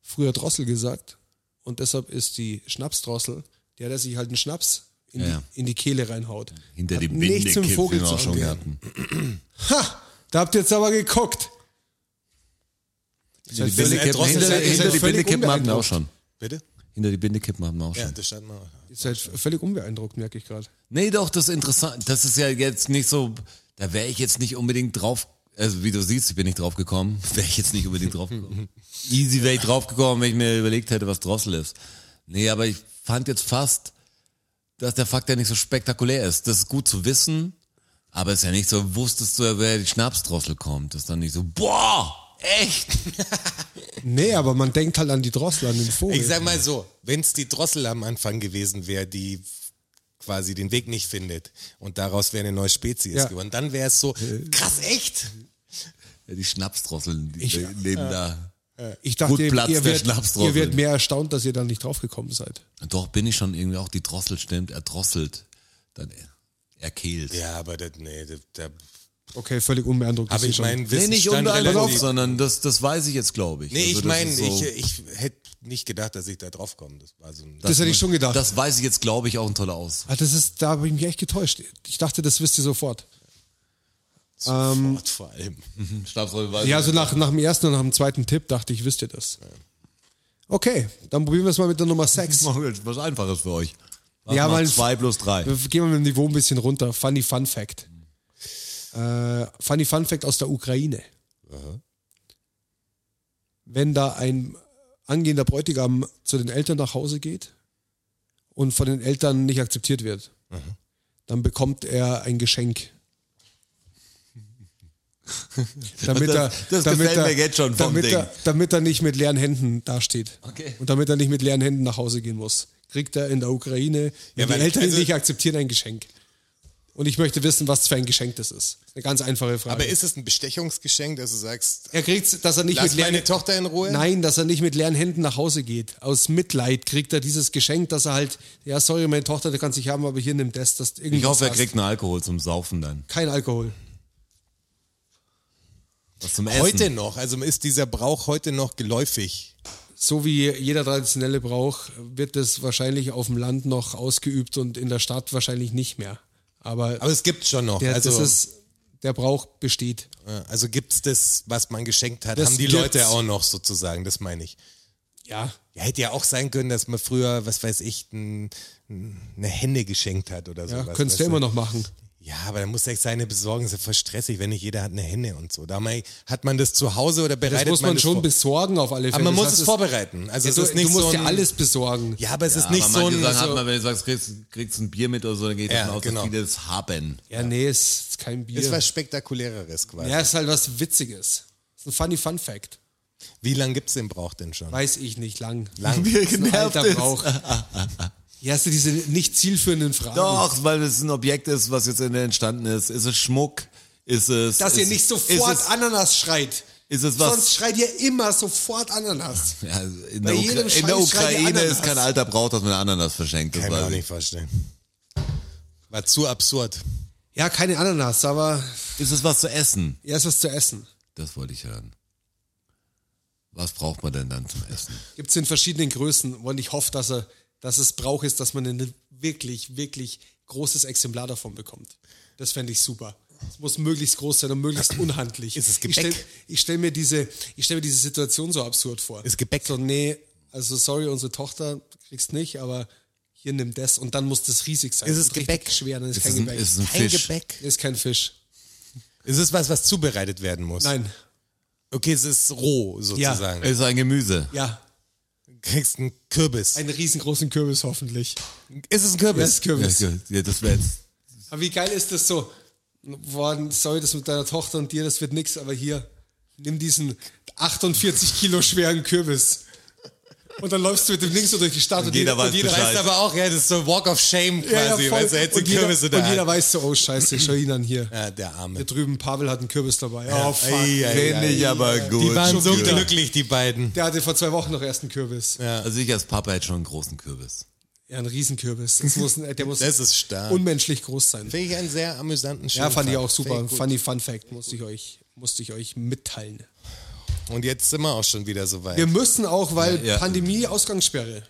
früher Drossel gesagt und deshalb ist die Schnapsdrossel, der, der sich halt einen Schnaps in, Ja. die, in die Kehle reinhaut. Hinter Hat die nichts Binde mit dem Vogel kippen zu auch schon tun. gehabt. Ha! Da habt ihr jetzt aber geguckt. Hinter die völlig- Binde kippen, Drossel hinter, ist ja- ist hinter ja die Binde völlig kippen hatten wir auch unbeeindruckt. schon. Bitte? Hinter die Binde kippen hatten wir auch schon. Ja, das stand mal. Ihr seid halt völlig unbeeindruckt, merke ich gerade. Nee, doch, das ist interessant. Das ist ja jetzt nicht so, da wäre ich jetzt nicht unbedingt drauf, also wie du siehst, ich bin nicht drauf gekommen, wäre ich jetzt nicht unbedingt drauf gekommen. Easy wäre ich drauf gekommen, wenn ich mir überlegt hätte, was Drossel ist. Nee, aber ich fand jetzt fast, dass der Fakt ja nicht so spektakulär ist. Das ist gut zu wissen, aber es ist ja nicht so, wusstest du, wer die Schnapsdrossel kommt. Das ist dann nicht so, boah, echt? Nee, aber man denkt halt an die Drossel, an den Vogel. Ich sag mal so, wenn es die Drossel am Anfang gewesen wäre, die quasi den Weg nicht findet und daraus wäre eine neue Spezies Ja. geworden, dann wäre es so, Äh. krass, echt? Ja, die Schnapsdrosseln, die leben da. Ich Gut dachte, ihr, Platz ihr, der werdet, Schnapsdrossel. ihr werdet mehr erstaunt, dass ihr da nicht draufgekommen seid. Doch, bin ich schon irgendwie auch, die Drossel stimmt, erdrosselt, dann er- erkehlt. Ja, aber das, nee, da, da Okay, völlig unbeeindruckt. das habe ist ich schon- Nee, meinen nicht Wissensstand unbeeindruckt, relativ- sondern das, das weiß ich jetzt, glaube ich. Nee, ich Also, das meine, ist so- ich, ich hätte nicht gedacht, dass ich da drauf komme. Das war so ein Das hätte ich schon gedacht. Das weiß ich jetzt, glaube ich, auch ein toller Aus. Ah, das ist, da habe ich mich echt getäuscht. Ich dachte, das wisst ihr sofort. ähm, Wort vor allem. Schnapsrolle weiß Ja, ich. also nach, nach dem ersten und nach dem zweiten Tipp dachte ich, wisst ihr das. Okay, dann probieren wir es mal mit der Nummer 6. Machen wir jetzt was Einfaches für euch. Was Ja, macht weil- zwei plus drei. Gehen wir mit dem Niveau ein bisschen runter. Funny Fun Fact. Mhm. Äh, funny Fun Fact aus der Ukraine. Wenn da ein angehender Bräutigam zu den Eltern nach Hause geht und von den Eltern nicht akzeptiert wird, dann bekommt er ein Geschenk. damit er, das damit gefällt er, mir jetzt schon vom damit Ding. Er, damit er nicht mit leeren Händen dasteht. Okay. Und damit er nicht mit leeren Händen nach Hause gehen muss. Kriegt er in der Ukraine, wenn weil- die Eltern ihn also- nicht akzeptieren, ein Geschenk. Und ich möchte wissen, was für ein Geschenk das ist. Eine ganz einfache Frage. Aber ist es ein Bestechungsgeschenk, dass du sagst, er kriegt, dass er nicht lass mit leeren meine Tochter in Ruhe? Nein, dass er nicht mit leeren Händen nach Hause geht. Aus Mitleid kriegt er dieses Geschenk, dass er halt, ja, sorry, meine Tochter, du kannst dich haben, aber hier nimm das, das irgendwas Ich hoffe, er hast. kriegt einen Alkohol zum Saufen dann. kein Alkohol. Was zum Essen. Heute noch, also ist dieser Brauch heute noch geläufig. so wie jeder traditionelle Brauch wird das wahrscheinlich auf dem Land noch ausgeübt und in der Stadt wahrscheinlich nicht mehr. Aber, Aber es gibt schon noch. der, also, das ist, der Brauch besteht. ja, also gibt es das, was man geschenkt hat, Das haben die gibt's. Leute auch noch sozusagen, das meine ich. Ja. Ja, hätte ja auch sein können, dass man früher, was weiß ich, ein, ein- eine Henne geschenkt hat oder Ja, sowas. könntest du weißt immer noch machen. Ja, aber dann muss er seine besorgen, das ist ja voll stressig, wenn nicht jeder hat eine Henne und so. Da mal- hat man das zu Hause oder Das bereitet muss man das schon vor? besorgen auf alle Fälle. Aber man Das muss heißt, es vorbereiten. Also Ja, es du, ist nicht du musst so ja ein- alles besorgen. Ja, aber es ist Ja, nicht aber so manche ein. Sachen hat Also, man, wenn du sagst, kriegst, kriegst ein Bier mit oder so, dann geht Ja, davon aus, genau. dass viele das haben. Ja, nee, es ist kein Bier. ist was Spektakuläreres quasi. ja, es ist halt was Witziges. Das ist ein funny Fun Fact. Wie lange gibt's den Brauch denn schon? Weiß ich nicht, lang. Lang. Das ist ein alter Brauch. Hier hast du diese nicht zielführenden Fragen. Doch, weil es ein Objekt ist, was jetzt entstanden ist. Ist es Schmuck? Ist es. Dass ist, ihr nicht sofort Ist es, Ananas schreit. ist es was? Sonst schreit ihr immer sofort Ananas. Ja, in, Bei der jedem Ukra- in Scheiß der schreit die Ukraine Ananas. ist kein alter Brauch, dass man eine Ananas verschenkt. Das Kann ich weiß mir auch ich. nicht vorstellen. War zu absurd. Ja, keine Ananas, aber Ist es was zu essen? erst was zu essen. Das wollte ich hören. Was braucht man denn dann zum Essen? Gibt es in verschiedenen Größen und ich hoffe, dass, er, dass es Brauch ist, dass man ein wirklich, wirklich großes Exemplar davon bekommt. Das fände ich super. Es muss möglichst groß sein und möglichst unhandlich. Ist es ich stelle Gebäck? ich stell mir, diese- ich stell mir diese Situation so absurd vor. Ist Gebäck? So, nee, also sorry, unsere Tochter kriegst nicht, aber hier nimm das und dann muss das riesig sein. Ist es Und richtig Gebäck? Schwer, dann ist, Ist kein es ein, Gebäck. ist es ein Fisch? Ist kein Fisch. Ist es was, was zubereitet werden muss? Nein. Okay, es ist roh sozusagen. Ist ein Gemüse. Ja. Du kriegst einen Kürbis. Einen riesengroßen Kürbis hoffentlich. ist es ein Kürbis? Das ist Kürbis. Ja, gut. Ja, das wäre jetzt. Aber wie geil ist das so? Boah, sorry, das mit deiner Tochter und dir, das wird nix, aber hier, nimm diesen 48 Kilo schweren Kürbis. Und dann läufst du mit dem Links so durch die Stadt und, jeder und weiß jeder Bescheid. Weißt aber auch, ja, das ist so Walk of Shame quasi, Ja, ja, voll. weißt du, er hätte und, einen Kürbis in jeder, der und jeder Hand. weiß so, oh scheiße, schau ihn an hier. Ja, der Arme. Da drüben, Pavel hat einen Kürbis dabei. Oh fuck. Ei, ei, Finde ei. ich aber gut. Die waren so Kürbis. glücklich, die beiden. Der hatte vor zwei Wochen noch erst einen Kürbis. Ja, Also ich als Papa hätte schon einen großen Kürbis. einen Riesenkürbis. Das muss, ein- der muss Das ist stark. unmenschlich groß sein. Finde ich einen sehr amüsanten Schirm. Ja, fand ich auch super. Funny Fun Fact musste ich euch, musste ich euch mitteilen. Und jetzt sind wir auch schon wieder so weit. Wir müssen auch, weil Ja, ja. Pandemie, Ausgangssperre.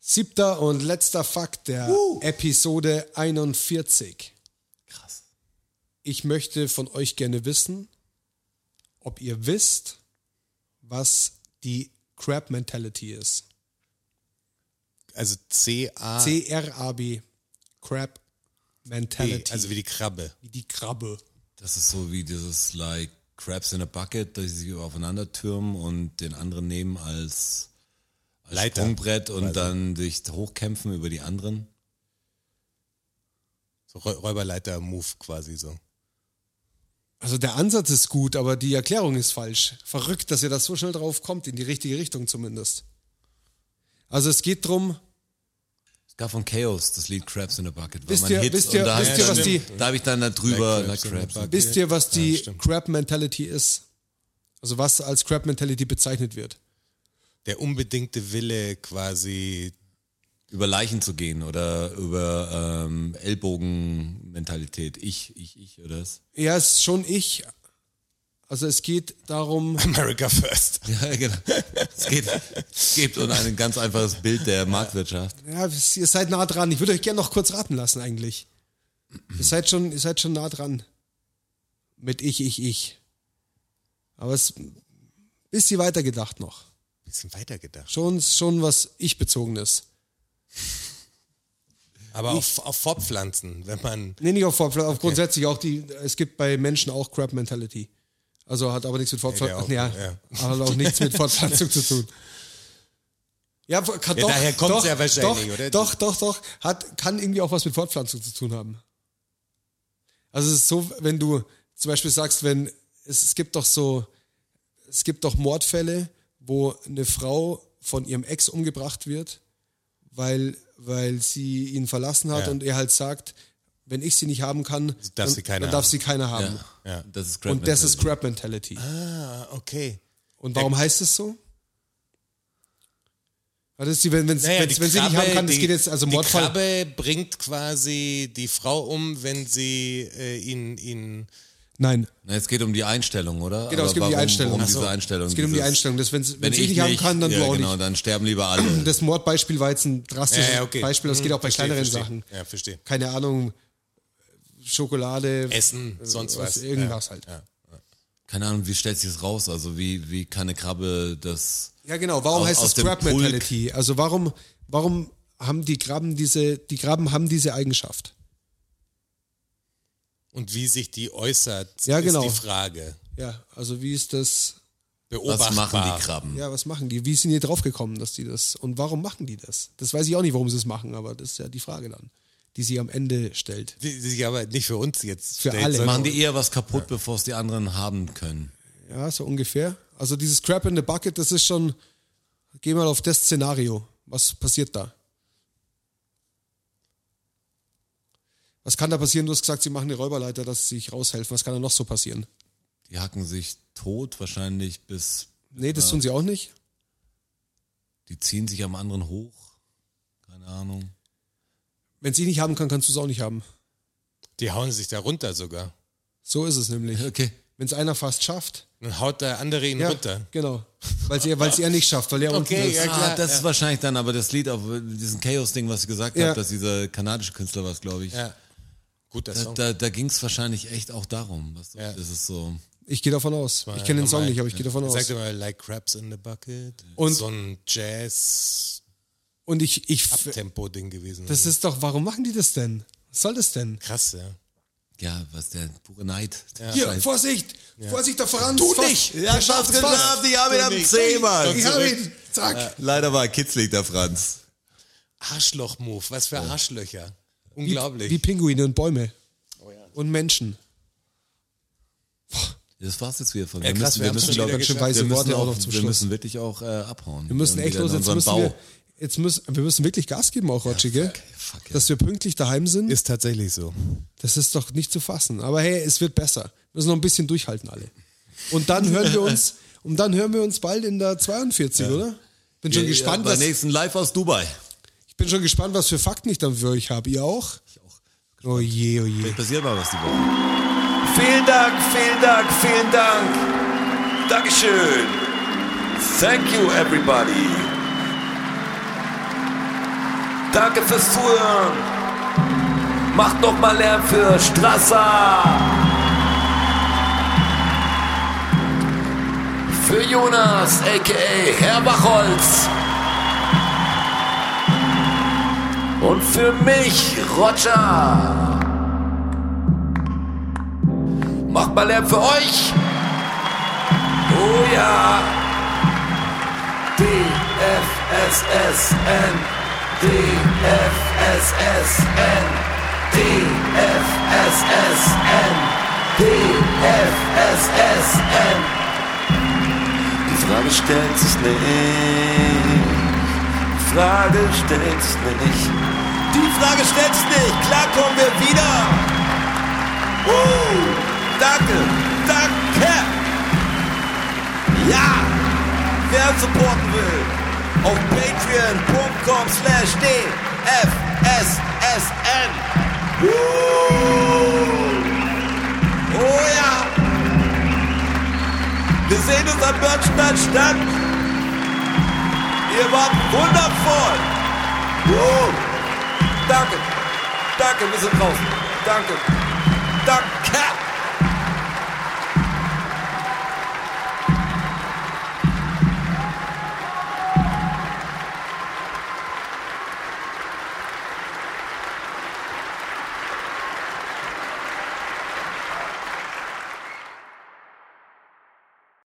Siebter und letzter Fakt der Uh. Episode 41. Krass. Ich möchte von euch gerne wissen, ob ihr wisst, was die Crab Mentality ist. Also C-A-B, C-R-A-B. Crab Mentality. also wie die Krabbe. wie die Krabbe. Das ist so wie dieses like Crabs in a Bucket, dass sie sich aufeinander türmen und den anderen nehmen als, als Leiter. Sprungbrett und dann sich hochkämpfen über die anderen. So Räu- Räuberleiter-Move quasi so. Also der Ansatz ist gut, aber die Erklärung ist falsch. Verrückt, dass ihr das so schnell drauf kommt, in die richtige Richtung zumindest. Also es geht drum, Es gab von Chaos das Lied Crabs in a Bucket. Wisst weil man ihr- Hits wisst ihr- und da wisst hab ihr, ich was dann- die- Da habe ich dann da drüber Like like Crabs in a Crabs. in a Bucket. wisst ihr, was die stimmt. Crab Mentality ist? Also was als Crab Mentality bezeichnet wird. Der unbedingte Wille quasi. über Leichen zu gehen oder über ähm, Ellbogenmentalität. Ich, ich, ich oder das? Ja, es ist schon ich. Also es geht darum, America first. Ja, genau. Es geht, es geht um ein ganz einfaches Bild der Marktwirtschaft. ja, ihr seid nah dran. Ich würde euch gerne noch kurz raten lassen eigentlich. Ihr seid schon, ihr seid schon nah dran. Mit ich, ich, ich. Aber es ist ein bisschen weiter gedacht noch. Bisschen weitergedacht. Schon, schon was ich-bezogenes. Aber auf, auf Fortpflanzen, wenn man. Nee, nicht auf Fortpflanzung, auf grundsätzlich auch die, es gibt bei Menschen auch Crab-Mentality. Also hat aber nichts mit Fortpflanzung, ja, Ja, ja, auch- hat aber auch nichts mit Fortpflanzung zu tun. Ja, kann, Ja, doch, daher kommt's doch, ja wahrscheinlich, doch, oder? Doch, doch, doch, hat, kann irgendwie auch was mit Fortpflanzung zu tun haben. Also es ist so, wenn du zum Beispiel sagst, wenn, es, es gibt doch so, es gibt doch Mordfälle, wo eine Frau von ihrem Ex umgebracht wird, weil, weil sie ihn verlassen hat Ja. und er halt sagt, wenn ich sie nicht haben kann, darf dann, sie keiner dann darf haben. sie keiner haben. Ja. Das ist Und das ist Crab. Crab Mentality. Ah, Äh, okay. Und warum heißt es so? Weil Das ist die, wenn, wenn, wenn, die wenn sie nicht Krabbe, haben kann, das die- geht jetzt, also die Mordfall. Krabbe bringt quasi die Frau um, wenn sie äh, ihn, ihn. Nein, Na, es geht um die Einstellung, oder? Genau, es geht um die warum- Einstellung. Um Ach so. diese Einstellung. es geht um die dieses, Einstellung. Dass, wenn, Wenn wenn sie ich nicht haben kann, dann ja, du auch genau, nicht. dann sterben lieber alle. Das Mordbeispiel war jetzt ein drastisches Ja, ja, okay. Beispiel, das geht Hm, auch bei verstehe, kleineren verstehe. Sachen. Ja, verstehe. Keine Ahnung, Schokolade, äh, Essen, sonst was. Also Irgendwas halt. Ja. Keine Ahnung, wie stellt sich das raus? Also wie, wie kann eine Krabbe das... Ja, genau. Warum Aus- heißt aus es dem Crab Mentality? Also warum, warum haben die Krabben diese, die Krabben haben diese Eigenschaft? Und wie sich die äußert, Ja, genau. ist die Frage. Ja, also wie ist Was das, Beobachtbar. machen die Krabben? ja, was machen die? Wie sind die draufgekommen, dass die das, und warum machen die das? Das weiß ich auch nicht, warum sie es machen, aber das ist ja die Frage dann, die sie am Ende stellt. Die, die sich aber nicht für uns jetzt. Für stellt, alle. sondern- Machen die eher was kaputt, bevor es die anderen haben können. Ja, so ungefähr. Also dieses Crab in the Bucket, das ist schon, geh mal auf das Szenario. Was passiert da? Was kann da passieren? Du hast gesagt, sie machen eine Räuberleiter, dass sie sich raushelfen. Was kann da noch so passieren? Die hacken sich tot wahrscheinlich bis... Nee, das tun sie auch nicht. Die ziehen sich am anderen hoch. Keine Ahnung. Wenn sie nicht haben kann, kannst du es auch nicht haben. Die hauen sich da runter sogar. So ist es nämlich. Okay. Wenn es einer fast schafft, Dann haut der andere ihn ja, runter. genau. Weil es er, er nicht schafft, weil er unten Okay, ist. ja, Ah, klar, das ist wahrscheinlich dann aber das Lied auf diesem Chaos-Ding, was ich gesagt Ja. habe, dass dieser kanadische Künstler war, glaube ich. Ja. Guter Da, Song. da, da ging es wahrscheinlich echt auch darum. Was Ja. Das ist so. Ich gehe davon aus. Ich kenne den Song nicht, aber ich gehe davon Sagt aus. immer, like crabs in the bucket. Und- so ein Jazz-Abtempo-Ding Und ich, ich, gewesen. das ist doch, warum machen die das denn? Was soll das denn? krass, ja. Ja, was der pure Neid. Hier, Vorsicht! Vorsicht, der Franz! Du Fass- nicht! Der schafft's fast. ich habe ihn am Ich hab ihn! Zack! Leider war kitzlig der Franz. Arschloch-Move, was für Arschlöcher. Wie, Unglaublich. wie Pinguine und Bäume. Und Menschen. Das war's jetzt wieder von Ja, krass, wir wir haben's müssen, schon glaub wieder ich, geschafft. wir Weiße müssen Worte auch auch noch zum wir Schluss. müssen wirklich auch äh, abhauen. Wir müssen echt los, jetzt müssen wir, jetzt müssen, wir müssen wirklich Gas geben auch, Rotschi, gell? fuck, ja. Dass wir pünktlich daheim sind, Ist tatsächlich so. das ist doch nicht zu fassen. Aber hey, es wird besser. Wir müssen noch ein bisschen durchhalten alle. Und dann hören wir uns, und dann hören wir uns bald in der 42, oder? Bin schon gespannt, Beim was, nächsten Live aus Dubai. ich bin schon gespannt, was für Fakten ich dann für euch habe. Ihr auch? Ich auch. Oh je, oh je. Vielleicht passiert mal was die Woche. Vielen Dank, vielen Dank, vielen Dank. Dankeschön. Thank you, everybody. Danke fürs Zuhören. Macht noch mal Lärm für Strasser. Für Jonas, a.k.a. Herr Bachholz. Und für mich, Roger. Macht mal Lärm für euch. Oh ja. DFSSN. DFSSN. DFSSN. DFSSN. Die Frage stellt sich nicht. Die Frage stellt sich nicht. Die Frage stellt sich nicht. Klar kommen wir wieder. Uh, danke, danke. Ja, wer uns supporten will, auf patreon.com slash dfssn. Uh, oh ja. Wir sehen uns am Börnstein statt. Ihr wart wundervoll. Uh, danke, danke, wir sind draußen. Danke. Danke.